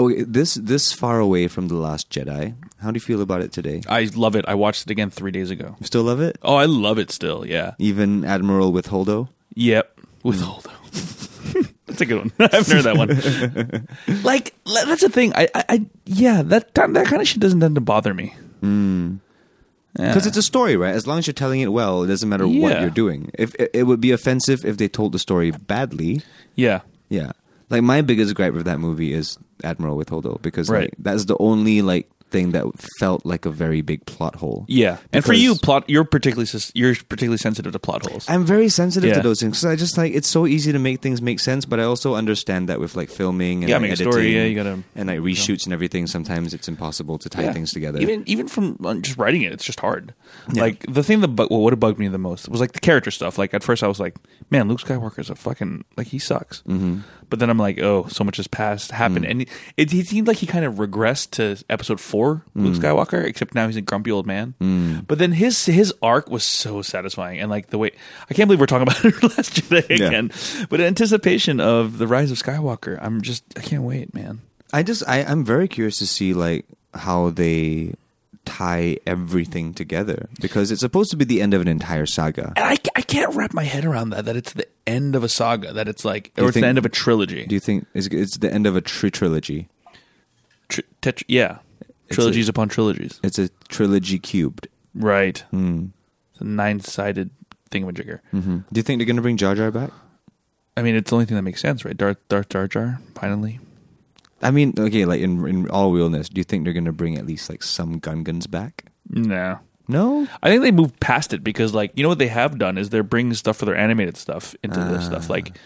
Speaker 1: Okay, this this far away from the Last Jedi. How do you feel about it today?
Speaker 2: I love it. I watched it again three days ago.
Speaker 1: You still love it,
Speaker 2: Oh, I love it still. Yeah.
Speaker 1: even Admiral with Holdo.
Speaker 2: Yep. With Holdo. [LAUGHS] that's a good one. [LAUGHS] I've heard that one. [LAUGHS] like l- that's the thing. I, I, I yeah. That that kind of shit doesn't tend to bother me. Hmm.
Speaker 1: Because it's a story, right? As long as you're telling it well, it doesn't matter what
Speaker 2: Uh. Yeah.
Speaker 1: you're doing. If it, it would be offensive if they told the story badly.
Speaker 2: Yeah.
Speaker 1: Yeah, like my biggest gripe with that movie is Admiral with Holdo because like,
Speaker 2: Right.
Speaker 1: that's the only like thing that felt like a very big plot hole.
Speaker 2: Yeah. and for
Speaker 1: Because-
Speaker 2: you, plot. You're particularly sus- you're particularly sensitive to plot holes.
Speaker 1: I'm very sensitive to
Speaker 2: Yeah.
Speaker 1: those things. 'cause I just like it's so easy to make things make sense, but I also understand that with like filming and
Speaker 2: Yeah,
Speaker 1: like,
Speaker 2: make a
Speaker 1: editing
Speaker 2: story, yeah, you gotta-
Speaker 1: and like reshoots and everything. Sometimes it's impossible to tie
Speaker 2: Yeah.
Speaker 1: things together.
Speaker 2: Even even from uh, just writing it, it's just hard. Like the thing that bug, well, what bugged me the most was like the character stuff. Like at first, I was like, "Man, Luke Skywalker's a fucking like he sucks." Mm-hmm. But then I'm like, "Oh, so much has passed, happened,"
Speaker 1: Mm.
Speaker 2: and it, it, he seemed like he kind of regressed to Episode Four, Luke
Speaker 1: Mm.
Speaker 2: Skywalker, except now he's a grumpy old man. But then his his arc was so satisfying, and like the way I can't believe we're talking about [LAUGHS] it last Jedi
Speaker 1: Yeah.
Speaker 2: again. But in anticipation of the rise of Skywalker, I'm just I can't wait, man.
Speaker 1: I just I, I'm very curious to see like how they tie everything together because it's supposed to be the end of an entire saga.
Speaker 2: and I, I can't wrap my head around that that it's the end of a saga that it's like
Speaker 1: you
Speaker 2: or it's
Speaker 1: think-
Speaker 2: the end of a trilogy
Speaker 1: Do you think it's, it's the end of a tri trilogy?
Speaker 2: Tr- tetr- yeah trilogies upon trilogies
Speaker 1: It's a trilogy cubed.
Speaker 2: right
Speaker 1: Hmm.
Speaker 2: it's a nine-sided thingamajigger
Speaker 1: Do you think they're gonna bring Jar Jar back?
Speaker 2: I mean it's the only thing that makes sense right Darth Darth Jar Jar finally
Speaker 1: I mean, okay, like in in all realness, do you think they're gonna bring at least like some Gun Guns back?
Speaker 2: no
Speaker 1: No,
Speaker 2: I think they moved past it because like you know what they have done is they're bringing stuff for their animated stuff into this
Speaker 1: Ah.
Speaker 2: stuff like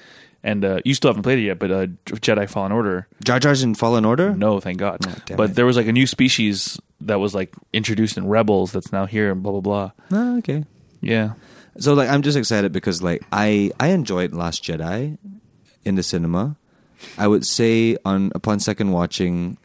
Speaker 2: and uh, you still haven't played it yet but uh, Jedi Fallen Order
Speaker 1: Jar Jar's in Fallen Order.
Speaker 2: No, thank God.
Speaker 1: Hmm. Oh, damn
Speaker 2: but
Speaker 1: it.
Speaker 2: there was like a new species that was like introduced in Rebels that's now here and blah blah blah.
Speaker 1: Ah, okay.
Speaker 2: Yeah.
Speaker 1: So like, I'm just excited because like I I enjoyed Last Jedi in the cinema. I would say on upon second watching,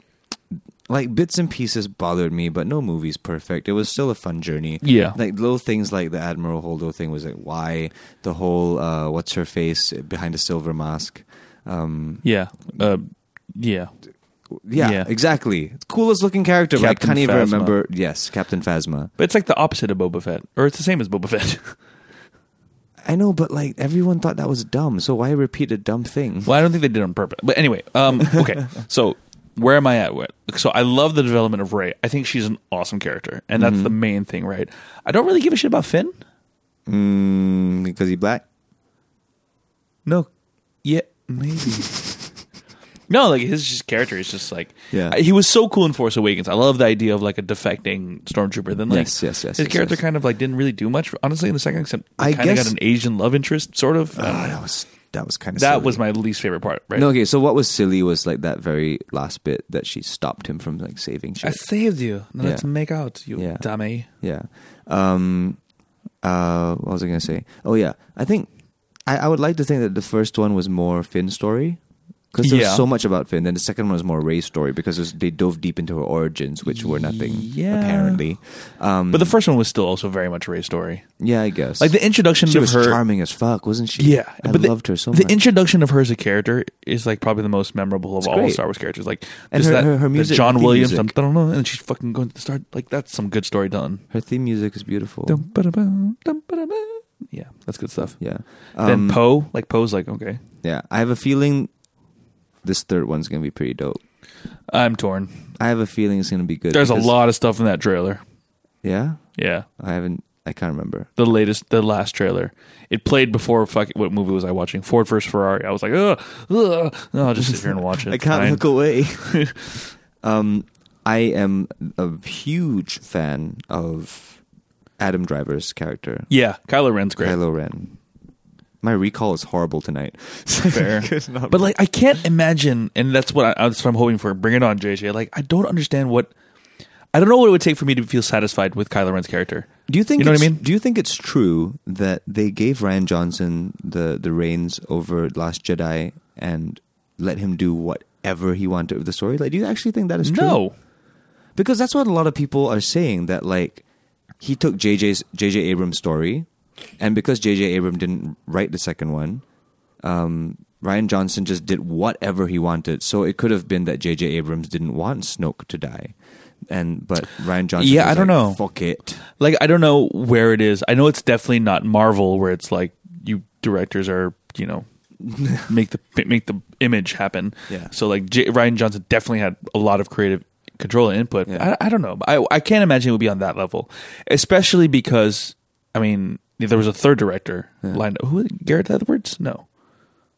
Speaker 1: like bits and pieces bothered me, but no movie's perfect. It was still a fun journey.
Speaker 2: Yeah.
Speaker 1: like little things like the Admiral Holdo thing was like why the whole uh, what's her face behind a silver mask. Um,
Speaker 2: Yeah. Uh, yeah.
Speaker 1: yeah,
Speaker 2: Yeah.
Speaker 1: exactly. Coolest looking character, but I
Speaker 2: Captain
Speaker 1: can't even
Speaker 2: Phasma.
Speaker 1: remember. Yes, Captain Phasma.
Speaker 2: But it's like the opposite of Boba Fett, [LAUGHS] or it's the same as Boba Fett.
Speaker 1: I know, but like everyone thought that was dumb, so why repeat a dumb thing?
Speaker 2: Well, I don't think they did it on purpose. But anyway,
Speaker 1: [LAUGHS]
Speaker 2: um, okay. so where am I at with? So I love the development of Ray. I think she's an awesome character, and
Speaker 1: Mm-hmm.
Speaker 2: that's the main thing, right? I don't really give a shit about Finn.
Speaker 1: Mm, because he black.
Speaker 2: No, yeah,
Speaker 1: [LAUGHS]
Speaker 2: maybe. no, like his just character is just like
Speaker 1: Yeah.
Speaker 2: I- he was so cool in Force Awakens. I love the idea of like a defecting stormtrooper. Then like
Speaker 1: Yes, yes, yes,
Speaker 2: his
Speaker 1: yes,
Speaker 2: character
Speaker 1: yes.
Speaker 2: kind of like didn't really do much honestly in the second. Except
Speaker 1: I
Speaker 2: I kind of got
Speaker 1: guess-
Speaker 2: an Asian love interest, sort of. I don't
Speaker 1: Ah,
Speaker 2: know.
Speaker 1: that was that was kind of
Speaker 2: Um, that was my least favorite part. Right?
Speaker 1: No, okay. So what was silly was like that very last bit that she stopped him from like saving shit.
Speaker 2: I saved you. Now
Speaker 1: Yeah.
Speaker 2: let's make out, you
Speaker 1: Yeah.
Speaker 2: dummy.
Speaker 1: Yeah. Um uh what was I gonna say? Oh yeah. I think I, I would like to think that the first one was more Finn's story. Because there's
Speaker 2: Yeah.
Speaker 1: so much about Finn. Then the second one was more Ray's story because it was, they dove deep into her origins, which were nothing
Speaker 2: Yeah.
Speaker 1: apparently. Um,
Speaker 2: But the first one was still also very much Ray's story.
Speaker 1: yeah, I guess
Speaker 2: Like the introduction
Speaker 1: she
Speaker 2: of
Speaker 1: was
Speaker 2: her.
Speaker 1: charming as fuck, wasn't she?
Speaker 2: Yeah,
Speaker 1: I
Speaker 2: but the-
Speaker 1: loved her so
Speaker 2: The
Speaker 1: much.
Speaker 2: introduction of her as a character is like probably the most memorable of all
Speaker 1: great.
Speaker 2: Star Wars characters. Like
Speaker 1: And
Speaker 2: just
Speaker 1: her-
Speaker 2: that,
Speaker 1: her- her
Speaker 2: that
Speaker 1: music,
Speaker 2: John
Speaker 1: theme
Speaker 2: Williams,
Speaker 1: music.
Speaker 2: dum, dum, dum, and she's fucking going to the start. Like that's some good story done.
Speaker 1: her theme music is beautiful.
Speaker 2: Dum, ba-da-bum, dum, ba-da-bum. Yeah, that's good stuff.
Speaker 1: Yeah. Um,
Speaker 2: then Poe, like Poe's like okay,
Speaker 1: Yeah, I have a feeling this third one's gonna be pretty dope.
Speaker 2: I'm torn.
Speaker 1: I have a feeling it's gonna be good.
Speaker 2: There's a
Speaker 1: because-
Speaker 2: lot of stuff in that trailer.
Speaker 1: Yeah,
Speaker 2: Yeah,
Speaker 1: I haven't. I can't remember.
Speaker 2: the latest, the last trailer. It played before. Fuck, what movie was I watching? Ford versus Ferrari. I was like, ugh, ugh. No, I'll just sit here and watch
Speaker 1: [LAUGHS]
Speaker 2: it.
Speaker 1: I
Speaker 2: It's
Speaker 1: can't
Speaker 2: fine.
Speaker 1: look
Speaker 2: [LAUGHS]
Speaker 1: away. um, I am a huge fan of Adam Driver's character,
Speaker 2: Yeah, Kylo Ren's great.
Speaker 1: Kylo Ren. My recall is horrible tonight. [LAUGHS]
Speaker 2: Fair. but like, I can't imagine, and that's what I, that's what I'm hoping for. Bring it on, JJ. Like, I don't understand what, I don't know what it would take for me to feel satisfied with Kylo Ren's character.
Speaker 1: Do you think
Speaker 2: You know what I
Speaker 1: it's-
Speaker 2: mean?
Speaker 1: Do you think it's true that they gave Ryan Johnson the the reins over Last Jedi and let him do whatever he wanted with the story? Like, do you actually think that is true?
Speaker 2: No,
Speaker 1: because that's what a lot of people are saying that like he took JJ's JJ Abrams story, and because JJ Abrams didn't write the second one, um, Ryan Johnson just did whatever he wanted. So it could have been that JJ Abrams didn't want Snoke to die, and but Ryan Johnson,
Speaker 2: Yeah,
Speaker 1: was
Speaker 2: I don't
Speaker 1: like,
Speaker 2: know.
Speaker 1: fuck it.
Speaker 2: like I don't know where it is. I know it's definitely not Marvel, where it's like you directors are,
Speaker 1: [LAUGHS]
Speaker 2: you know. make the make the image happen.
Speaker 1: Yeah.
Speaker 2: So like J- Ryan Johnson definitely had a lot of creative control and input.
Speaker 1: Yeah.
Speaker 2: I, I don't know. I I can't imagine it would be on that level, especially because I mean there was a third director lined up. Who Garrett Edwards? No,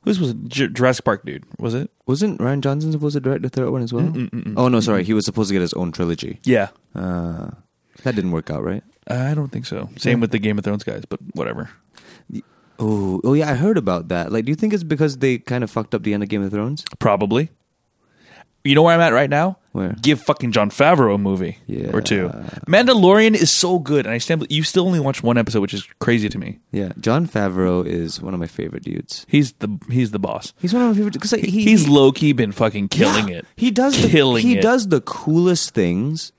Speaker 2: who's was it? Ju- Jurassic Park dude? Was it?
Speaker 1: Wasn't Ryan Johnson supposed to direct the third one as well? Oh no, sorry, he was supposed to get his own trilogy.
Speaker 2: Yeah.
Speaker 1: Uh, that didn't work out, right?
Speaker 2: I don't think so. Same with the Game of Thrones guys, but whatever.
Speaker 1: Oh, oh yeah, I heard about that. Like, do you think it's because they kind of fucked up the end of Game of Thrones?
Speaker 2: Probably. You know where I'm at right now?
Speaker 1: Where?
Speaker 2: Give fucking John Favreau a movie
Speaker 1: Yeah.
Speaker 2: or two. Mandalorian is so good, and I stand. You still only watched one episode, which is crazy to me.
Speaker 1: Yeah, John Favreau is one of my favorite dudes.
Speaker 2: He's the he's the boss.
Speaker 1: He's one of my favorite because like, he,
Speaker 2: he's
Speaker 1: he-
Speaker 2: low key been fucking killing it.
Speaker 1: He does
Speaker 2: killing
Speaker 1: the, He
Speaker 2: it.
Speaker 1: does the coolest things,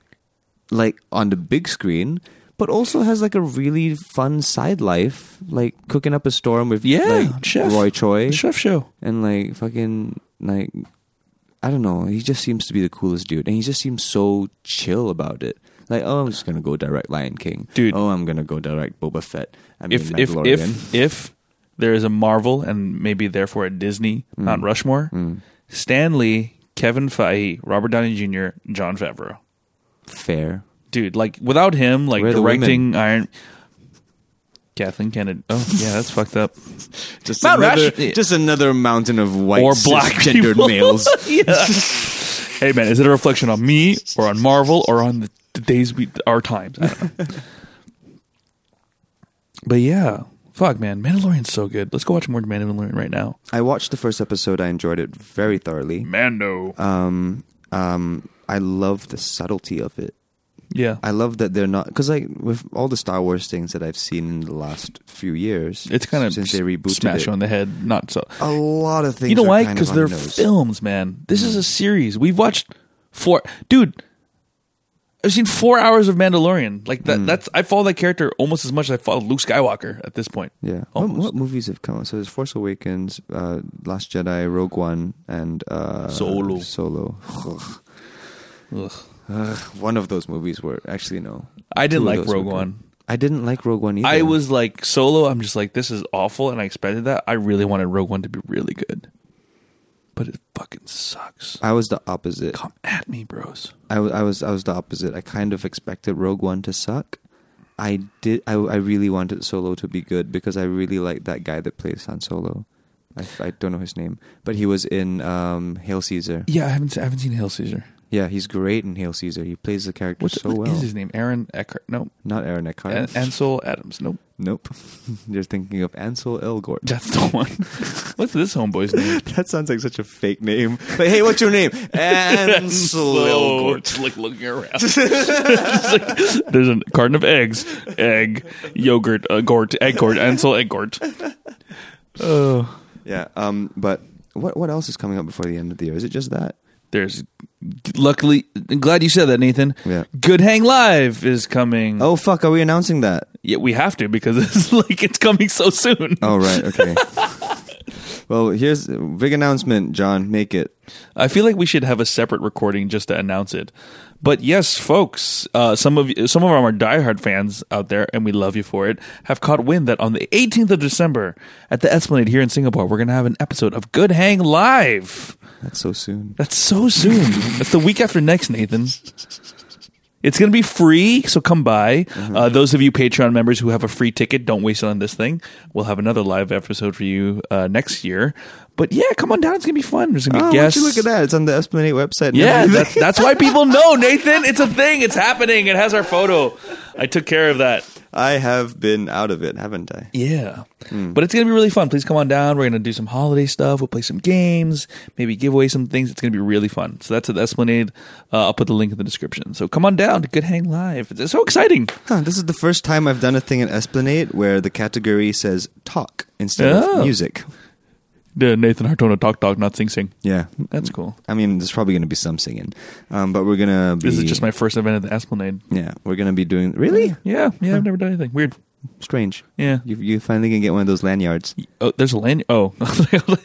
Speaker 1: like on the big screen, but also has like a really fun side life, like cooking up a storm with
Speaker 2: Yeah,
Speaker 1: like,
Speaker 2: chef.
Speaker 1: Roy Choi
Speaker 2: The chef show.
Speaker 1: and like fucking like I don't know. He just seems to be the coolest dude, and he just seems so chill about it. Like, oh, I'm just gonna go direct Lion King,
Speaker 2: Dude.
Speaker 1: Oh, I'm gonna go direct Boba Fett. I mean,
Speaker 2: If if
Speaker 1: Mandalorian.
Speaker 2: if if there is a Marvel and maybe therefore a Disney
Speaker 1: Mm.
Speaker 2: Mount Rushmore, Stan Lee, Kevin Feige, Robert Downey Jr., John Favreau.
Speaker 1: fair,
Speaker 2: dude. Like without him, like
Speaker 1: Where are the
Speaker 2: directing Iron. Kathleen Kennedy. Oh yeah, that's fucked up.
Speaker 1: Just
Speaker 2: Not
Speaker 1: another,
Speaker 2: rash-
Speaker 1: just another mountain of white
Speaker 2: Or black
Speaker 1: gendered [LAUGHS]
Speaker 2: people.
Speaker 1: males.
Speaker 2: Yeah. hey man, is it a reflection on me or on Marvel or on the, the days we our times? I don't know. [LAUGHS] but yeah, fuck man, Mandalorian's so good. Let's go watch more Mandalorian right now.
Speaker 1: I watched the first episode. I enjoyed it very thoroughly.
Speaker 2: Mando.
Speaker 1: Um, um, I love the subtlety of it.
Speaker 2: yeah,
Speaker 1: I love that they're not because like with all the Star Wars things that I've seen in the last few years,
Speaker 2: it's kind of
Speaker 1: since they rebooted
Speaker 2: smash
Speaker 1: it,
Speaker 2: on the head. Not so.
Speaker 1: a lot of things.
Speaker 2: You know
Speaker 1: are
Speaker 2: why?
Speaker 1: kind of
Speaker 2: Because
Speaker 1: on
Speaker 2: they're
Speaker 1: the nose. Hmm.
Speaker 2: films, man. This is a series. We've watched four. Dude, I've seen four hours of Mandalorian. Like
Speaker 1: Hmm.
Speaker 2: that. That's I follow that character almost as much as I follow Luke Skywalker at this point.
Speaker 1: Yeah. What,
Speaker 2: almost.
Speaker 1: what movies have come out? So there's Force Awakens, uh, Last Jedi, Rogue One, and uh,
Speaker 2: Solo.
Speaker 1: Solo. Ugh.
Speaker 2: Ugh.
Speaker 1: Ugh. One of those movies were actually no.
Speaker 2: I
Speaker 1: Two
Speaker 2: didn't
Speaker 1: of
Speaker 2: like
Speaker 1: those were
Speaker 2: Rogue
Speaker 1: good.
Speaker 2: One.
Speaker 1: I didn't like Rogue One either.
Speaker 2: I was like solo. I'm just like this is awful, and I expected that. I really wanted Rogue One to be really good, but it fucking sucks.
Speaker 1: I was the opposite.
Speaker 2: Come at me, bros.
Speaker 1: I, wa- I was I was the opposite. I kind of expected Rogue One to suck. I did. I, I really wanted Solo to be good because I really liked that guy that plays Han Solo. I, I don't know his name, but he was in um, Hail Caesar.
Speaker 2: Yeah, I haven't I haven't seen Hail Caesar.
Speaker 1: Yeah, he's great in Hail Caesar. He plays the character
Speaker 2: What's
Speaker 1: so
Speaker 2: what
Speaker 1: well.
Speaker 2: is his name? Aaron Eckhart? Nope.
Speaker 1: Not Aaron Eckhart.
Speaker 2: An- Ansel Adams. Nope.
Speaker 1: nope. [LAUGHS] You're thinking of Ansel Elgort.
Speaker 2: That's the one. [LAUGHS] What's this homeboy's name?
Speaker 1: [LAUGHS] That sounds like such a fake name. Like, hey, what's your
Speaker 2: [LAUGHS]
Speaker 1: name? Ansel
Speaker 2: So,
Speaker 1: Elgort.
Speaker 2: just like looking around. [LAUGHS] It's like, there's a carton of eggs, egg, yogurt, uh, gort, egg gort, Ansel egg gort. Oh,
Speaker 1: Yeah. Um. But what what else is coming up before the end of the year? Is it just that?
Speaker 2: there's luckily. I'm glad you said that, Nathan.
Speaker 1: Yeah.
Speaker 2: Good Hang Live is coming.
Speaker 1: Oh fuck! Are we announcing that?
Speaker 2: yeah, we have to because [LAUGHS] it's like it's coming so soon.
Speaker 1: Oh right,
Speaker 2: [LAUGHS]
Speaker 1: okay. well, here's a big announcement, John. Make it.
Speaker 2: I feel like we should have a separate recording just to announce it. But yes, folks, uh, some of you, some of our diehard fans out there, and we love you for it, have caught wind that on the 18th of December at the Esplanade here in Singapore, we're going to have an episode of Good Hang Live.
Speaker 1: That's so soon.
Speaker 2: That's so soon. That's the week after next, Nathan. It's going to be free, so come by.
Speaker 1: Mm-hmm.
Speaker 2: Uh, those of you Patreon members who have a free ticket, don't waste it on this thing. We'll have another live episode for you uh, next year. But yeah, come on down. It's going to be fun. There's going to be
Speaker 1: Oh,
Speaker 2: guests.
Speaker 1: yes. look at that? It's on the Esplanade website. and
Speaker 2: Yeah,
Speaker 1: everything.
Speaker 2: that's, that's why people know, Nathan. It's a thing. It's happening. It has our photo. I took care of that.
Speaker 1: [LAUGHS] I have been out of it, haven't I?
Speaker 2: Yeah. But it's going to be really fun. Please come on down. We're going to do some holiday stuff. We'll play some games, maybe give away some things. It's going to be really fun. So that's at the Esplanade. Uh, I'll put the link in the description. So come on down to Good Hang Live. It's, it's so exciting.
Speaker 1: Huh, this is the first time I've done a thing in Esplanade where the category says talk instead
Speaker 2: Oh.
Speaker 1: of music.
Speaker 2: Yeah, Nathan Hartona, Talk Talk, not Sing Sing.
Speaker 1: Yeah,
Speaker 2: That's cool.
Speaker 1: I mean, there's probably going to be some singing, um, but we're gonna be.
Speaker 2: This is just my first event at the Esplanade.
Speaker 1: Yeah, we're gonna be doing. Really
Speaker 2: Yeah, yeah, I've never done anything. Weird.
Speaker 1: strange.
Speaker 2: Yeah.
Speaker 1: You you finally gonna get one of those lanyards.
Speaker 2: Oh, there's a land. Oh,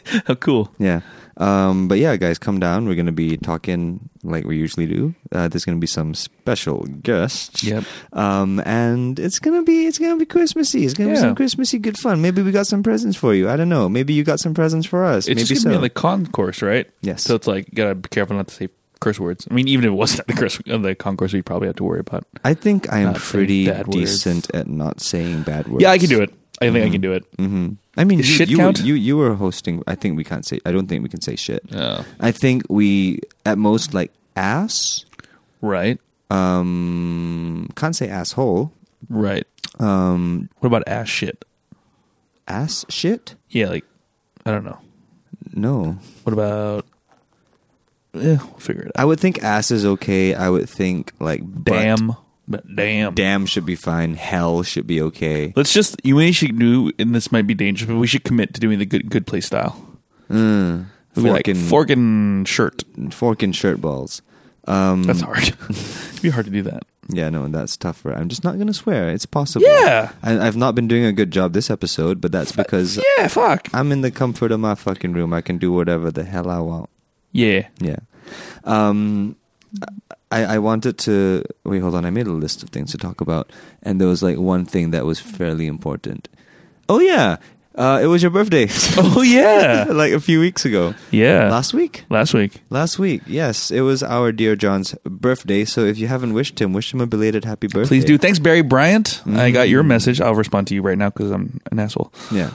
Speaker 2: [LAUGHS] how cool.
Speaker 1: Yeah. Um, but yeah, guys, come down. We're going to be talking like we usually do. Uh, there's going to be some special guests.
Speaker 2: Yep.
Speaker 1: Um, and it's going to be it's going to be Christmassy. It's going to
Speaker 2: Yeah.
Speaker 1: be some Christmassy good fun. Maybe we got some presents for you. I don't know. Maybe you got some presents for us.
Speaker 2: It's
Speaker 1: Maybe
Speaker 2: just
Speaker 1: so.
Speaker 2: gonna be on the concourse, right?
Speaker 1: Yes.
Speaker 2: So it's like you gotta be careful not to say curse words. I mean, even if it wasn't [LAUGHS] the curse on the concourse, we probably have to worry about.
Speaker 1: I think I am
Speaker 2: Not saying
Speaker 1: pretty
Speaker 2: bad words.
Speaker 1: decent at not saying bad words.
Speaker 2: Yeah, I can do it. I think I can do it.
Speaker 1: hmm I mean, you,
Speaker 2: Does shit
Speaker 1: you,
Speaker 2: count?
Speaker 1: you you were hosting. I think we can't say. I don't think we can say shit.
Speaker 2: Oh.
Speaker 1: I think we at most like ass.
Speaker 2: Right.
Speaker 1: Um, can't say asshole.
Speaker 2: Right.
Speaker 1: Um,
Speaker 2: What about ass shit?
Speaker 1: ass shit?
Speaker 2: Yeah, like I don't know.
Speaker 1: No.
Speaker 2: What about? Yeah, we'll figure it out.
Speaker 1: I would think ass is okay. I would think like butt.
Speaker 2: damn. But damn.
Speaker 1: Damn should be fine. Hell should be okay.
Speaker 2: Let's just you may should do, and this might be dangerous, but we should commit to doing the good good play style.
Speaker 1: Mm.
Speaker 2: We'll be
Speaker 1: Fork,
Speaker 2: like,
Speaker 1: and,
Speaker 2: fork and shirt.
Speaker 1: fork and shirt balls. Um,
Speaker 2: That's hard. [LAUGHS] It'd be hard to do that.
Speaker 1: yeah, no, that's tougher. I'm just not going to swear. It's possible.
Speaker 2: Yeah.
Speaker 1: I, I've not been doing a good job this episode, but
Speaker 2: [LAUGHS]
Speaker 1: that's because
Speaker 2: Uh, Yeah. Fuck.
Speaker 1: I'm in the comfort of my fucking room. I can do whatever the hell I want.
Speaker 2: Yeah.
Speaker 1: Yeah. Um, I, I wanted to wait. Hold on. I made a list of things to talk about, and there was like one thing that was fairly important. Oh yeah, uh, it was your birthday.
Speaker 2: [LAUGHS] Oh yeah.
Speaker 1: [LAUGHS] like a few weeks ago.
Speaker 2: Yeah.
Speaker 1: Last week.
Speaker 2: Last week.
Speaker 1: Last week. Yes, it was our dear John's birthday. So if you haven't wished him, wish him a belated happy birthday.
Speaker 2: Please do. Thanks, Barry Bryant. I got your message. I'll respond to you right now because I'm an asshole.
Speaker 1: Mm. Yeah.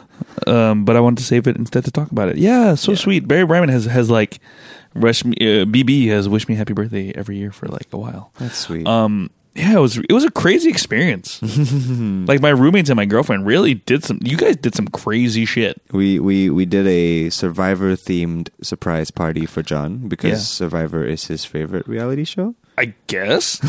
Speaker 2: Um, but I wanted to save it instead to talk about it. Yeah, so sweet. Barry Bryant has has like, rush me, uh, BB has wished me happy birthday every year for like a while.
Speaker 1: That's sweet.
Speaker 2: Um, yeah, it was it was a
Speaker 1: [LAUGHS]
Speaker 2: crazy experience. like my roommates and my girlfriend really did some. You guys did some crazy shit.
Speaker 1: we we we did a Survivor themed surprise party for John because
Speaker 2: Yeah.
Speaker 1: Survivor is his favorite reality show.
Speaker 2: I guess. [LAUGHS]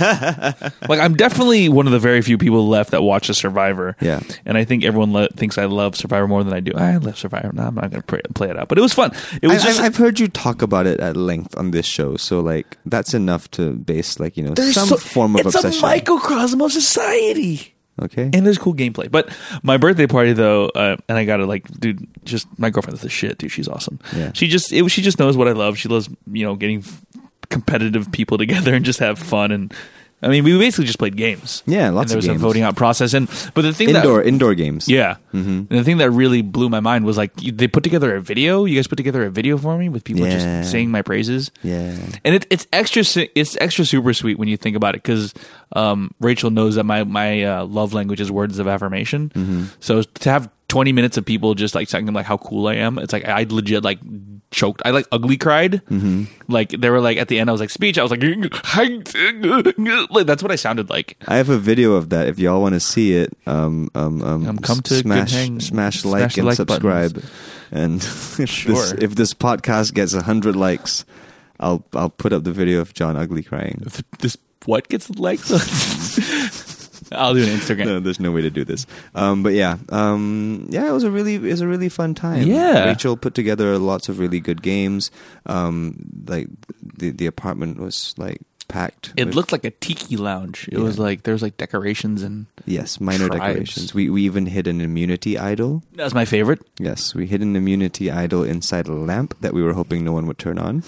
Speaker 2: like I'm definitely one of the very few people left that watches Survivor.
Speaker 1: Yeah.
Speaker 2: and I think everyone le- thinks I love Survivor more than I do. I love Survivor. No, I'm not going to play, play it out, but it was fun. It was
Speaker 1: I,
Speaker 2: just
Speaker 1: I've, I've heard you talk about it at length on this show, so like that's enough to base like you know some
Speaker 2: so-
Speaker 1: form of
Speaker 2: it's
Speaker 1: obsession.
Speaker 2: a microcosm of society.
Speaker 1: okay,
Speaker 2: And there's cool gameplay, but my birthday party though, uh, and I gotta like, dude, just my girlfriend's the shit, dude. She's awesome.
Speaker 1: Yeah.
Speaker 2: She just, it, [LAUGHS] she just knows what I love. She loves, you know, getting f- competitive people together and just have fun and I mean, we basically just played games.
Speaker 1: Yeah,
Speaker 2: and
Speaker 1: lots of
Speaker 2: there was
Speaker 1: games.
Speaker 2: a voting out process, and but the thing
Speaker 1: indoor Mm-hmm.
Speaker 2: that
Speaker 1: indoor games.
Speaker 2: yeah, and the thing that really blew my mind was like you- they put together a video. You guys put together a video for me with people
Speaker 1: Yeah.
Speaker 2: just saying my praises.
Speaker 1: Yeah.
Speaker 2: and it, it's extra su- it's extra super sweet when you think about it because um, Rachel knows that my my uh, love language is words of affirmation. So to have twenty minutes of people just like telling them like how cool I am, it's like I legit like choked. I like ugly cried. Like they were like at the end, I was like speech. I was like, [LAUGHS] like that's what I sounded like.
Speaker 1: I have a video of that. If y'all want to see it, um, um, um,
Speaker 2: Um, come to
Speaker 1: smash,
Speaker 2: Good Hang-
Speaker 1: smash,
Speaker 2: smash
Speaker 1: like,
Speaker 2: the
Speaker 1: and
Speaker 2: like
Speaker 1: subscribe. And [LAUGHS] if, this,
Speaker 2: Sure.
Speaker 1: if this podcast gets hundred likes, I'll I'll put up the video of John Ugly crying.
Speaker 2: This what gets likes. [LAUGHS] I'll do an Instagram.
Speaker 1: [LAUGHS] No, there's no way to do this. Um, but yeah, um, yeah, it was a really it was a really fun time.
Speaker 2: Yeah.
Speaker 1: Rachel put together lots of really good games. Um, like the the apartment was like packed.
Speaker 2: It
Speaker 1: with-
Speaker 2: looked like a tiki lounge. It
Speaker 1: Yeah.
Speaker 2: was like there was like decorations and
Speaker 1: yes, minor
Speaker 2: tribes.
Speaker 1: decorations. We we even hid an immunity idol.
Speaker 2: that was my favorite.
Speaker 1: Yes, we hid an immunity idol inside a lamp that we were hoping no one would turn on,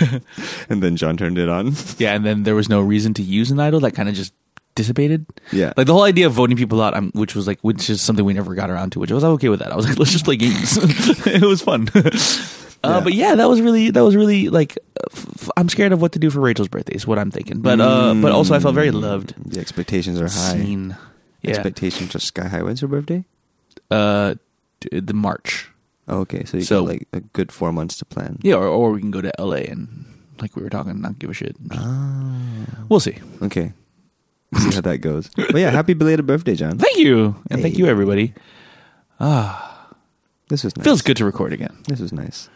Speaker 1: [LAUGHS] and then John turned it on. [LAUGHS]
Speaker 2: Yeah, and then there was no reason to use an idol that kind of just dissipated.
Speaker 1: Yeah.
Speaker 2: like the whole idea of voting people out, um, which was like, which is something we never got around to. Which I was okay with that. I was like, let's just play games. [LAUGHS] it was fun. [LAUGHS] Uh,
Speaker 1: Yeah.
Speaker 2: But yeah, that was really that was really like f- f- I'm scared of what to do for Rachel's birthday is what I'm thinking. But uh, but also I felt very loved.
Speaker 1: Mm, The expectations are high.
Speaker 2: Seen. Yeah.
Speaker 1: Expectations are sky high. When's your birthday?
Speaker 2: Uh, d- the March.
Speaker 1: Oh, okay, so you
Speaker 2: So-
Speaker 1: got like a good four months to plan.
Speaker 2: Yeah, or, or we can go to LA and like we were talking, not give a shit. Ah. We'll see.
Speaker 1: Okay. See how that
Speaker 2: [LAUGHS]
Speaker 1: goes. But yeah, happy belated birthday, John.
Speaker 2: Thank you, and thank
Speaker 1: Hey.
Speaker 2: you everybody.
Speaker 1: This was nice.
Speaker 2: Feels good to record again.
Speaker 1: This was nice.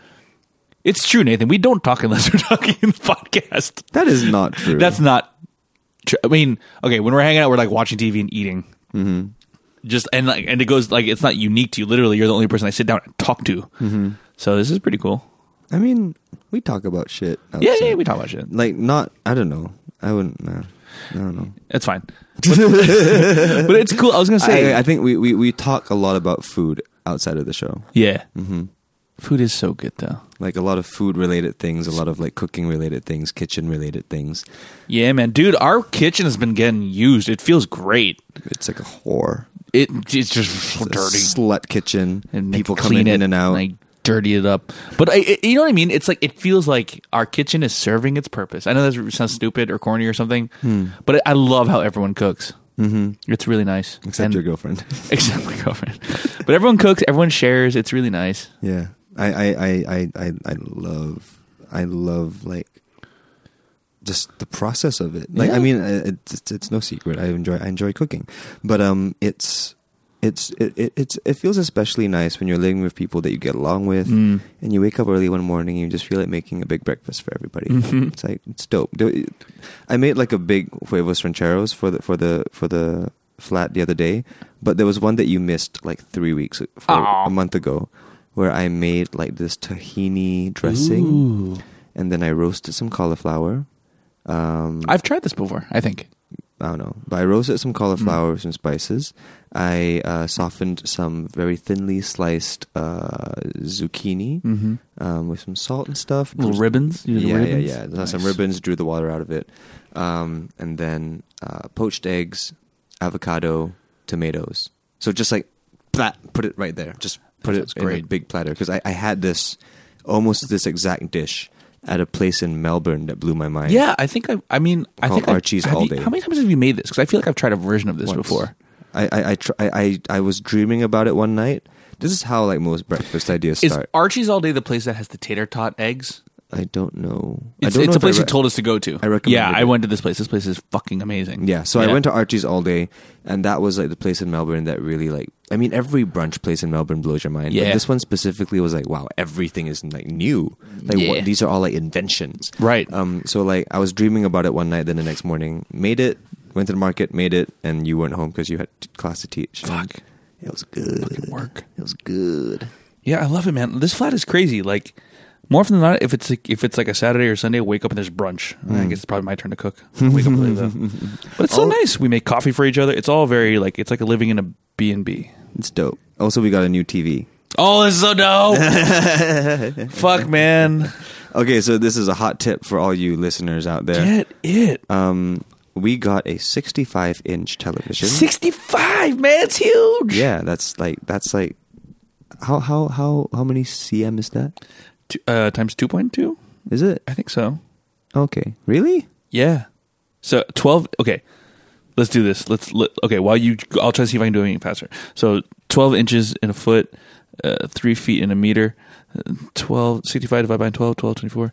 Speaker 2: It's true, Nathan. We don't talk unless we're [LAUGHS] talking in the podcast.
Speaker 1: That is
Speaker 2: [LAUGHS]
Speaker 1: not true.
Speaker 2: That's not true. I mean, okay, when we're hanging out, we're like watching TV and eating. Mm-hmm. Just and like and it goes like it's not unique to you. Literally, you're the only person I sit down and talk to. Mm-hmm. So this is pretty cool.
Speaker 1: I mean, we talk about shit.
Speaker 2: Yeah,
Speaker 1: outside.
Speaker 2: yeah, we talk about shit.
Speaker 1: Like not. I don't know. I wouldn't. No, I don't know.
Speaker 2: It's fine, but, [LAUGHS] but it's cool. I was gonna say,
Speaker 1: I, I think we, we we talk a lot about food outside of the show.
Speaker 2: yeah, food is so good though.
Speaker 1: Like a lot of food related things, a lot of like cooking related things, kitchen related things.
Speaker 2: Yeah, man, dude, our kitchen has been getting used. It feels great.
Speaker 1: It's like a whore,
Speaker 2: It it's just
Speaker 1: It's
Speaker 2: so
Speaker 1: a
Speaker 2: dirty.
Speaker 1: slut kitchen,
Speaker 2: and
Speaker 1: people
Speaker 2: clean
Speaker 1: coming
Speaker 2: it,
Speaker 1: in and out.
Speaker 2: like dirty it up. But I, I- you know what I mean? It's like it feels like our kitchen is serving its purpose. I know that sounds stupid or corny or something,
Speaker 1: Hmm.
Speaker 2: but I love how everyone cooks. Mm-hmm. It's really nice,
Speaker 1: except
Speaker 2: And- [LAUGHS]
Speaker 1: your girlfriend.
Speaker 2: except my girlfriend. but everyone cooks, everyone shares. It's really nice.
Speaker 1: Yeah, I I I I I, I love I love like just the process of it. Like I
Speaker 2: Yeah.
Speaker 1: mean, uh, it's, it's it's no secret. I enjoy I enjoy cooking, but um, it's. It's it, it it's it feels especially nice when you're living with people that you get along with, and you wake up early one morning and you just feel like making a big breakfast for everybody. [LAUGHS] It's like it's dope. Do- I made like a big huevos rancheros for the for the for the flat the other day, but there was one that you missed like three weeks for
Speaker 2: Aw.
Speaker 1: a month ago, where I made like this tahini dressing, and then I roasted some cauliflower. Um,
Speaker 2: I've tried this before. I think.
Speaker 1: I don't know, but I roasted some cauliflower with some spices. I uh, softened some very thinly sliced uh, zucchini
Speaker 2: Mm-hmm.
Speaker 1: um, with some salt and stuff.
Speaker 2: Little
Speaker 1: Drew-
Speaker 2: ribbons. You do the
Speaker 1: yeah,
Speaker 2: ribbons?
Speaker 1: yeah, yeah. Saw Some
Speaker 2: Nice.
Speaker 1: ribbons drew the water out of it, um, and then uh, poached eggs, avocado, tomatoes. So just like that, put it right there. Just put
Speaker 2: That
Speaker 1: it
Speaker 2: sounds
Speaker 1: in a
Speaker 2: great.
Speaker 1: big platter because I, I had this almost this exact dish at a place in Melbourne that blew my mind.
Speaker 2: Yeah, I think I. I mean, I
Speaker 1: Called
Speaker 2: think I've-
Speaker 1: Archie's
Speaker 2: have
Speaker 1: all
Speaker 2: you-
Speaker 1: day.
Speaker 2: How many times have you made this? Because I feel like I've tried a version of this
Speaker 1: Once.
Speaker 2: before.
Speaker 1: I I I, tr- I I I was dreaming about it one night. This is how like most breakfast ideas
Speaker 2: Is
Speaker 1: start.
Speaker 2: Archie's all day the place that has the tater tot eggs?
Speaker 1: I don't know. I
Speaker 2: It's,
Speaker 1: don't
Speaker 2: it's
Speaker 1: know
Speaker 2: a
Speaker 1: if I
Speaker 2: place you
Speaker 1: re-
Speaker 2: told us to go to.
Speaker 1: I recommended
Speaker 2: Yeah, I
Speaker 1: it.
Speaker 2: went to this place. This place is fucking amazing.
Speaker 1: Yeah, so I went to Archie's all day, and that was like the place in Melbourne that really like. I mean, every brunch place in Melbourne blows your mind. but
Speaker 2: Yeah.
Speaker 1: this one specifically was like, wow, everything is like new. Like
Speaker 2: Yeah.
Speaker 1: what, these are all like inventions,
Speaker 2: Right.
Speaker 1: Um, so like I was dreaming about it one night, then the next morning made it, went to the market, made it, and you weren't home because you had t- class to teach. Fuck, it was good.
Speaker 2: work.
Speaker 1: It was good.
Speaker 2: Yeah, I love it, man. This flat is crazy. Like more often than not, if it's like, if it's like a Saturday or Sunday, I wake up and there's brunch.
Speaker 1: Mm.
Speaker 2: I guess it's probably my turn to cook. I wake up early though,
Speaker 1: [LAUGHS]
Speaker 2: but it's so nice. We make coffee for each other. It's all very like it's like a living in a B and B.
Speaker 1: It's dope. Also, we got a new TV.
Speaker 2: Oh, this is so
Speaker 1: [LAUGHS]
Speaker 2: dope. Fuck, man,
Speaker 1: Okay, so this is a hot tip for all you listeners out there.
Speaker 2: get it.
Speaker 1: Um, we got a 65 inch television.
Speaker 2: 65, man, it's huge.
Speaker 1: Yeah, that's like that's like how how how how many cm is that?
Speaker 2: Two, uh, times 2.2?
Speaker 1: Is it
Speaker 2: I think so.
Speaker 1: okay? Really?
Speaker 2: Yeah. So 12, okay. Let's do this. Let's, let, okay, while you, I'll try to see if I can do it even faster. So 12 inches in a foot, uh, 3 feet in a meter, uh, 12, 65 divided by 12, 12, 24,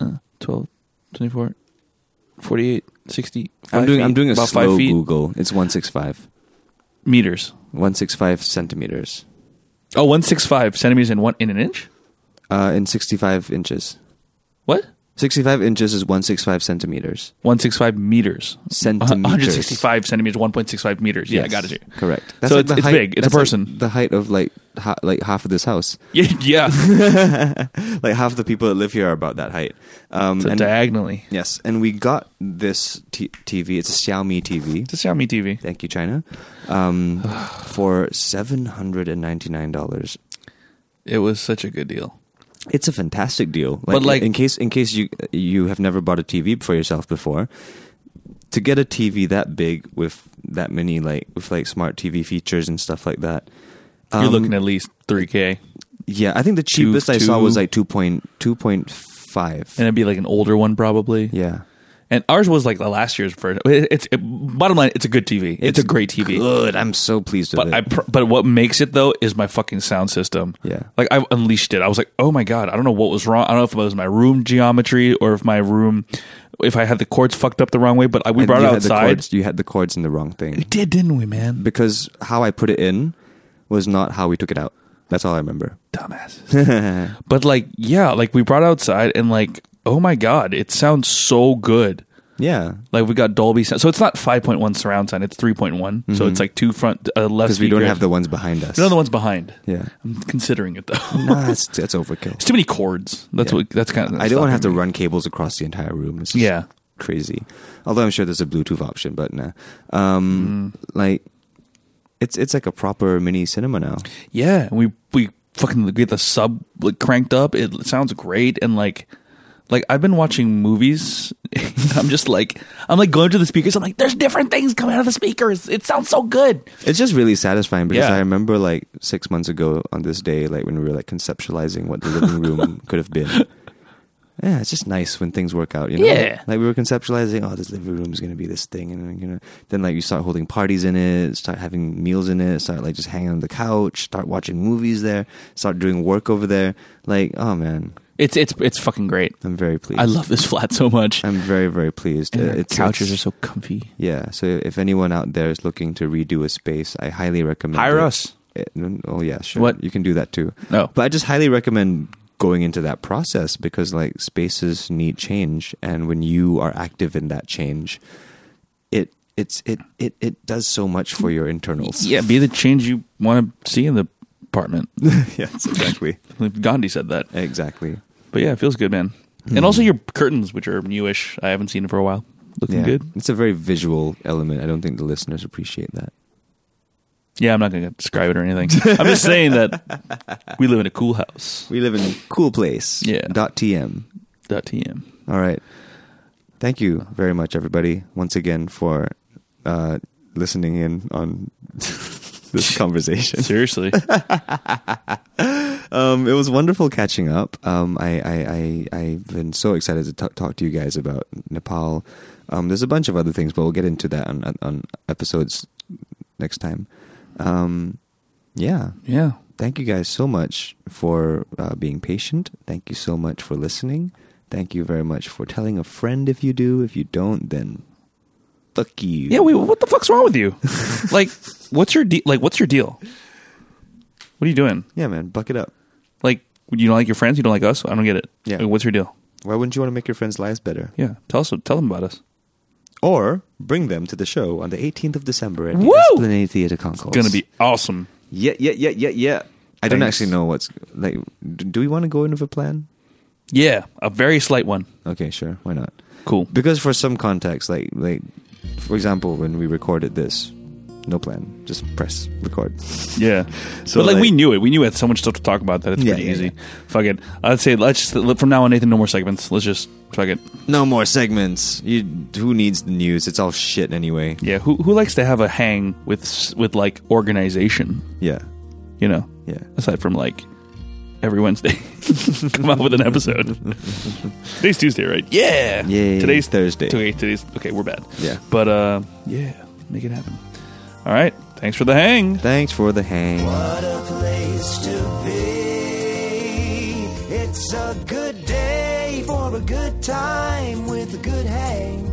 Speaker 2: uh, 12, 24, 48, 60.
Speaker 1: I'm
Speaker 2: five
Speaker 1: doing
Speaker 2: feet,
Speaker 1: I'm doing a
Speaker 2: about
Speaker 1: slow
Speaker 2: five feet
Speaker 1: Google. It's 165.
Speaker 2: meters.
Speaker 1: 165 centimeters.
Speaker 2: Oh, 165 centimeters in one in an inch?
Speaker 1: Uh, in 65 inches.
Speaker 2: What?
Speaker 1: 65 inches is 165 centimeters.
Speaker 2: 165 meters.
Speaker 1: Centimeters.
Speaker 2: 165 centimeters, 1.65 meters. Yeah, I
Speaker 1: Yes,
Speaker 2: got it.
Speaker 1: Correct. the
Speaker 2: So it's- it's big. It's a
Speaker 1: that's like
Speaker 2: person.
Speaker 1: the height of like ha- like half of this house. [LAUGHS]
Speaker 2: Yeah, [LAUGHS] yeah.
Speaker 1: Like half the people that live here are about that height. Um,
Speaker 2: So
Speaker 1: and-
Speaker 2: diagonally.
Speaker 1: yes, and we got this t- TV. It's a Xiaomi TV.
Speaker 2: It's a Xiaomi TV.
Speaker 1: Thank you, China. Um, for seven hundred and ninety nine dollars.
Speaker 2: It was such a good deal.
Speaker 1: It's a fantastic deal. Like,
Speaker 2: But, like-
Speaker 1: in case in case you you have never bought a TV for yourself before, to get a TV that big with that many like with like smart TV features and stuff like that.
Speaker 2: You're
Speaker 1: um,
Speaker 2: looking at least 3K.
Speaker 1: Yeah, I think the
Speaker 2: Two-
Speaker 1: cheapest I saw was
Speaker 2: two-
Speaker 1: like two point two point five.
Speaker 2: And it'd be like an older one probably.
Speaker 1: Yeah,
Speaker 2: And ours was like the last year's version. It- It's it- bottom line, it's a good TV. It's, a great TV.
Speaker 1: Good. I'm so pleased with
Speaker 2: But
Speaker 1: it.
Speaker 2: I pr- but what makes it though is my fucking sound system.
Speaker 1: Yeah.
Speaker 2: Like I unleashed it. I was like, "Oh my god, I don't know what was wrong. I don't know if it was my room geometry or if my room if I had the cords fucked up the wrong way, but I, we
Speaker 1: And
Speaker 2: brought it
Speaker 1: you had the
Speaker 2: outside.
Speaker 1: chords- you had the chords in the wrong thing
Speaker 2: We did, didn't we,
Speaker 1: [LAUGHS]
Speaker 2: man?
Speaker 1: because how I put it in was not how we took it out. That's all I remember.
Speaker 2: Dumbasses. but like, yeah, like we brought it outside and like, "Oh my god, it sounds so good."
Speaker 1: Yeah,
Speaker 2: Like we got Dolby sound. So it's not 5.1 surround sound, it's 3one So it's like two front uh, left
Speaker 1: because Mm-hmm. we don't
Speaker 2: speaker.
Speaker 1: have the ones behind us.
Speaker 2: We don't have the ones behind.
Speaker 1: Yeah.
Speaker 2: I'm considering it though. [LAUGHS]
Speaker 1: Nah, that's, that's overkill.
Speaker 2: It's too many cords. That's
Speaker 1: Yeah.
Speaker 2: what. That's kind of.
Speaker 1: I don't want to have to run cables across the entire room. It's just
Speaker 2: Yeah.
Speaker 1: crazy. Although I'm sure there's a Bluetooth option, but nah. Um, Like, it's it's like a proper mini cinema now.
Speaker 2: Yeah, and we we fucking get the sub like cranked up. It sounds great, and like like I've been watching movies. [LAUGHS] I'm just like I'm like going to the speakers. I'm like, there's different things coming out of the speakers. It sounds so good.
Speaker 1: It's just really satisfying because
Speaker 2: Yeah.
Speaker 1: I remember like six months ago on this day, like when we were like conceptualizing what the living room
Speaker 2: [LAUGHS]
Speaker 1: could have been. Yeah, it's just nice when things work out, you know.
Speaker 2: Yeah.
Speaker 1: like we were conceptualizing, oh, this living room is going to be this thing, and you know, then like you start holding parties in it, start having meals in it, start like just hanging on the couch, start watching movies there, start doing work over there. Like, oh man,
Speaker 2: It's it's it's fucking great.
Speaker 1: I'm very pleased.
Speaker 2: I love this flat so much.
Speaker 1: I'm very very pleased.
Speaker 2: And
Speaker 1: Uh,
Speaker 2: our
Speaker 1: it's-
Speaker 2: couches
Speaker 1: it's-
Speaker 2: are so comfy.
Speaker 1: yeah. So if anyone out there is looking to redo a space, I highly recommend
Speaker 2: Hire
Speaker 1: it.
Speaker 2: us.
Speaker 1: Eh, no, Oh yeah, sure.
Speaker 2: What?
Speaker 1: you can do that too.
Speaker 2: No.
Speaker 1: but I just highly recommend going into that process because like spaces need change, and when you are active in that change, it it's it it it does so much for your internals.
Speaker 2: Yeah, be the change you want to see in the apartment.
Speaker 1: [LAUGHS] yes, exactly,
Speaker 2: Gandhi said that.
Speaker 1: exactly.
Speaker 2: But yeah, it feels good, man.
Speaker 1: Hmm.
Speaker 2: And also your curtains, which are newish. I haven't seen it for a while. Looking
Speaker 1: Yeah,
Speaker 2: good.
Speaker 1: it's a very visual element. I don't think the listeners appreciate that.
Speaker 2: Yeah, I'm not going to describe it or
Speaker 1: [LAUGHS]
Speaker 2: anything. I'm just saying that we live in a cool house.
Speaker 1: We live in a cool place.
Speaker 2: Yeah.
Speaker 1: Dot tm.
Speaker 2: Dot
Speaker 1: [LAUGHS]
Speaker 2: .tm.
Speaker 1: All right. Thank you very much, everybody, once again for uh, listening in on [LAUGHS] this
Speaker 2: [LAUGHS]
Speaker 1: conversation.
Speaker 2: Seriously.
Speaker 1: Um, it was wonderful catching up. Um, I, I, I, I've been so excited to t- talk to you guys about Nepal. Um, there's a bunch of other things, but we'll get into that on, on, on episodes next time. Um, yeah.
Speaker 2: yeah.
Speaker 1: Thank you guys so much for uh, being patient. Thank you so much for listening. Thank you very much for telling a friend if you do. If you don't, then fuck you.
Speaker 2: Yeah, we, what the fuck's wrong
Speaker 1: [LAUGHS]
Speaker 2: with you? like what's your de- like what's your deal? What are you doing?
Speaker 1: yeah, man, buck it up.
Speaker 2: Like you don't like your friends, you don't like us? I don't get it.
Speaker 1: Yeah.
Speaker 2: Like, what's your deal?
Speaker 1: Why wouldn't you want to make your friends' lives better?
Speaker 2: Yeah. Tell us tell them about us.
Speaker 1: Or bring them to the show on the 18th of December at
Speaker 2: Woo!
Speaker 1: the Esplanade Theatre Concourse.
Speaker 2: Going to be awesome.
Speaker 1: Yeah, yeah, yeah, yeah, yeah. I don't
Speaker 2: Thanks.
Speaker 1: actually know what's like. d- Do we want to go into a plan?
Speaker 2: Yeah, a very slight one.
Speaker 1: Okay, sure. Why not?
Speaker 2: Cool.
Speaker 1: Because for some context, like like for example, when we recorded this, No plan. Just press record.
Speaker 2: Yeah.
Speaker 1: So,
Speaker 2: but like, we
Speaker 1: like-
Speaker 2: knew it. We knew it. So much stuff to talk about that it's
Speaker 1: Yeah,
Speaker 2: pretty
Speaker 1: yeah,
Speaker 2: easy.
Speaker 1: yeah.
Speaker 2: Fuck it. I'd say let's just let- from now on, Nathan, no more segments. Let's just fuck it.
Speaker 1: No more segments. You, who needs the news? It's all shit anyway.
Speaker 2: Yeah. Who who likes to have a hang with s- with like organization?
Speaker 1: Yeah.
Speaker 2: You know.
Speaker 1: Yeah.
Speaker 2: Aside from like every Wednesday, [LAUGHS] come up with
Speaker 1: [LAUGHS]
Speaker 2: an episode. Today's Tuesday, right? Yeah.
Speaker 1: Yay.
Speaker 2: Today's
Speaker 1: Thursday.
Speaker 2: Okay. Today's okay. We're bad.
Speaker 1: Yeah.
Speaker 2: But uh, yeah, make it happen. All right. Thanks for the hang.
Speaker 1: Thanks for the hang.
Speaker 3: What a place to be. It's a good day for a good time with a good hang.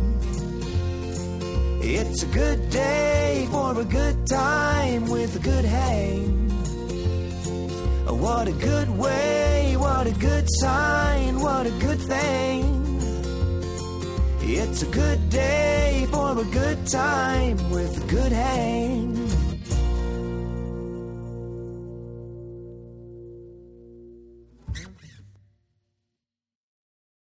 Speaker 3: It's a good day for a good time with a good hang. What a good way, what a good sign, what a good thing. It's a good day for a good time with a good hang.